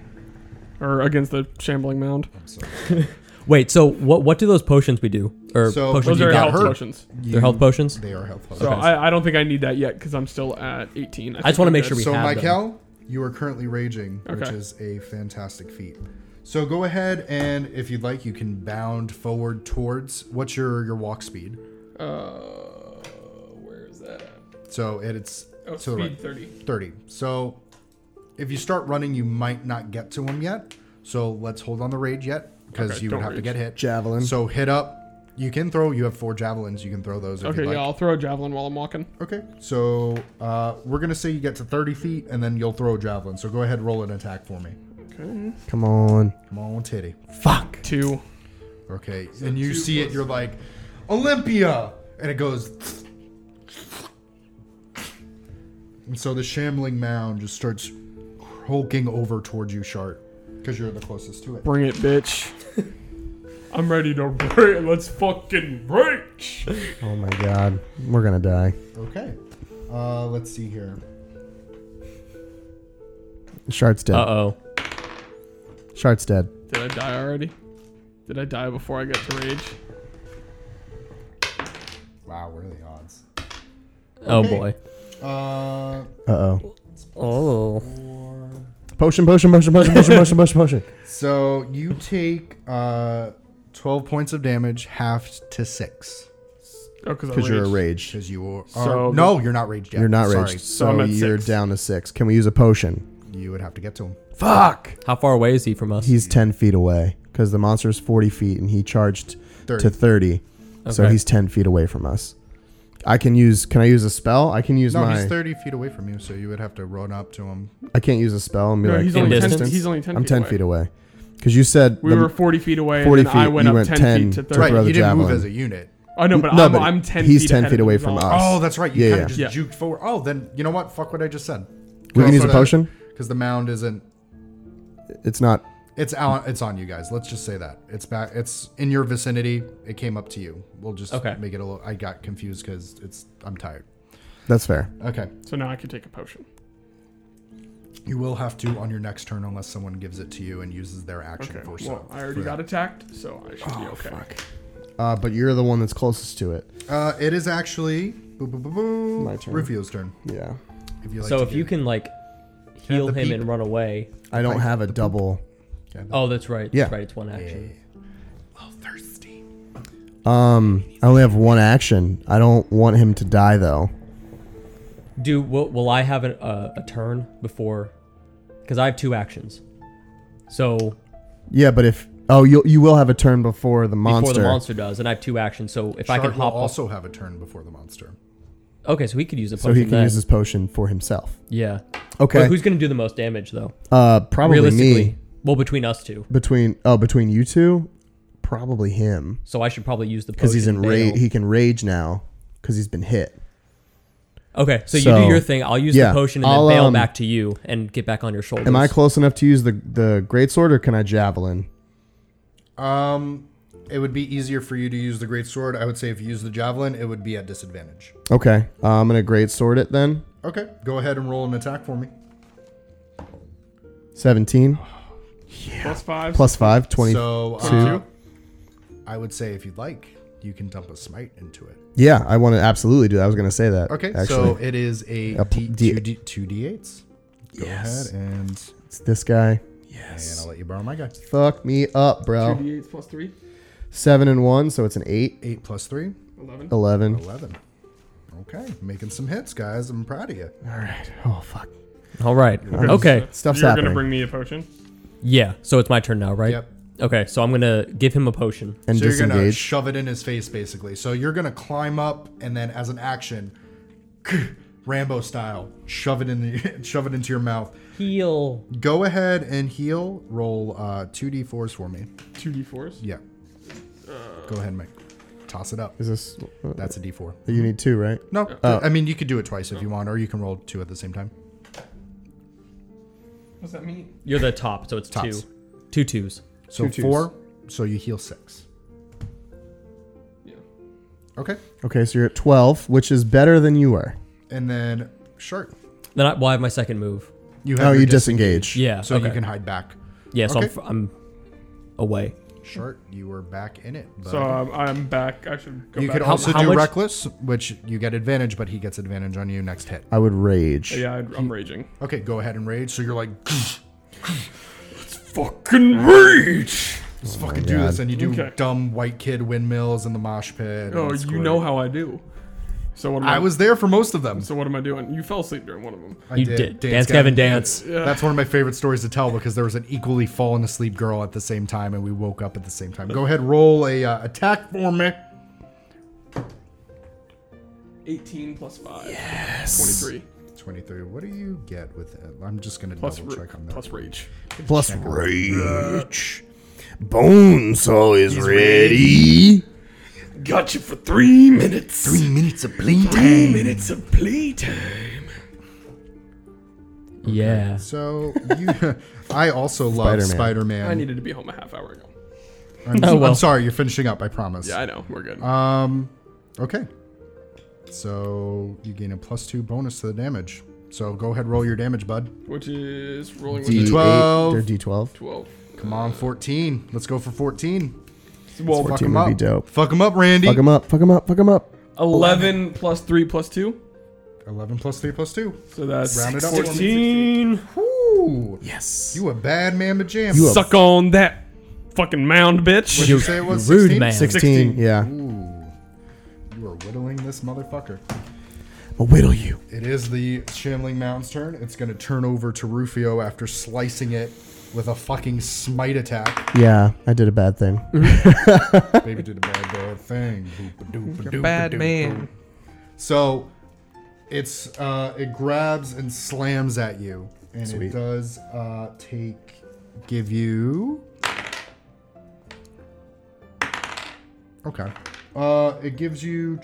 Speaker 3: or against the shambling mound.
Speaker 4: I'm sorry.
Speaker 2: Wait, so what what do those potions we do? Or
Speaker 4: So-
Speaker 2: potions
Speaker 3: Those
Speaker 2: you
Speaker 3: are
Speaker 4: got
Speaker 3: health
Speaker 4: hurt.
Speaker 3: potions.
Speaker 2: They're health potions?
Speaker 4: They are health.
Speaker 3: So
Speaker 4: potions.
Speaker 2: Okay.
Speaker 3: I, I don't think I need that yet because I'm still at 18.
Speaker 2: I just wanna make sure we
Speaker 4: so
Speaker 2: have them.
Speaker 4: Michael, you are currently raging, which
Speaker 3: Okay.
Speaker 4: is a fantastic feat. So go ahead and if you'd like, you can bound forward towards what's your your walk speed.
Speaker 3: we. Uh, where is that? At?
Speaker 4: So it's
Speaker 3: Oh,
Speaker 4: to the
Speaker 3: speed
Speaker 4: right.
Speaker 3: 30.
Speaker 4: 30. So if you start running, you might not get to him yet. So let's hold on the rage yet because
Speaker 3: Okay,
Speaker 4: you would
Speaker 3: don't
Speaker 4: have to
Speaker 3: rage.
Speaker 4: get hit.
Speaker 1: Javelin.
Speaker 4: So hit up. You can throw. You have four javelins. You can throw those if
Speaker 3: Okay,
Speaker 4: you'd like.
Speaker 3: yeah, I'll throw a javelin while I'm walking.
Speaker 4: Okay. So uh, we're going to say you get to 30 feet and then you'll throw a javelin. So go ahead roll an attack for me.
Speaker 3: Okay.
Speaker 1: Come on.
Speaker 4: Come on, titty.
Speaker 1: Fuck.
Speaker 3: Two.
Speaker 4: Okay. and you see it. You're like, Olympia. And it goes. And so the shambling mound just starts hulking over towards you, Shart, because you're the closest to it.
Speaker 3: Bring it, bitch. I'm ready to break. Let's fucking break.
Speaker 1: Oh my god. We're gonna die.
Speaker 4: Okay. Uh, let's see here.
Speaker 1: Shart's dead.
Speaker 2: Uh oh.
Speaker 1: Shart's dead.
Speaker 3: Did I die already? Did I die before I got to rage?
Speaker 4: Wow, what are the odds?
Speaker 2: Oh
Speaker 4: Okay.
Speaker 2: boy.
Speaker 4: Uh,
Speaker 1: Uh oh.
Speaker 4: It's plus
Speaker 2: Oh.
Speaker 4: four.
Speaker 1: Potion, potion, potion, potion, potion, potion, potion, potion.
Speaker 4: So you take uh, 12 points of damage, halved to 6.
Speaker 3: Oh, because
Speaker 1: Because you're a rage.
Speaker 4: Because you are.
Speaker 3: So-
Speaker 4: no, you're not raged yet.
Speaker 1: You're not
Speaker 4: Sorry.
Speaker 1: raged.
Speaker 3: So
Speaker 1: So
Speaker 3: I'm at
Speaker 1: you're
Speaker 3: six.
Speaker 1: down to six. Can we use a potion?
Speaker 4: You would have to get to him.
Speaker 1: Fuck!
Speaker 2: How far away is he from us?
Speaker 1: He's 10 feet away because the monster is 40 feet and he charged
Speaker 4: 30.
Speaker 1: to 30. So
Speaker 2: Okay.
Speaker 1: he's 10 feet away from us. I can use. Can I use a spell? I can use
Speaker 4: no,
Speaker 1: my.
Speaker 4: he's 30 feet away from you, so you would have to run up to him.
Speaker 1: I can't use a spell. And be
Speaker 3: No,
Speaker 1: like,
Speaker 3: he's
Speaker 1: "From
Speaker 2: only
Speaker 1: a
Speaker 2: 10
Speaker 1: distance?"
Speaker 3: he's only 10
Speaker 1: I'm
Speaker 3: feet
Speaker 1: 10
Speaker 3: away.
Speaker 1: feet away. Because you said
Speaker 3: We
Speaker 1: the-
Speaker 3: were 40 feet away,
Speaker 1: 40
Speaker 3: and then I
Speaker 1: feet,
Speaker 3: went
Speaker 1: you
Speaker 3: up
Speaker 1: went
Speaker 3: 10,
Speaker 1: 10
Speaker 3: feet to
Speaker 1: to
Speaker 4: right,
Speaker 3: 30.
Speaker 1: throw
Speaker 4: you
Speaker 1: the
Speaker 4: didn't move
Speaker 1: javelin.
Speaker 4: as a unit.
Speaker 3: Oh, no, but,
Speaker 1: No,
Speaker 3: I'm,
Speaker 1: but
Speaker 3: I'm 10
Speaker 1: he's
Speaker 3: feet
Speaker 1: 10
Speaker 3: ahead
Speaker 1: feet
Speaker 3: of
Speaker 1: away
Speaker 3: him.
Speaker 1: from
Speaker 3: Oh,
Speaker 1: us.
Speaker 4: Oh, that's right. You
Speaker 1: Yeah,
Speaker 4: kind of
Speaker 3: yeah.
Speaker 4: just juked forward. Oh, then you know what? Fuck what I just said.
Speaker 1: we can use a potion.
Speaker 4: Because the mound isn't.
Speaker 1: It's not.
Speaker 4: It's on. It's on you guys. Let's just say that it's back. It's in your vicinity. It came up to you. We'll just
Speaker 2: Okay.
Speaker 4: make it a little. I got confused because it's. I'm tired.
Speaker 1: That's fair.
Speaker 4: Okay.
Speaker 3: So now I can take a potion.
Speaker 4: You will have to on your next turn unless someone gives it to you and uses their action
Speaker 3: Okay.
Speaker 4: for
Speaker 3: Well,
Speaker 4: so.
Speaker 3: I already
Speaker 4: for
Speaker 3: got attacked, so I should
Speaker 4: Oh,
Speaker 3: be okay.
Speaker 1: Uh, but you're the one that's closest to it.
Speaker 4: that. Uh, it is actually boo, boo, boo, boo,
Speaker 1: My turn.
Speaker 4: Rufio's turn.
Speaker 1: Yeah.
Speaker 4: If you like
Speaker 2: so
Speaker 4: to
Speaker 2: if you
Speaker 4: give-
Speaker 2: can like heal
Speaker 4: the
Speaker 2: him
Speaker 4: peep.
Speaker 2: and run away.
Speaker 1: I don't have a double.
Speaker 2: Oh, that's right.
Speaker 1: Yeah.
Speaker 2: That's right. It's one action.
Speaker 4: Oh, thirsty.
Speaker 1: Um, I only have one action. I don't want him to die though.
Speaker 2: Do will, will I have an, uh, a turn before? Because I have two actions. So
Speaker 1: Yeah, but if oh you you will have a turn before the monster.
Speaker 2: before the monster does, and I have two actions. So if I can
Speaker 4: Shark will
Speaker 2: hop off.
Speaker 4: also have a turn before the monster.
Speaker 2: Okay, so he could use a
Speaker 1: so
Speaker 2: potion.
Speaker 1: he can
Speaker 2: then.
Speaker 1: use his potion for himself.
Speaker 2: yeah. But
Speaker 1: Okay.
Speaker 2: who's gonna do the most damage though?
Speaker 1: uh, probably
Speaker 2: Realistically.
Speaker 1: me
Speaker 2: Well, between us two.
Speaker 1: between oh between you two, probably him
Speaker 2: So I should probably use the
Speaker 1: because he's in
Speaker 2: potion
Speaker 1: rage.
Speaker 2: bail.
Speaker 1: He can rage now because he's been hit.
Speaker 2: Okay, so, you
Speaker 1: So-
Speaker 2: do your thing. I'll use
Speaker 1: yeah,
Speaker 2: the potion and
Speaker 1: I'll,
Speaker 2: then bail
Speaker 1: um,
Speaker 2: back to you and get back on your shoulders.
Speaker 1: Am I close enough to use the the great sword or can I javelin?
Speaker 4: Um, it would be easier for you to use the great sword. I would say if you use the javelin, it would be at disadvantage.
Speaker 1: Okay, uh, I'm gonna great sword it then.
Speaker 4: Okay, go ahead and roll an attack for me.
Speaker 1: Seventeen
Speaker 3: Plus five.
Speaker 1: plus five, 20.
Speaker 4: So uh,
Speaker 1: two.
Speaker 4: I would say if you'd like, you can dump a smite into it.
Speaker 1: yeah, I want to absolutely do. that. I was gonna say that.
Speaker 4: Okay, so
Speaker 1: actually,
Speaker 4: it is a
Speaker 1: A p-
Speaker 4: D,
Speaker 1: D-
Speaker 4: two, D, two d8s. Go
Speaker 1: Yes.
Speaker 4: ahead and,
Speaker 1: it's this guy.
Speaker 4: and I'll let you borrow my guy.
Speaker 1: Fuck me up, bro.
Speaker 3: 2d8s plus 3.
Speaker 1: Seven and one, so it's an eight.
Speaker 4: 8 plus 3,
Speaker 3: 11.
Speaker 1: 11.
Speaker 4: 11. Okay, making some hits, guys. I'm proud of you.
Speaker 1: All right. Oh, fuck.
Speaker 2: All right. Okay.
Speaker 1: Stuff's
Speaker 3: You're
Speaker 1: happening.
Speaker 3: gonna bring me a potion.
Speaker 2: Yeah. So it's my turn now, right?
Speaker 4: Yep.
Speaker 2: Okay. So I'm gonna give him a potion.
Speaker 1: And
Speaker 4: so you're gonna
Speaker 1: disengage.
Speaker 4: shove it in his face, basically. So you're gonna climb up and then, as an action, Rambo style, shove it in the, shove it into your mouth.
Speaker 2: Heal.
Speaker 4: Go ahead and heal. Roll uh, two d4s for me.
Speaker 3: 2d4s.
Speaker 4: Yeah. Go ahead, Mike. Toss it up.
Speaker 1: Is this. uh,
Speaker 4: That's a d4.
Speaker 1: You need two, right?
Speaker 4: No, I mean you could do it twice if you want, or you can roll two at the same time.
Speaker 3: What's that mean?
Speaker 2: You're the top, so it's
Speaker 4: Tops.
Speaker 2: two. Two twos.
Speaker 4: So
Speaker 1: Two twos.
Speaker 4: four. So you heal six.
Speaker 3: Yeah.
Speaker 4: Okay.
Speaker 1: Okay, so you're at 12, which is better than you were.
Speaker 4: And then shark.
Speaker 2: Then I, well, I have my second move.
Speaker 4: You
Speaker 1: Oh,
Speaker 4: your
Speaker 1: you
Speaker 4: dis-
Speaker 1: disengage.
Speaker 2: Yeah.
Speaker 4: So
Speaker 2: okay.
Speaker 4: you can hide back.
Speaker 2: Yeah. So
Speaker 4: okay.
Speaker 2: I'm, f- I'm away.
Speaker 4: Shark, you were back in it. But
Speaker 3: So um, I'm back. I should go
Speaker 4: you
Speaker 3: back.
Speaker 4: could
Speaker 3: to-
Speaker 4: also
Speaker 2: how
Speaker 4: do
Speaker 2: much-
Speaker 4: reckless, which you get advantage, but he gets advantage on you next hit.
Speaker 1: I would rage.
Speaker 3: Yeah, I'd- I'm raging.
Speaker 4: Okay, go ahead and rage. So you're like,
Speaker 3: Fucking rage!
Speaker 4: let's fucking do this,
Speaker 1: God.
Speaker 4: and you do
Speaker 3: Okay.
Speaker 4: dumb white kid windmills in the mosh pit. and
Speaker 3: Oh,
Speaker 4: it's
Speaker 3: you
Speaker 4: great.
Speaker 3: know how I do. So what am I,
Speaker 4: I was there for most of them.
Speaker 3: So what am I doing? You fell asleep during one of them.
Speaker 4: I
Speaker 2: you did. Dance, Gavin, dance.
Speaker 4: That's one of my favorite stories to tell because there was an equally fallen asleep girl at the same time, and we woke up at the same time. Go ahead, roll a uh, attack for me.
Speaker 3: 18 plus 5. Yes. 23.
Speaker 4: Twenty-three. What do you get with it? I'm just gonna
Speaker 3: Plus,
Speaker 4: double
Speaker 3: ra-
Speaker 4: check on that.
Speaker 3: plus rage.
Speaker 1: Plus rage. Bonesaw is ready.
Speaker 3: Got you for three minutes.
Speaker 4: Three minutes of
Speaker 3: Three
Speaker 4: playtime.
Speaker 3: minutes of playtime.
Speaker 2: Yeah.
Speaker 4: So you, I also love
Speaker 1: Spider-Man.
Speaker 4: Spider-Man.
Speaker 3: I needed to be home a half hour ago.
Speaker 4: I'm,
Speaker 2: Oh, well.
Speaker 4: I'm sorry, you're finishing up. I promise.
Speaker 3: Yeah, I know. We're good.
Speaker 4: Um. Okay. So you gain a plus two bonus to the damage. So go ahead, roll your damage, bud.
Speaker 3: Which is rolling with
Speaker 1: D8
Speaker 3: a
Speaker 4: D12.
Speaker 1: Or D12.
Speaker 3: 12.
Speaker 4: Come on, 14. Let's go for 14.
Speaker 3: Well,
Speaker 4: Fuck
Speaker 1: 14
Speaker 4: him
Speaker 1: would
Speaker 4: up.
Speaker 1: be dope.
Speaker 4: Fuck him up, Randy.
Speaker 1: Fuck him up. Fuck him up. Fuck him up.
Speaker 3: 11 plus 3 plus 2.
Speaker 4: Eleven plus three plus two.
Speaker 3: So that's
Speaker 4: Round it up.
Speaker 3: 14.
Speaker 4: Whew.
Speaker 1: Yes.
Speaker 4: You a bad man to jam.
Speaker 1: You a-
Speaker 3: Suck on that fucking mound, bitch.
Speaker 4: What'd you say it was?
Speaker 2: rude
Speaker 4: 16?
Speaker 2: man.
Speaker 1: 16,
Speaker 3: 16.
Speaker 1: yeah.
Speaker 4: Ooh. You are whittling this motherfucker.
Speaker 1: I'll whittle you.
Speaker 4: It is the Shambling Mountain's turn. It's going to turn over to Rufio after slicing it with a fucking smite attack.
Speaker 1: Yeah, I did a bad thing.
Speaker 4: Baby did a bad, bad thing. Boop-a-doop-a-doop-a-doop.
Speaker 3: Bad man.
Speaker 4: So it's uh, it grabs and slams at you, and
Speaker 1: Sweet.
Speaker 4: it does uh, take give you. Okay, uh, it gives you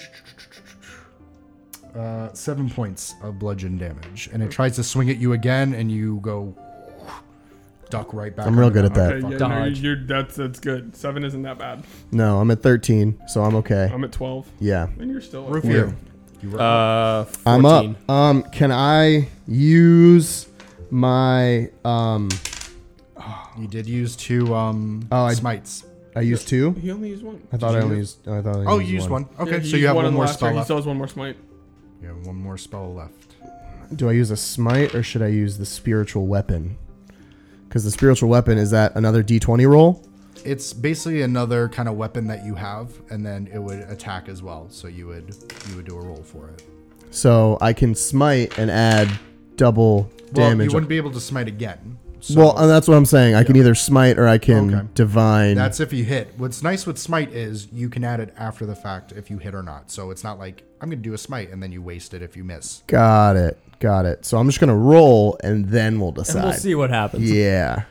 Speaker 4: uh, seven points of bludgeon damage, and it tries to swing at you again, and you go duck right back.
Speaker 1: I'm real
Speaker 4: under
Speaker 1: good at that.
Speaker 3: Okay, yeah, no,
Speaker 2: Dodge.
Speaker 3: you're, that's, that's good. Seven isn't that bad.
Speaker 1: No, I'm at 13, so I'm okay.
Speaker 3: I'm at 12.
Speaker 1: Yeah.
Speaker 3: And you're still.
Speaker 4: motherfucker. Rufio,
Speaker 1: Yeah.
Speaker 4: you were up.
Speaker 2: Uh,
Speaker 1: I'm
Speaker 2: 14.
Speaker 1: up. Um, can I use my um?
Speaker 4: You did use two um,
Speaker 1: Oh, I-
Speaker 4: smites.
Speaker 1: I used two.
Speaker 3: He only used one.
Speaker 1: I thought I
Speaker 4: you
Speaker 1: only
Speaker 4: do-
Speaker 1: used. I thought I only
Speaker 4: Oh, you used one.
Speaker 3: Yeah,
Speaker 4: Okay,
Speaker 3: he
Speaker 4: so
Speaker 3: used
Speaker 4: you have one,
Speaker 3: in the
Speaker 4: more
Speaker 3: last
Speaker 4: spell
Speaker 3: turn. He
Speaker 4: left.
Speaker 3: still has one more smite.
Speaker 4: You have one more spell left.
Speaker 1: Do I use a smite or should I use the spiritual weapon? Because the spiritual weapon is that another D20 roll.
Speaker 4: It's basically another kind of weapon that you have, and then it would attack as well. So you would you would do a roll for it.
Speaker 1: So I can smite and add double
Speaker 4: Well,
Speaker 1: damage.
Speaker 4: you wouldn't be able to smite again. So
Speaker 1: well, and that's what I'm saying. I can either smite or I can
Speaker 4: Okay.
Speaker 1: divine.
Speaker 4: that's if you hit. What's nice with smite is you can add it after the fact if you hit or not. So it's not like I'm gonna do a smite and then you waste it if you miss.
Speaker 1: got it. Got it. So I'm just gonna roll and then we'll decide.
Speaker 2: And we'll see what happens.
Speaker 1: Yeah.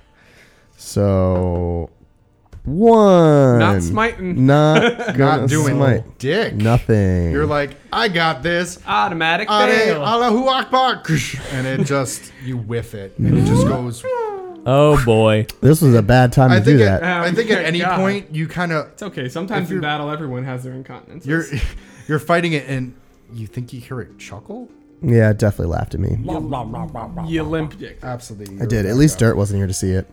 Speaker 1: So one.
Speaker 3: Not smiting.
Speaker 1: Not gonna
Speaker 4: Not doing
Speaker 1: smite.
Speaker 4: dick.
Speaker 1: Nothing.
Speaker 4: You're like I got this.
Speaker 3: Automatic
Speaker 4: Ale,
Speaker 3: fail.
Speaker 4: Allahu Akbar, and it just you whiff it, and it just goes
Speaker 2: Oh boy.
Speaker 1: this was a bad time
Speaker 4: I
Speaker 1: to do
Speaker 4: think
Speaker 1: that.
Speaker 4: at, I think at
Speaker 3: Um,
Speaker 4: any
Speaker 3: yeah.
Speaker 4: point you kind of
Speaker 3: It's okay. Sometimes in
Speaker 4: you're-
Speaker 3: battle, everyone has their incontinence.
Speaker 4: you're you're fighting it and you think you hear it chuckle.
Speaker 1: yeah, it definitely laughed at me.
Speaker 3: you limp dick.
Speaker 4: Absolutely,
Speaker 1: I did. At least Dirt wasn't here to see it.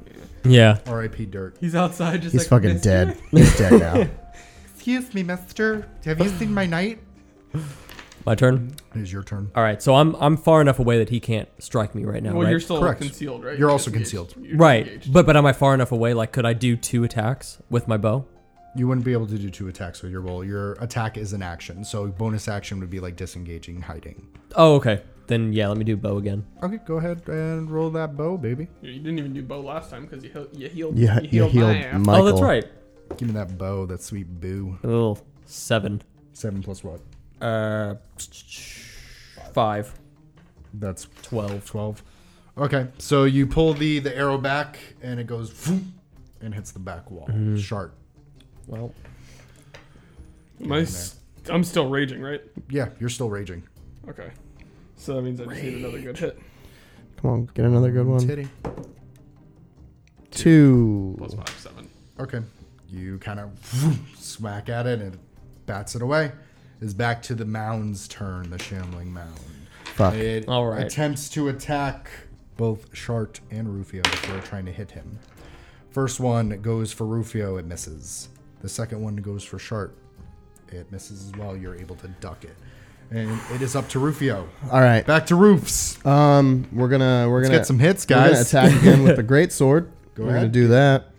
Speaker 2: Yeah.
Speaker 4: R.I.P. Dirt.
Speaker 3: He's outside just
Speaker 1: He's
Speaker 3: like
Speaker 1: fucking
Speaker 3: "Mister?"
Speaker 1: dead. He's dead now.
Speaker 4: Excuse me, Mister. Have you seen my knight?
Speaker 2: My turn.
Speaker 4: It is your turn.
Speaker 2: All right. So I'm I'm far enough away that he can't strike me right now,
Speaker 3: Well,
Speaker 2: right?
Speaker 3: you're still
Speaker 4: Correct.
Speaker 3: concealed, right?
Speaker 4: You're also
Speaker 3: disengaged.
Speaker 4: concealed.
Speaker 3: You're
Speaker 2: right.
Speaker 3: disengaged.
Speaker 2: But but am I far enough away? Like, could I do two attacks with my bow?
Speaker 4: You wouldn't be able to do two attacks with your roll. Your attack is an action, so bonus action would be like disengaging, hiding.
Speaker 2: Oh, okay. Then yeah, let me do bow again.
Speaker 4: Okay, go ahead and roll that bow, baby.
Speaker 3: You didn't even do bow last time because you, heal- you healed.
Speaker 1: You,
Speaker 3: you
Speaker 1: you
Speaker 3: healed,
Speaker 1: healed
Speaker 3: my ass.
Speaker 1: Michael.
Speaker 2: Oh, that's right.
Speaker 4: Give me that bow, that sweet boo.
Speaker 2: Oh, seven.
Speaker 4: Seven plus what?
Speaker 2: Uh, five.
Speaker 4: That's
Speaker 2: Twelve.
Speaker 4: 12. Okay, so you pull the the arrow back and it goes vroom, and hits the back wall. Sharp.
Speaker 2: Well,
Speaker 3: Am I s- I'm still raging, right?
Speaker 4: Yeah, you're still raging.
Speaker 3: Okay. So that means I just need another good hit.
Speaker 1: Come on, get another good
Speaker 4: It's
Speaker 1: one.
Speaker 4: hitting.
Speaker 1: Two.
Speaker 3: Plus five, seven.
Speaker 4: Okay. You kind of vroom, smack at it and it bats it away. Is back to the mound's turn, the shambling mound.
Speaker 1: Fuck.
Speaker 4: It
Speaker 2: All right.
Speaker 4: attempts to attack both Shart and Rufio if they're trying to hit him. First one goes for Rufio, it misses. The second one goes for Shart. It misses as well. You're able to duck it. And it is up to Rufio.
Speaker 1: All right.
Speaker 4: Back to roofs.
Speaker 1: Um, we're gonna we're gonna
Speaker 4: get some hits,
Speaker 1: we're gonna
Speaker 4: guys.
Speaker 1: attack again with the great sword. we're gonna
Speaker 4: ahead.
Speaker 1: do that.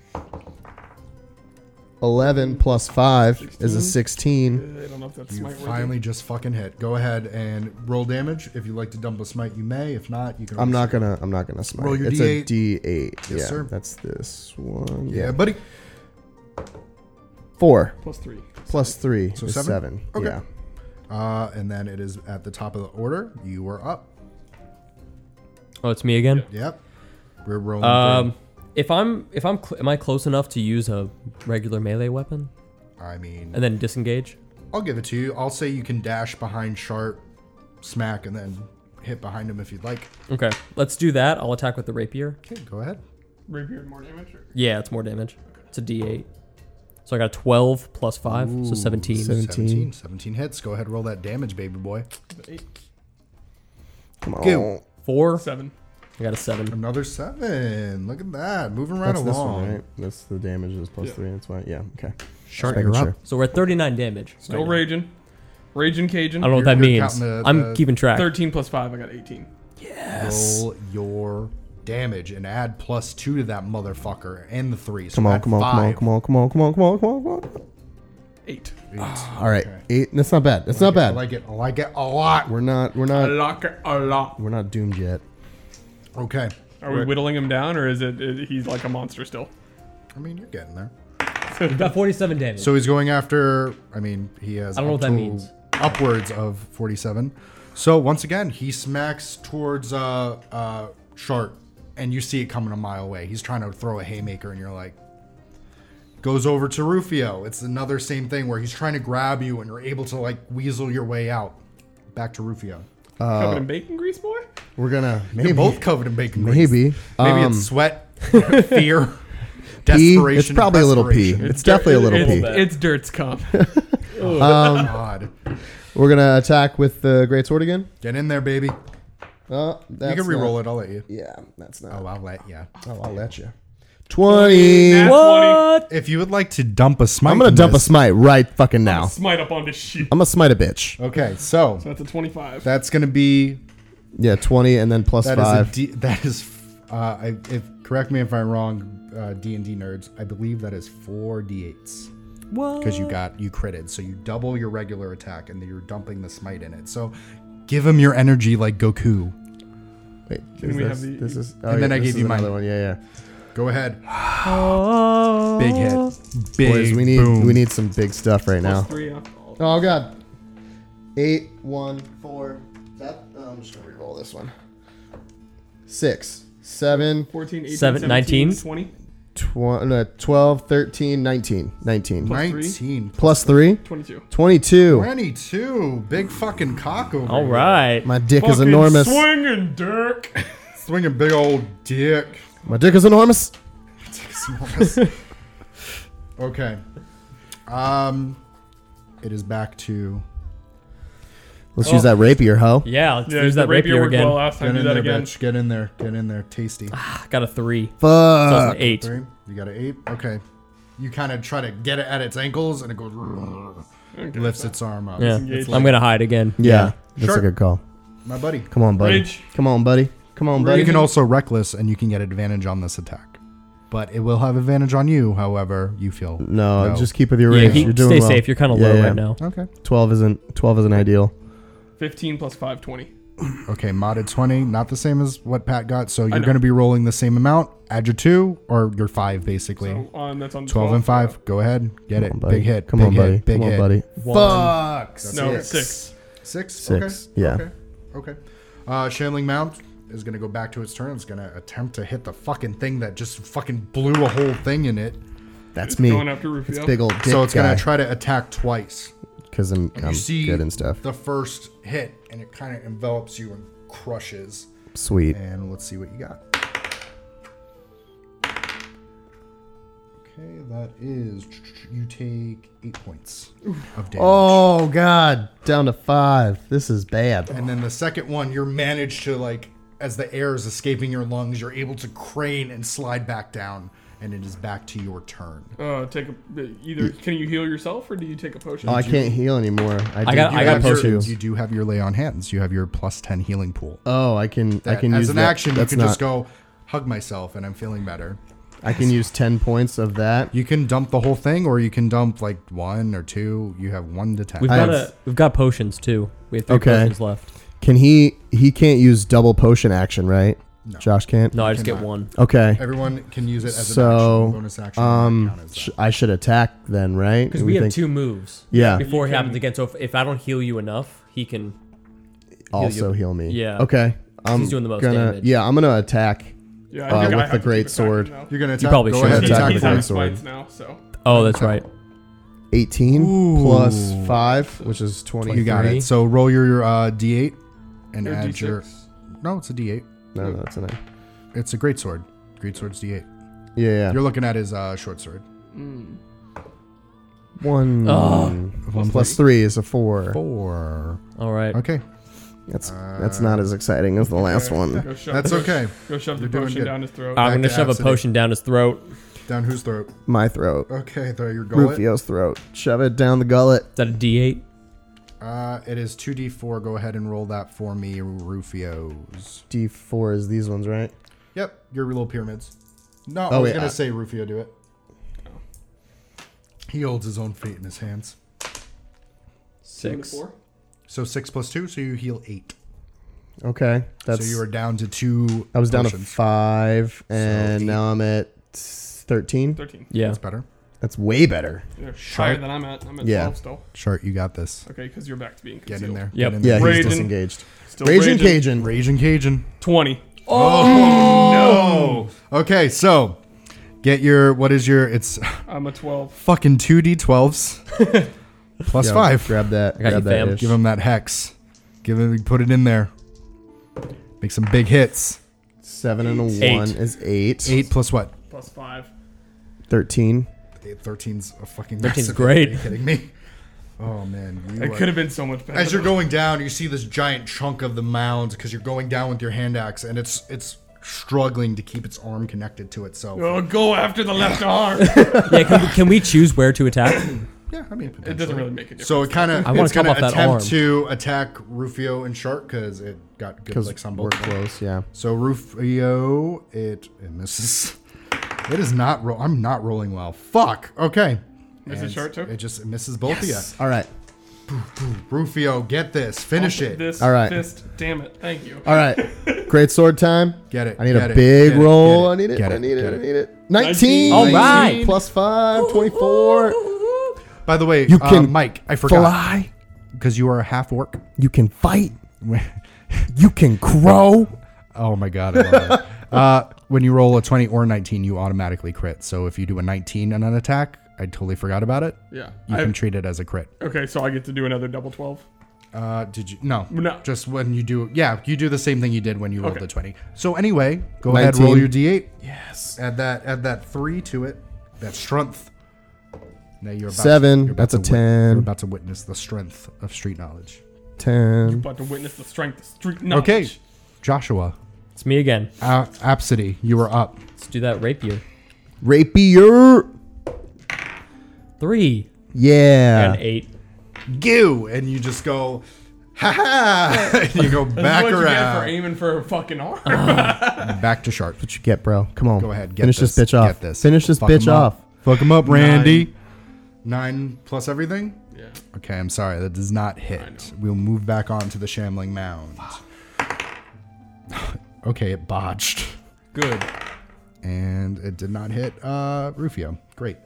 Speaker 1: Eleven plus five is a sixteen.
Speaker 3: I don't know if that's
Speaker 4: You
Speaker 3: my
Speaker 4: finally just fucking hit. Go ahead and roll damage. If you like to dump a smite, you may. If not, you can.
Speaker 1: I'm not gonna I'm not gonna smite.
Speaker 4: Roll your
Speaker 1: it's a D
Speaker 4: D8.
Speaker 1: eight.
Speaker 4: Yes,
Speaker 1: yeah,
Speaker 4: sir.
Speaker 1: That's this one.
Speaker 4: Yeah,
Speaker 1: Yeah.
Speaker 4: buddy.
Speaker 1: Four
Speaker 3: Plus three.
Speaker 1: plus three
Speaker 4: So
Speaker 1: is
Speaker 4: seven?
Speaker 1: seven.
Speaker 4: Okay.
Speaker 1: Yeah.
Speaker 4: Uh, and then it is at the top of the order. You are up.
Speaker 2: oh, it's me again.
Speaker 4: Yep. We're rolling.
Speaker 2: Um, if I'm if I'm cl- am I close enough to use a regular melee weapon
Speaker 4: for- I mean,
Speaker 2: and then disengage?
Speaker 4: I'll give it to you. I'll say you can dash behind Sharp, smack, and then hit behind him if you'd like.
Speaker 2: Okay, let's do that. I'll attack with the rapier.
Speaker 4: Okay, go ahead.
Speaker 3: Rapier more damage. Or?
Speaker 2: Yeah, it's more damage. It's a D8. So I got a 12 plus 5, so 17.
Speaker 1: Seven. 17.
Speaker 4: 17. 17 hits. Go ahead, roll that damage, baby boy.
Speaker 3: Eight.
Speaker 1: Come on.
Speaker 4: Go.
Speaker 2: 4.
Speaker 3: Seven.
Speaker 2: I got a 7.
Speaker 4: Another seven. Look at that. Moving right
Speaker 1: That's this
Speaker 4: along.
Speaker 1: one, right? That's the damage is plus
Speaker 3: Yeah.
Speaker 1: three. That's why. Yeah. Okay.
Speaker 4: Sharp,
Speaker 1: Just making
Speaker 4: you're up.
Speaker 1: sure.
Speaker 2: So we're at 39 damage.
Speaker 3: Still
Speaker 2: right now.
Speaker 3: raging. Raging Cajun.
Speaker 2: I don't know what that
Speaker 4: You're- you're
Speaker 2: means.
Speaker 4: counting the-
Speaker 2: I'm
Speaker 4: the-
Speaker 2: keeping track.
Speaker 3: 13 plus 5, I got 18.
Speaker 4: Roll your damage and add plus two to that motherfucker and the three. So
Speaker 1: Come on,
Speaker 4: add
Speaker 1: come on, come on,
Speaker 4: five.
Speaker 1: come on, come on, come on, come on, come on, come on.
Speaker 3: 8.
Speaker 1: All right, eight. That's not bad. That's not
Speaker 4: I
Speaker 1: bad.
Speaker 4: like it. I like it a lot.
Speaker 1: we're not. We're
Speaker 3: A
Speaker 1: not.
Speaker 3: lot. A lot.
Speaker 1: We're not doomed yet.
Speaker 4: Okay.
Speaker 3: Are we whittling him down, or is it is, he's like a monster still?
Speaker 4: I mean, you're getting there.
Speaker 2: You've got 47 damage.
Speaker 4: So he's going after. I mean, he has.
Speaker 2: I don't know
Speaker 4: up
Speaker 2: what that
Speaker 4: to
Speaker 2: means.
Speaker 4: Upwards of forty-seven. So once again, he smacks towards uh, uh, Shark, and you see it coming a mile away. He's trying to throw a haymaker, and you're like, goes over to Rufio. It's another same thing where he's trying to grab you, and you're able to like weasel your way out. Back to Rufio.
Speaker 3: Covered in bacon grease, boy?
Speaker 1: We're gonna maybe.
Speaker 4: You're both covered in bacon grease.
Speaker 1: Maybe.
Speaker 4: Maybe
Speaker 1: Um,
Speaker 4: it's sweat,
Speaker 1: pee.
Speaker 4: fear, desperation.
Speaker 1: It's probably a little pee.
Speaker 4: desperation.
Speaker 1: It's, definitely a little pee.
Speaker 2: it's-
Speaker 3: It's Dirt's cum.
Speaker 1: Um,
Speaker 4: God,
Speaker 1: We're gonna attack with the great sword again.
Speaker 4: get in there, baby.
Speaker 1: Oh,
Speaker 4: You
Speaker 1: that's
Speaker 4: can re-roll
Speaker 1: not-
Speaker 4: it. I'll let you.
Speaker 1: Yeah, that's not.
Speaker 4: Oh, I'll let you.
Speaker 1: Oh, I'll let you. Twenty.
Speaker 2: what?
Speaker 4: If you would like to dump a smite,
Speaker 1: I'm gonna
Speaker 4: in
Speaker 1: dump a
Speaker 4: this-
Speaker 1: smite right fucking now.
Speaker 3: Smite up on this sheep.
Speaker 1: I'm gonna smite a bitch.
Speaker 4: Okay, so
Speaker 3: That's a 25.
Speaker 4: that's gonna be
Speaker 1: Yeah, twenty and then plus
Speaker 4: that is
Speaker 1: five.
Speaker 4: a D, that is. Uh, I, if correct me if I'm wrong, uh, D and D nerds. I believe that is four d8s
Speaker 2: What?
Speaker 4: because you got you critted, so you double your regular attack, and then you're dumping the smite in it. So give him your energy like Goku.
Speaker 1: Wait,
Speaker 3: Can
Speaker 1: is
Speaker 3: we
Speaker 1: this,
Speaker 3: have the-
Speaker 1: this is, oh,
Speaker 4: And then
Speaker 1: yeah,
Speaker 4: I
Speaker 1: this
Speaker 4: gave
Speaker 1: is
Speaker 4: you
Speaker 1: another
Speaker 4: mine.
Speaker 1: one. Yeah, yeah.
Speaker 4: Go ahead,
Speaker 2: Oh.
Speaker 4: big hit, big
Speaker 1: Ah. Boys, we need
Speaker 4: boom.
Speaker 1: we need some big stuff right now.
Speaker 3: Plus three uh, alcohol.
Speaker 1: Oh god. Eight, one, four. That oh, I'm just gonna re-roll this one. Six, seven,
Speaker 3: 14, 18,
Speaker 2: Seven-
Speaker 3: 17,
Speaker 2: 19?
Speaker 3: 20,
Speaker 1: tw- no, 12, 13, 19. 19.
Speaker 3: Plus three.
Speaker 4: nineteen.
Speaker 1: Plus three?
Speaker 3: 22.
Speaker 1: 22.
Speaker 4: 22. Big fucking cock over
Speaker 2: All
Speaker 4: here.
Speaker 2: right.
Speaker 1: My dick is
Speaker 3: Fucking
Speaker 1: enormous.
Speaker 3: Swinging Dirk.
Speaker 4: Swinging big old dick.
Speaker 1: My dick is enormous.
Speaker 4: okay. Um, it is back to.
Speaker 1: Let's
Speaker 4: Oh.
Speaker 1: use that rapier, hoe.
Speaker 2: Yeah, let's
Speaker 3: Yeah,
Speaker 2: use
Speaker 3: the
Speaker 2: that rapier,
Speaker 3: worked
Speaker 2: again.
Speaker 3: Well last
Speaker 4: Get
Speaker 3: time. Do
Speaker 4: in
Speaker 3: that
Speaker 4: there,
Speaker 3: again. Ah.
Speaker 4: bitch. Get in there. Get in there. Tasty.
Speaker 2: Got a three. So it's
Speaker 1: Fuck.
Speaker 2: an eight.
Speaker 4: Three. You got an eight. Okay. You kind of try to get it at its ankles, and it goes.
Speaker 3: Okay.
Speaker 4: Lifts its arm up.
Speaker 2: Yeah.
Speaker 3: Disengage.
Speaker 2: I'm gonna hide again.
Speaker 1: Yeah, that's
Speaker 4: Sure.
Speaker 1: a good call.
Speaker 4: My buddy.
Speaker 1: Come on, buddy.
Speaker 3: Rage.
Speaker 1: Come on, buddy. Come on, buddy.
Speaker 4: You can also reckless, and you can get advantage on this attack. But it will have advantage on you, however you feel.
Speaker 1: no,
Speaker 4: No.
Speaker 1: just keep with your
Speaker 2: Yeah,
Speaker 1: range.
Speaker 2: he,
Speaker 1: You're doing
Speaker 2: stay
Speaker 1: well.
Speaker 2: safe. You're kind of
Speaker 1: Yeah,
Speaker 2: low
Speaker 1: yeah.
Speaker 2: right now.
Speaker 4: Okay.
Speaker 1: Twelve isn't twelve isn't ideal.
Speaker 3: 15 plus 5, 20.
Speaker 4: Okay, modded 20, not the same as what Pat got, so you're
Speaker 3: know.
Speaker 4: going to be rolling the same amount. Add your 2 or your 5 basically.
Speaker 3: So on, that's on
Speaker 4: 12 and 5. Go ahead. Get it.
Speaker 1: Come on, buddy.
Speaker 4: Big hit.
Speaker 1: Come
Speaker 4: big
Speaker 1: on,
Speaker 4: hit,
Speaker 1: buddy.
Speaker 4: Big
Speaker 1: Come
Speaker 4: hit.
Speaker 1: on, buddy.
Speaker 2: One.
Speaker 4: Fuck.
Speaker 3: No, six.
Speaker 4: 6?
Speaker 1: Six,
Speaker 4: Okay.
Speaker 1: yeah.
Speaker 4: Okay. Okay. Uh Shanling Mount is going to go back to its turn. It's going to attempt to hit the fucking thing that just fucking blew a whole thing in it.
Speaker 1: That's me.
Speaker 3: Going after Rufio.
Speaker 1: It's big old dick
Speaker 4: so it's
Speaker 1: guy.
Speaker 4: going to try to attack twice.
Speaker 1: because I'm,
Speaker 4: And
Speaker 1: I'm
Speaker 4: you see
Speaker 1: good and stuff.
Speaker 4: the first hit and it kind of envelops you and crushes.
Speaker 1: Sweet.
Speaker 4: And let's see what you got. Okay, that is you take eight points of damage.
Speaker 1: Oh God, down to five. This is bad.
Speaker 4: And then the second one, you're managed to like as the air is escaping your lungs, you're able to crane and slide back down, and it is back to your turn.
Speaker 3: Uh, take a, either can you heal yourself or do you take a potion?
Speaker 1: Oh, I can't heal anymore. I, did
Speaker 2: got-
Speaker 1: do
Speaker 2: I
Speaker 1: that
Speaker 2: got
Speaker 1: too.
Speaker 4: potions. You do have your lay on hands. You have your plus ten healing pool.
Speaker 1: Oh, I can. I
Speaker 4: That-
Speaker 1: can
Speaker 4: as
Speaker 1: use
Speaker 4: an
Speaker 1: that-
Speaker 4: action.
Speaker 1: That's
Speaker 4: you can
Speaker 1: not,
Speaker 4: just go hug myself, and I'm feeling better.
Speaker 1: I can use ten points of that.
Speaker 4: You can dump the whole thing, or you can dump like one or two. You have one to ten.
Speaker 2: We've
Speaker 1: I
Speaker 2: got
Speaker 1: have-
Speaker 2: a, we've got potions too. We have three
Speaker 1: Okay.
Speaker 2: potions left.
Speaker 1: Can he? He can't use double potion action, right? Josh can't.
Speaker 2: No, I just get one.
Speaker 1: Okay.
Speaker 4: Everyone can use it as
Speaker 1: So,
Speaker 4: an action. bonus action. doesn't
Speaker 1: Um,
Speaker 4: count as
Speaker 1: sh- I should attack then, right?
Speaker 2: Because we have two moves.
Speaker 1: Yeah.
Speaker 2: Before
Speaker 3: You
Speaker 2: he happens
Speaker 3: can-
Speaker 2: again, so if, if I don't heal you enough, he can.
Speaker 1: also heal me.
Speaker 2: Yeah.
Speaker 1: Okay. I'm
Speaker 2: doing the most
Speaker 1: gonna,
Speaker 2: damage.
Speaker 1: Yeah, I'm gonna attack.
Speaker 3: Yeah,
Speaker 1: Uh,
Speaker 3: I think I
Speaker 1: with
Speaker 3: have
Speaker 1: the
Speaker 3: to keep
Speaker 1: great
Speaker 3: attacking
Speaker 1: sword.
Speaker 3: now.
Speaker 4: that. You're gonna attack.
Speaker 2: probably
Speaker 4: go
Speaker 2: should
Speaker 4: ahead.
Speaker 2: attack
Speaker 4: attack
Speaker 3: He's
Speaker 1: with the
Speaker 4: it.
Speaker 3: having
Speaker 1: great sword.
Speaker 3: fights now, so
Speaker 2: Oh, that's right.
Speaker 1: 18
Speaker 4: Ooh.
Speaker 1: plus five, which is 20.
Speaker 4: You got
Speaker 2: Three.
Speaker 4: it. So roll your, your uh, d8 and
Speaker 3: Or
Speaker 4: add
Speaker 3: D6.
Speaker 4: your. No, it's a d8.
Speaker 1: No, no, that's a nine.
Speaker 4: It's a great sword. Great sword's d8.
Speaker 1: Yeah, yeah.
Speaker 4: You're looking at his uh, short sword.
Speaker 3: Mm.
Speaker 1: One
Speaker 2: Ugh.
Speaker 1: plus three is a four.
Speaker 4: Four.
Speaker 2: All right.
Speaker 4: Okay,
Speaker 1: That's that's not as exciting as the last one.
Speaker 3: Go shove
Speaker 4: that's
Speaker 3: the,
Speaker 4: Uh, okay.
Speaker 3: Go shove the
Speaker 4: You're doing
Speaker 3: potion
Speaker 4: good.
Speaker 3: down his throat.
Speaker 2: I'm gonna
Speaker 4: to
Speaker 2: shove a
Speaker 4: Absidy.
Speaker 2: potion down his throat.
Speaker 4: Down whose throat?
Speaker 1: My throat,
Speaker 4: Okay, throw your gullet.
Speaker 1: Rufio's throat. Shove it down the gullet.
Speaker 2: Is that a D8?
Speaker 4: Uh, it is 2d4. Go ahead and roll that for me, Rufio's.
Speaker 1: D4 is these ones, right?
Speaker 4: Yep, your little pyramids. No, I
Speaker 1: Oh,
Speaker 4: was
Speaker 1: wait,
Speaker 4: gonna
Speaker 1: I-
Speaker 4: say Rufio do it. He holds his own fate in his hands.
Speaker 2: Six.
Speaker 3: Four.
Speaker 4: So six plus two, so you heal eight.
Speaker 1: Okay. That's
Speaker 4: so you are down to two.
Speaker 1: I was down to
Speaker 4: potions.
Speaker 1: 5 and
Speaker 4: eight.
Speaker 1: now I'm at 13.
Speaker 3: 13.
Speaker 2: Yeah.
Speaker 4: That's better.
Speaker 1: That's way better.
Speaker 3: You're
Speaker 4: Sharp.
Speaker 3: higher than I'm at. I'm at
Speaker 1: Yeah.
Speaker 3: 12 still.
Speaker 4: Shark, you got this.
Speaker 3: Okay, because you're back to being
Speaker 4: Get
Speaker 3: concealed.
Speaker 4: in there.
Speaker 2: Yep.
Speaker 4: Get in
Speaker 1: Yeah,
Speaker 4: there.
Speaker 1: he's
Speaker 3: Raiden.
Speaker 1: disengaged.
Speaker 3: Still
Speaker 1: Raging Cajun.
Speaker 4: Raging Cajun.
Speaker 3: 20.
Speaker 4: Oh no. Okay, so get your what is your it's
Speaker 3: I'm a 12.
Speaker 4: fucking two d twelves plus
Speaker 1: Yo,
Speaker 4: five.
Speaker 1: Grab that.
Speaker 2: I got
Speaker 1: grab
Speaker 2: you,
Speaker 1: that
Speaker 2: fam.
Speaker 1: ish.
Speaker 4: Give him that hex. Give him put it in there. Make some big hits.
Speaker 1: Seven and a
Speaker 2: Eight.
Speaker 1: one is eight.
Speaker 4: Eight plus what?
Speaker 3: Plus 5.
Speaker 1: Thirteen.
Speaker 4: 13's a fucking
Speaker 2: 13's
Speaker 4: massive-
Speaker 2: great.
Speaker 4: Are you kidding me? Oh man, you
Speaker 3: It
Speaker 4: are-
Speaker 3: could have been so much better.
Speaker 4: As you're going down, you see this giant chunk of the mound because you're going down with your hand axe, and it's it's struggling to keep its arm connected to itself.
Speaker 3: Oh, go after the left arm.
Speaker 2: Yeah. Can we, can we choose where to attack?
Speaker 4: Yeah, I mean,
Speaker 3: It doesn't really make a difference.
Speaker 4: So it kind of
Speaker 2: I wanna
Speaker 4: it's
Speaker 2: come
Speaker 4: gonna
Speaker 2: off that
Speaker 4: attempt
Speaker 2: arm.
Speaker 4: to attack Rufio and Shark because it got good
Speaker 1: Because
Speaker 4: like some
Speaker 1: we're close. Yeah.
Speaker 4: So Rufio, it it misses. It is not. Ro- I'm not rolling well. Fuck. Okay.
Speaker 3: Misses
Speaker 4: And
Speaker 3: Shark too?
Speaker 4: It just misses both of
Speaker 1: All right.
Speaker 4: you. Rufio, get this. Finish it.
Speaker 3: This
Speaker 1: All right.
Speaker 3: fist. Damn it. Thank you.
Speaker 4: Uh,
Speaker 1: All right. Great sword time.
Speaker 4: Get it.
Speaker 1: I need
Speaker 4: get
Speaker 1: a
Speaker 4: it,
Speaker 1: big
Speaker 4: get it,
Speaker 1: roll.
Speaker 4: get
Speaker 1: I need it.
Speaker 4: get
Speaker 1: I need it.
Speaker 4: get
Speaker 1: I need it. Nineteen.
Speaker 2: All right.
Speaker 1: Plus five. Twenty-four.
Speaker 4: By the way,
Speaker 1: You
Speaker 4: you can
Speaker 1: can
Speaker 4: Mike. I forgot
Speaker 1: Fly.
Speaker 4: because you are a half orc.
Speaker 1: You can fight. You can grow.
Speaker 4: oh my god. I love that. uh, when you roll a 20 or 19, you automatically crit. So if you do a 19 on an attack, I totally forgot about it.
Speaker 3: Yeah.
Speaker 4: You
Speaker 3: I-
Speaker 4: can treat it as a crit.
Speaker 3: okay, so I get to do another double 12.
Speaker 4: Uh, did you? No.
Speaker 3: No.
Speaker 4: Just when you do. Yeah, you do the same thing you did when you rolled
Speaker 3: Okay.
Speaker 4: the 20. So anyway, go ahead, roll
Speaker 1: 19.
Speaker 4: your d8.
Speaker 1: Yes.
Speaker 4: Add that. Add that three to it. That strength. Now you're about
Speaker 1: Seven.
Speaker 4: you're about
Speaker 1: That's a
Speaker 4: to wit- You're
Speaker 1: ten.
Speaker 4: about to witness the strength of street knowledge.
Speaker 1: Ten.
Speaker 3: About to witness the strength of street knowledge.
Speaker 4: Okay, Joshua.
Speaker 2: It's me again.
Speaker 4: Uh, Absidy, you are up.
Speaker 2: Let's do that rapier.
Speaker 1: Rapier.
Speaker 2: Three
Speaker 1: Yeah.
Speaker 2: and eight.
Speaker 4: Goo, and you just go, ha ha, and you go
Speaker 3: That's
Speaker 4: back
Speaker 3: what you get for
Speaker 4: around, Uh-huh.
Speaker 3: aiming for a fucking arm.
Speaker 4: back to sharp.
Speaker 1: What you get, bro? Come on.
Speaker 4: Go ahead, get
Speaker 1: Finish
Speaker 4: this,
Speaker 1: this, bitch off.
Speaker 4: get this.
Speaker 1: Finish this
Speaker 4: Fuck
Speaker 1: bitch
Speaker 4: him up.
Speaker 1: off.
Speaker 4: Fuck him up, Randy. Nine plus everything.
Speaker 3: yeah.
Speaker 4: Okay, I'm sorry, that does not hit. We'll move back on to the shambling mound. okay, it botched,
Speaker 3: Good.
Speaker 4: and it did not hit uh, Rufio. Great.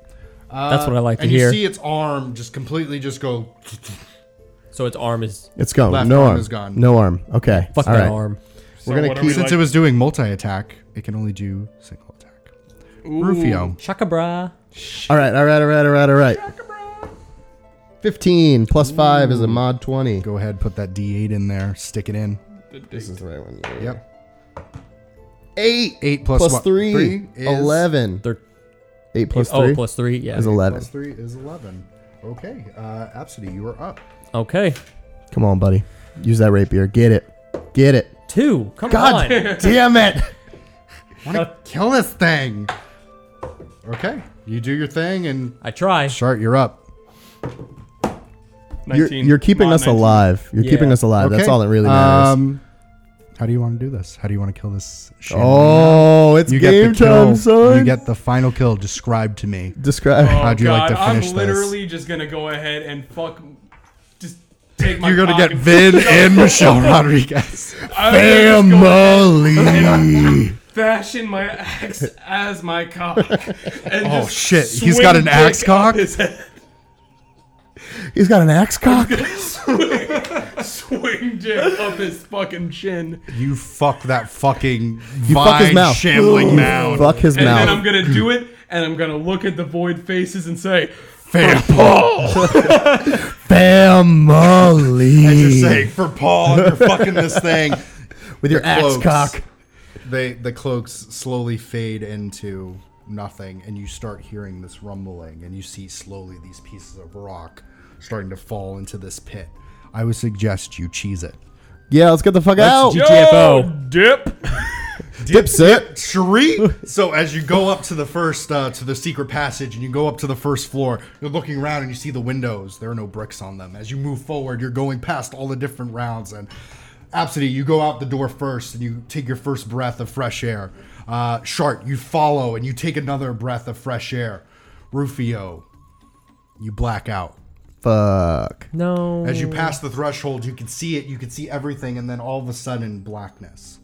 Speaker 2: That's what I like to
Speaker 4: Uh, and you
Speaker 2: hear.
Speaker 4: see its arm just completely just go
Speaker 2: So its arm is
Speaker 1: It's gone.
Speaker 4: Left
Speaker 1: no
Speaker 4: arm
Speaker 1: arm.
Speaker 4: is gone.
Speaker 1: No arm. Okay.
Speaker 2: fuck
Speaker 1: All
Speaker 2: that
Speaker 1: right.
Speaker 2: arm.
Speaker 3: So
Speaker 1: gonna
Speaker 3: what are
Speaker 1: keep-
Speaker 3: we
Speaker 4: Since
Speaker 3: like-
Speaker 4: it was doing multi attack, it can only do single attack. Rufio.
Speaker 2: Chakabra.
Speaker 1: All right. All right. All right. All right. All right. Fifteen plus five is a mod twenty.
Speaker 4: Go ahead, put that D8 in there, stick it in.
Speaker 3: The date.
Speaker 1: This is the right one. yeah.
Speaker 4: Yep.
Speaker 1: Eight.
Speaker 4: Eight plus
Speaker 1: plus
Speaker 4: what?
Speaker 1: three.
Speaker 4: Three is-
Speaker 1: Eleven.
Speaker 2: Thir-
Speaker 1: Eight plus
Speaker 2: oh,
Speaker 1: three
Speaker 2: plus three. Yeah.
Speaker 1: is eleven.
Speaker 4: Plus three is 11. Okay, uh, Absidy, you are up.
Speaker 2: Okay.
Speaker 1: Come on, buddy. Use that rapier. Get it. Get it.
Speaker 2: Two. Come
Speaker 1: God
Speaker 2: on.
Speaker 1: damn it.
Speaker 4: want to kill this thing. Okay, you do your thing, and
Speaker 2: I try.
Speaker 4: Shart, you're up.
Speaker 1: You're,
Speaker 3: 19.
Speaker 1: you're keeping
Speaker 3: Mod
Speaker 1: us
Speaker 3: 19.
Speaker 1: alive. You're
Speaker 2: Yeah.
Speaker 1: keeping us alive.
Speaker 4: Okay.
Speaker 1: Uh, That's all that really matters.
Speaker 4: Um, how do you want to do this? How do you want to kill this? shambling mound?
Speaker 1: oh, it's
Speaker 4: you
Speaker 1: game
Speaker 4: get the
Speaker 1: time,
Speaker 4: kill.
Speaker 1: son.
Speaker 4: You get the final kill. Describe to me.
Speaker 1: Describe.
Speaker 3: Oh,
Speaker 4: How'd you like
Speaker 3: God,
Speaker 4: to finish
Speaker 3: I'm
Speaker 4: this?
Speaker 3: literally just going to go ahead and fuck. Just take my
Speaker 4: You're gonna
Speaker 3: cock
Speaker 4: get
Speaker 3: and-
Speaker 4: Vin and Michelle Rodriguez.
Speaker 3: I'm gonna just go ahead
Speaker 4: Family.
Speaker 3: fashion my axe as my cock. And
Speaker 4: Oh,
Speaker 3: just
Speaker 4: shit, he's got
Speaker 3: swing
Speaker 4: an axe
Speaker 3: dick up
Speaker 4: cock?
Speaker 3: his head.
Speaker 1: He's got an axe cock.
Speaker 3: swing dick up his fucking chin.
Speaker 4: you fuck that fucking vine
Speaker 1: fuck his mouth.
Speaker 4: shambling mound.
Speaker 1: Fuck his
Speaker 3: And then I'm
Speaker 1: mouth.
Speaker 3: gonna do it, and I'm gonna look at the void faces and say,
Speaker 4: Fam Paul.
Speaker 1: Family.
Speaker 4: As you're saying for Paul, and you're fucking this thing.
Speaker 1: With your axe
Speaker 4: cloaks.
Speaker 1: cock.
Speaker 4: They the cloaks slowly fade into nothing, and you start hearing this rumbling, and you see slowly these pieces of rock starting to fall into this pit. I would suggest you cheese it.
Speaker 1: Yeah, let's get the fuck out.
Speaker 2: GTFO.
Speaker 3: "Yo, dip."
Speaker 1: Dipset.
Speaker 4: Sheree. So as you go up to the first uh, to the secret passage, and you go up to the first floor, you're looking around and you see the windows. There are no bricks on them. As you move forward, you're going past all the different rounds. And Absidy, you go out the door first, and you take your first breath of fresh air. Uh, Shart, you follow, and you take another breath of fresh air. Rufio, you black out.
Speaker 1: Fuck.
Speaker 2: No.
Speaker 4: As you pass the threshold, you can see it, you can see everything, and then all of a sudden, blackness.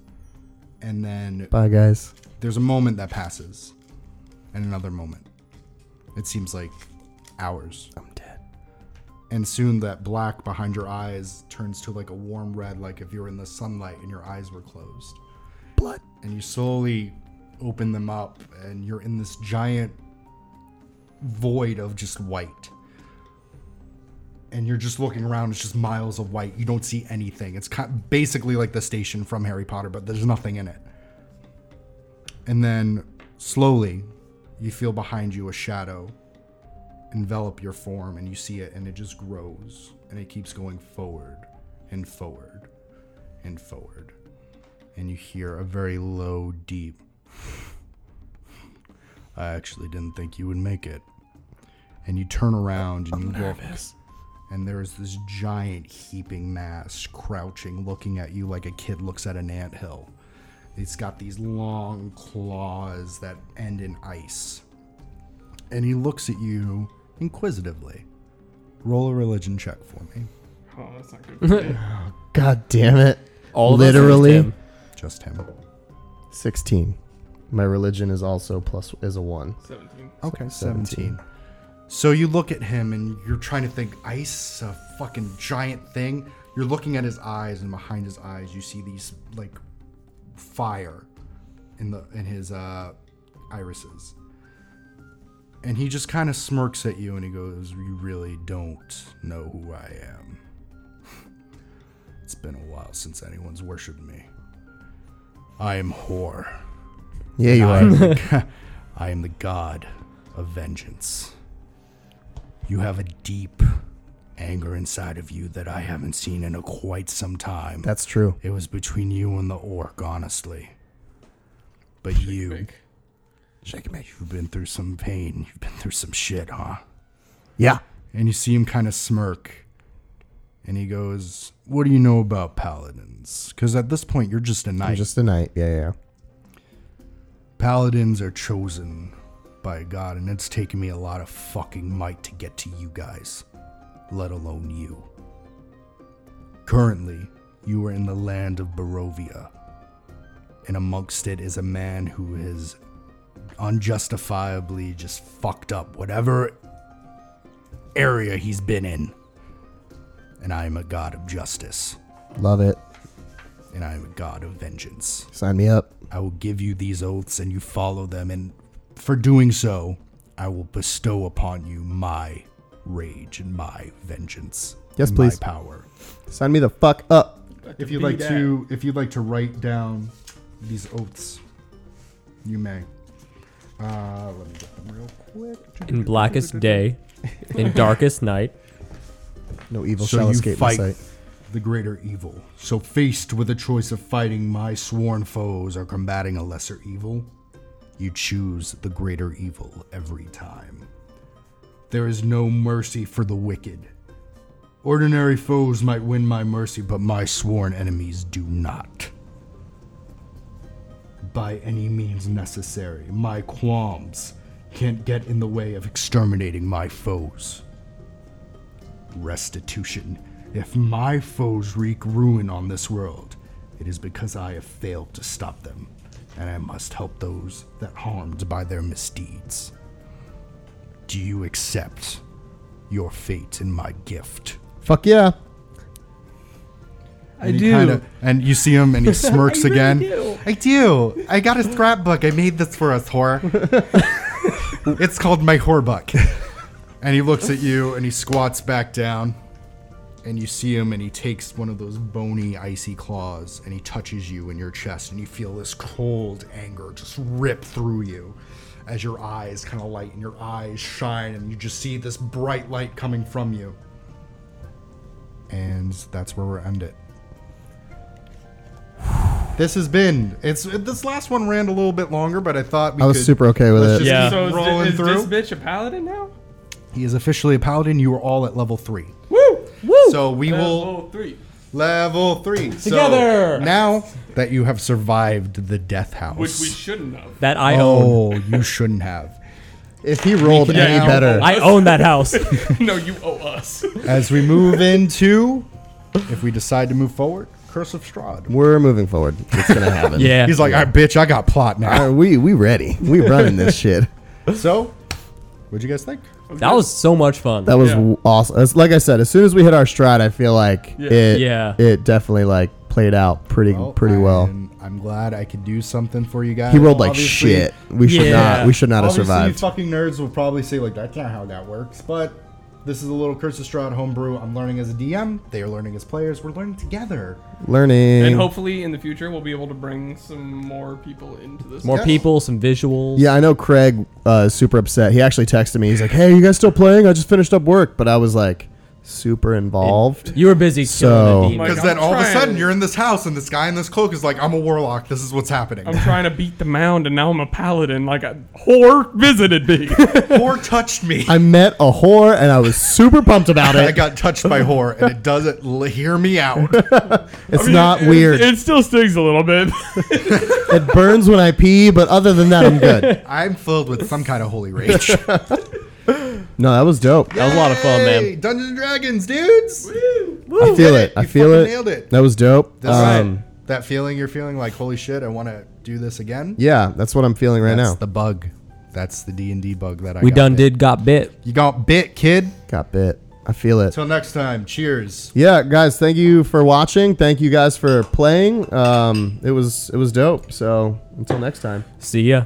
Speaker 4: And then
Speaker 1: Bye, guys.
Speaker 4: there's a moment that passes, and another moment. It seems like hours.
Speaker 1: I'm dead.
Speaker 4: And soon that black behind your eyes turns to like a warm red, like if you're in the sunlight and your eyes were closed.
Speaker 1: Blood.
Speaker 4: And you slowly open them up, and you're in this giant void of just white. And you're just looking around, it's just miles of white. You don't see anything. It's kind basically like the station from Harry Potter, but there's nothing in it. And then slowly, you feel behind you a shadow envelop your form, and you see it, and it just grows, and it keeps going forward and forward and forward. And you hear a very low, deep. I actually didn't think you would make it. And you turn around and you look, and there is this giant heaping mass crouching, looking at you like a kid looks at an anthill. It's got these long claws that end in ice. And he looks at you inquisitively. Roll a religion check for me.
Speaker 3: Oh, that's not good. for me.
Speaker 1: God damn it.
Speaker 2: All of us
Speaker 1: literally
Speaker 2: used him.
Speaker 4: Just him.
Speaker 1: 16. My religion is also plus is a 1.
Speaker 3: Seventeen.
Speaker 4: Okay,
Speaker 1: 17.
Speaker 4: 17. So you look at him and you're trying to think, ice, a fucking giant thing. You're looking at his eyes, and behind his eyes, you see these like fire in the in his uh, irises. And he just kind of smirks at you and he goes, "You really don't know who I am. it's been a while since anyone's worshipped me. I am Whore."
Speaker 1: Yeah, you
Speaker 4: I am,
Speaker 1: are.
Speaker 4: the, go- I am the god of vengeance. You have a deep anger inside of you that I haven't seen in a quite some time.
Speaker 1: That's true.
Speaker 4: it was between you and the orc, honestly. But you,
Speaker 3: Fake.
Speaker 4: you've been through some pain. You've been through some shit, huh?
Speaker 1: Yeah.
Speaker 4: And you see him kind of smirk. And he goes, What do you know about paladins? Because at this point, you're just a
Speaker 1: I'm
Speaker 4: knight.
Speaker 1: just a knight. Yeah, yeah.
Speaker 4: Paladins are chosen by God, and it's taken me a lot of fucking might to get to you guys, let alone you. Currently, you are in the land of Barovia, and amongst it is a man who has unjustifiably just fucked up whatever area he's been in. And I am a god of justice,
Speaker 1: Love it.
Speaker 4: and I am a god of vengeance.
Speaker 1: Sign me up.
Speaker 4: I will give you these oaths and you follow them, and for doing so, I will bestow upon you my rage and my vengeance.
Speaker 1: Yes,
Speaker 4: and
Speaker 1: please.
Speaker 4: My power.
Speaker 1: Sign me the fuck up.
Speaker 3: Got
Speaker 4: If you'd
Speaker 3: be
Speaker 4: like
Speaker 3: that.
Speaker 4: to, if you'd like to write down these oaths, you may. Uh, let me get them real quick.
Speaker 2: In blackest day, in darkest night.
Speaker 1: No evil
Speaker 4: so
Speaker 1: shall
Speaker 4: you
Speaker 1: escape
Speaker 4: fight
Speaker 1: my sight.
Speaker 4: the greater evil. So faced with the choice of fighting my sworn foes or combating a lesser evil, you choose the greater evil every time. There is no mercy for the wicked. Ordinary foes might win my mercy, but my sworn enemies do not. By any means necessary, my qualms can't get in the way of exterminating my foes restitution. If my foes wreak ruin on this world, it is because I have failed to stop them, and I must help those that harmed by their misdeeds. Do you accept your fate and my gift?
Speaker 1: Fuck yeah.
Speaker 3: I
Speaker 4: And he
Speaker 3: do.
Speaker 4: kinda- and you see him, and he smirks
Speaker 3: I really
Speaker 4: again.
Speaker 3: do.
Speaker 4: I do. I got a scrapbook. I made this for us, whore. it's called my whorebuck. And he looks at you, and he squats back down, and you see him, and he takes one of those bony, icy claws, and he touches you in your chest, and you feel this cold anger just rip through you. As your eyes kind of light and your eyes shine, and you just see this bright light coming from you. And that's where we'll end it. This has been it's this last one ran a little bit longer, but I thought we
Speaker 1: I was
Speaker 4: could,
Speaker 1: super okay with
Speaker 4: let's
Speaker 1: it.
Speaker 4: just
Speaker 2: Yeah.
Speaker 4: keep
Speaker 3: So is, thi-
Speaker 4: rolling
Speaker 3: is
Speaker 4: through.
Speaker 3: this bitch a paladin now?
Speaker 4: He is officially a paladin. You are all at level three,
Speaker 3: Woo! Woo!
Speaker 4: so we will
Speaker 3: Level three.
Speaker 4: level three So
Speaker 2: Together!
Speaker 4: now that you have survived the death house,
Speaker 3: Which we shouldn't have.
Speaker 2: That I own.
Speaker 4: oh, you shouldn't have.
Speaker 1: If he rolled
Speaker 4: can-
Speaker 1: any
Speaker 4: Yeah,
Speaker 1: better,
Speaker 2: I own that house.
Speaker 3: no, you owe us.
Speaker 4: As we move into, if we decide to move forward, Curse of Strahd.
Speaker 1: we're moving forward. It's gonna happen.
Speaker 2: Yeah.
Speaker 4: He's like, all right, bitch, I got plot
Speaker 1: All right,
Speaker 4: now.
Speaker 1: we we ready. We running this shit.
Speaker 4: So, what'd you guys think?
Speaker 2: that was so much fun.
Speaker 1: That was
Speaker 3: Yeah.
Speaker 1: w awesome. It's- like I said, as soon as we hit our stride, I feel like
Speaker 3: Yeah.
Speaker 1: it
Speaker 2: Yeah.
Speaker 1: it definitely like played out pretty pretty well.
Speaker 4: I'm, I'm glad I could do something for you guys.
Speaker 1: He rolled like
Speaker 4: Obviously-
Speaker 1: shit. We should
Speaker 2: Yeah.
Speaker 1: not we should not have
Speaker 4: Obviously,
Speaker 1: survived.
Speaker 4: you fucking nerds will probably say like, that's not how that works. But this is a little Curse of Strahd homebrew. I'm learning as a DM. They are learning as players. We're learning together.
Speaker 1: Learning.
Speaker 3: And hopefully in the future we'll be able to bring some more people into this.
Speaker 2: More people, some visuals.
Speaker 1: yeah, I know Craig uh, is super upset. He actually texted me. He's like, "Hey, you guys still playing? I just finished up work." But I was like, super involved.
Speaker 2: You were busy
Speaker 1: So-
Speaker 2: killing the
Speaker 4: Oh
Speaker 2: demon.
Speaker 3: Like, I'm trying.
Speaker 4: in this house and this guy in this cloak is like, I'm a warlock. This is what's happening.
Speaker 3: I'm trying to beat the mound, and now I'm a paladin. Like a whore visited me.
Speaker 4: Whore touched me.
Speaker 1: I met a whore and I was super pumped about
Speaker 4: I
Speaker 1: it.
Speaker 4: got touched by whore, and it doesn't l- hear me out.
Speaker 1: It's not weird.
Speaker 3: It, still stings a little bit.
Speaker 1: it burns when I pee, but other than that, I'm good.
Speaker 4: I'm filled with some kind of holy rage.
Speaker 1: No, that was dope.
Speaker 2: That was a lot of fun, man.
Speaker 4: Hey, Dungeons and Dragons,
Speaker 1: I
Speaker 4: dudes.
Speaker 1: feel
Speaker 4: Did
Speaker 1: it.
Speaker 4: it.
Speaker 1: I
Speaker 4: You
Speaker 1: feel
Speaker 4: fucking
Speaker 1: it.
Speaker 4: nailed it.
Speaker 1: That was dope.
Speaker 4: That's
Speaker 1: Um,
Speaker 4: right. That feeling you're feeling like, holy shit, I want to do this again.
Speaker 1: Yeah, that's what I'm feeling right
Speaker 4: That's
Speaker 1: now.
Speaker 4: the bug. That's the D and D bug that I.
Speaker 2: We
Speaker 4: got
Speaker 2: done
Speaker 4: bit.
Speaker 2: did got bit.
Speaker 4: You got bit, kid.
Speaker 1: Got bit. I feel it.
Speaker 4: Till next time. Cheers.
Speaker 1: Yeah, guys, thank you for watching. Thank you guys for playing. Um, it was it was dope. So until next time.
Speaker 2: See ya.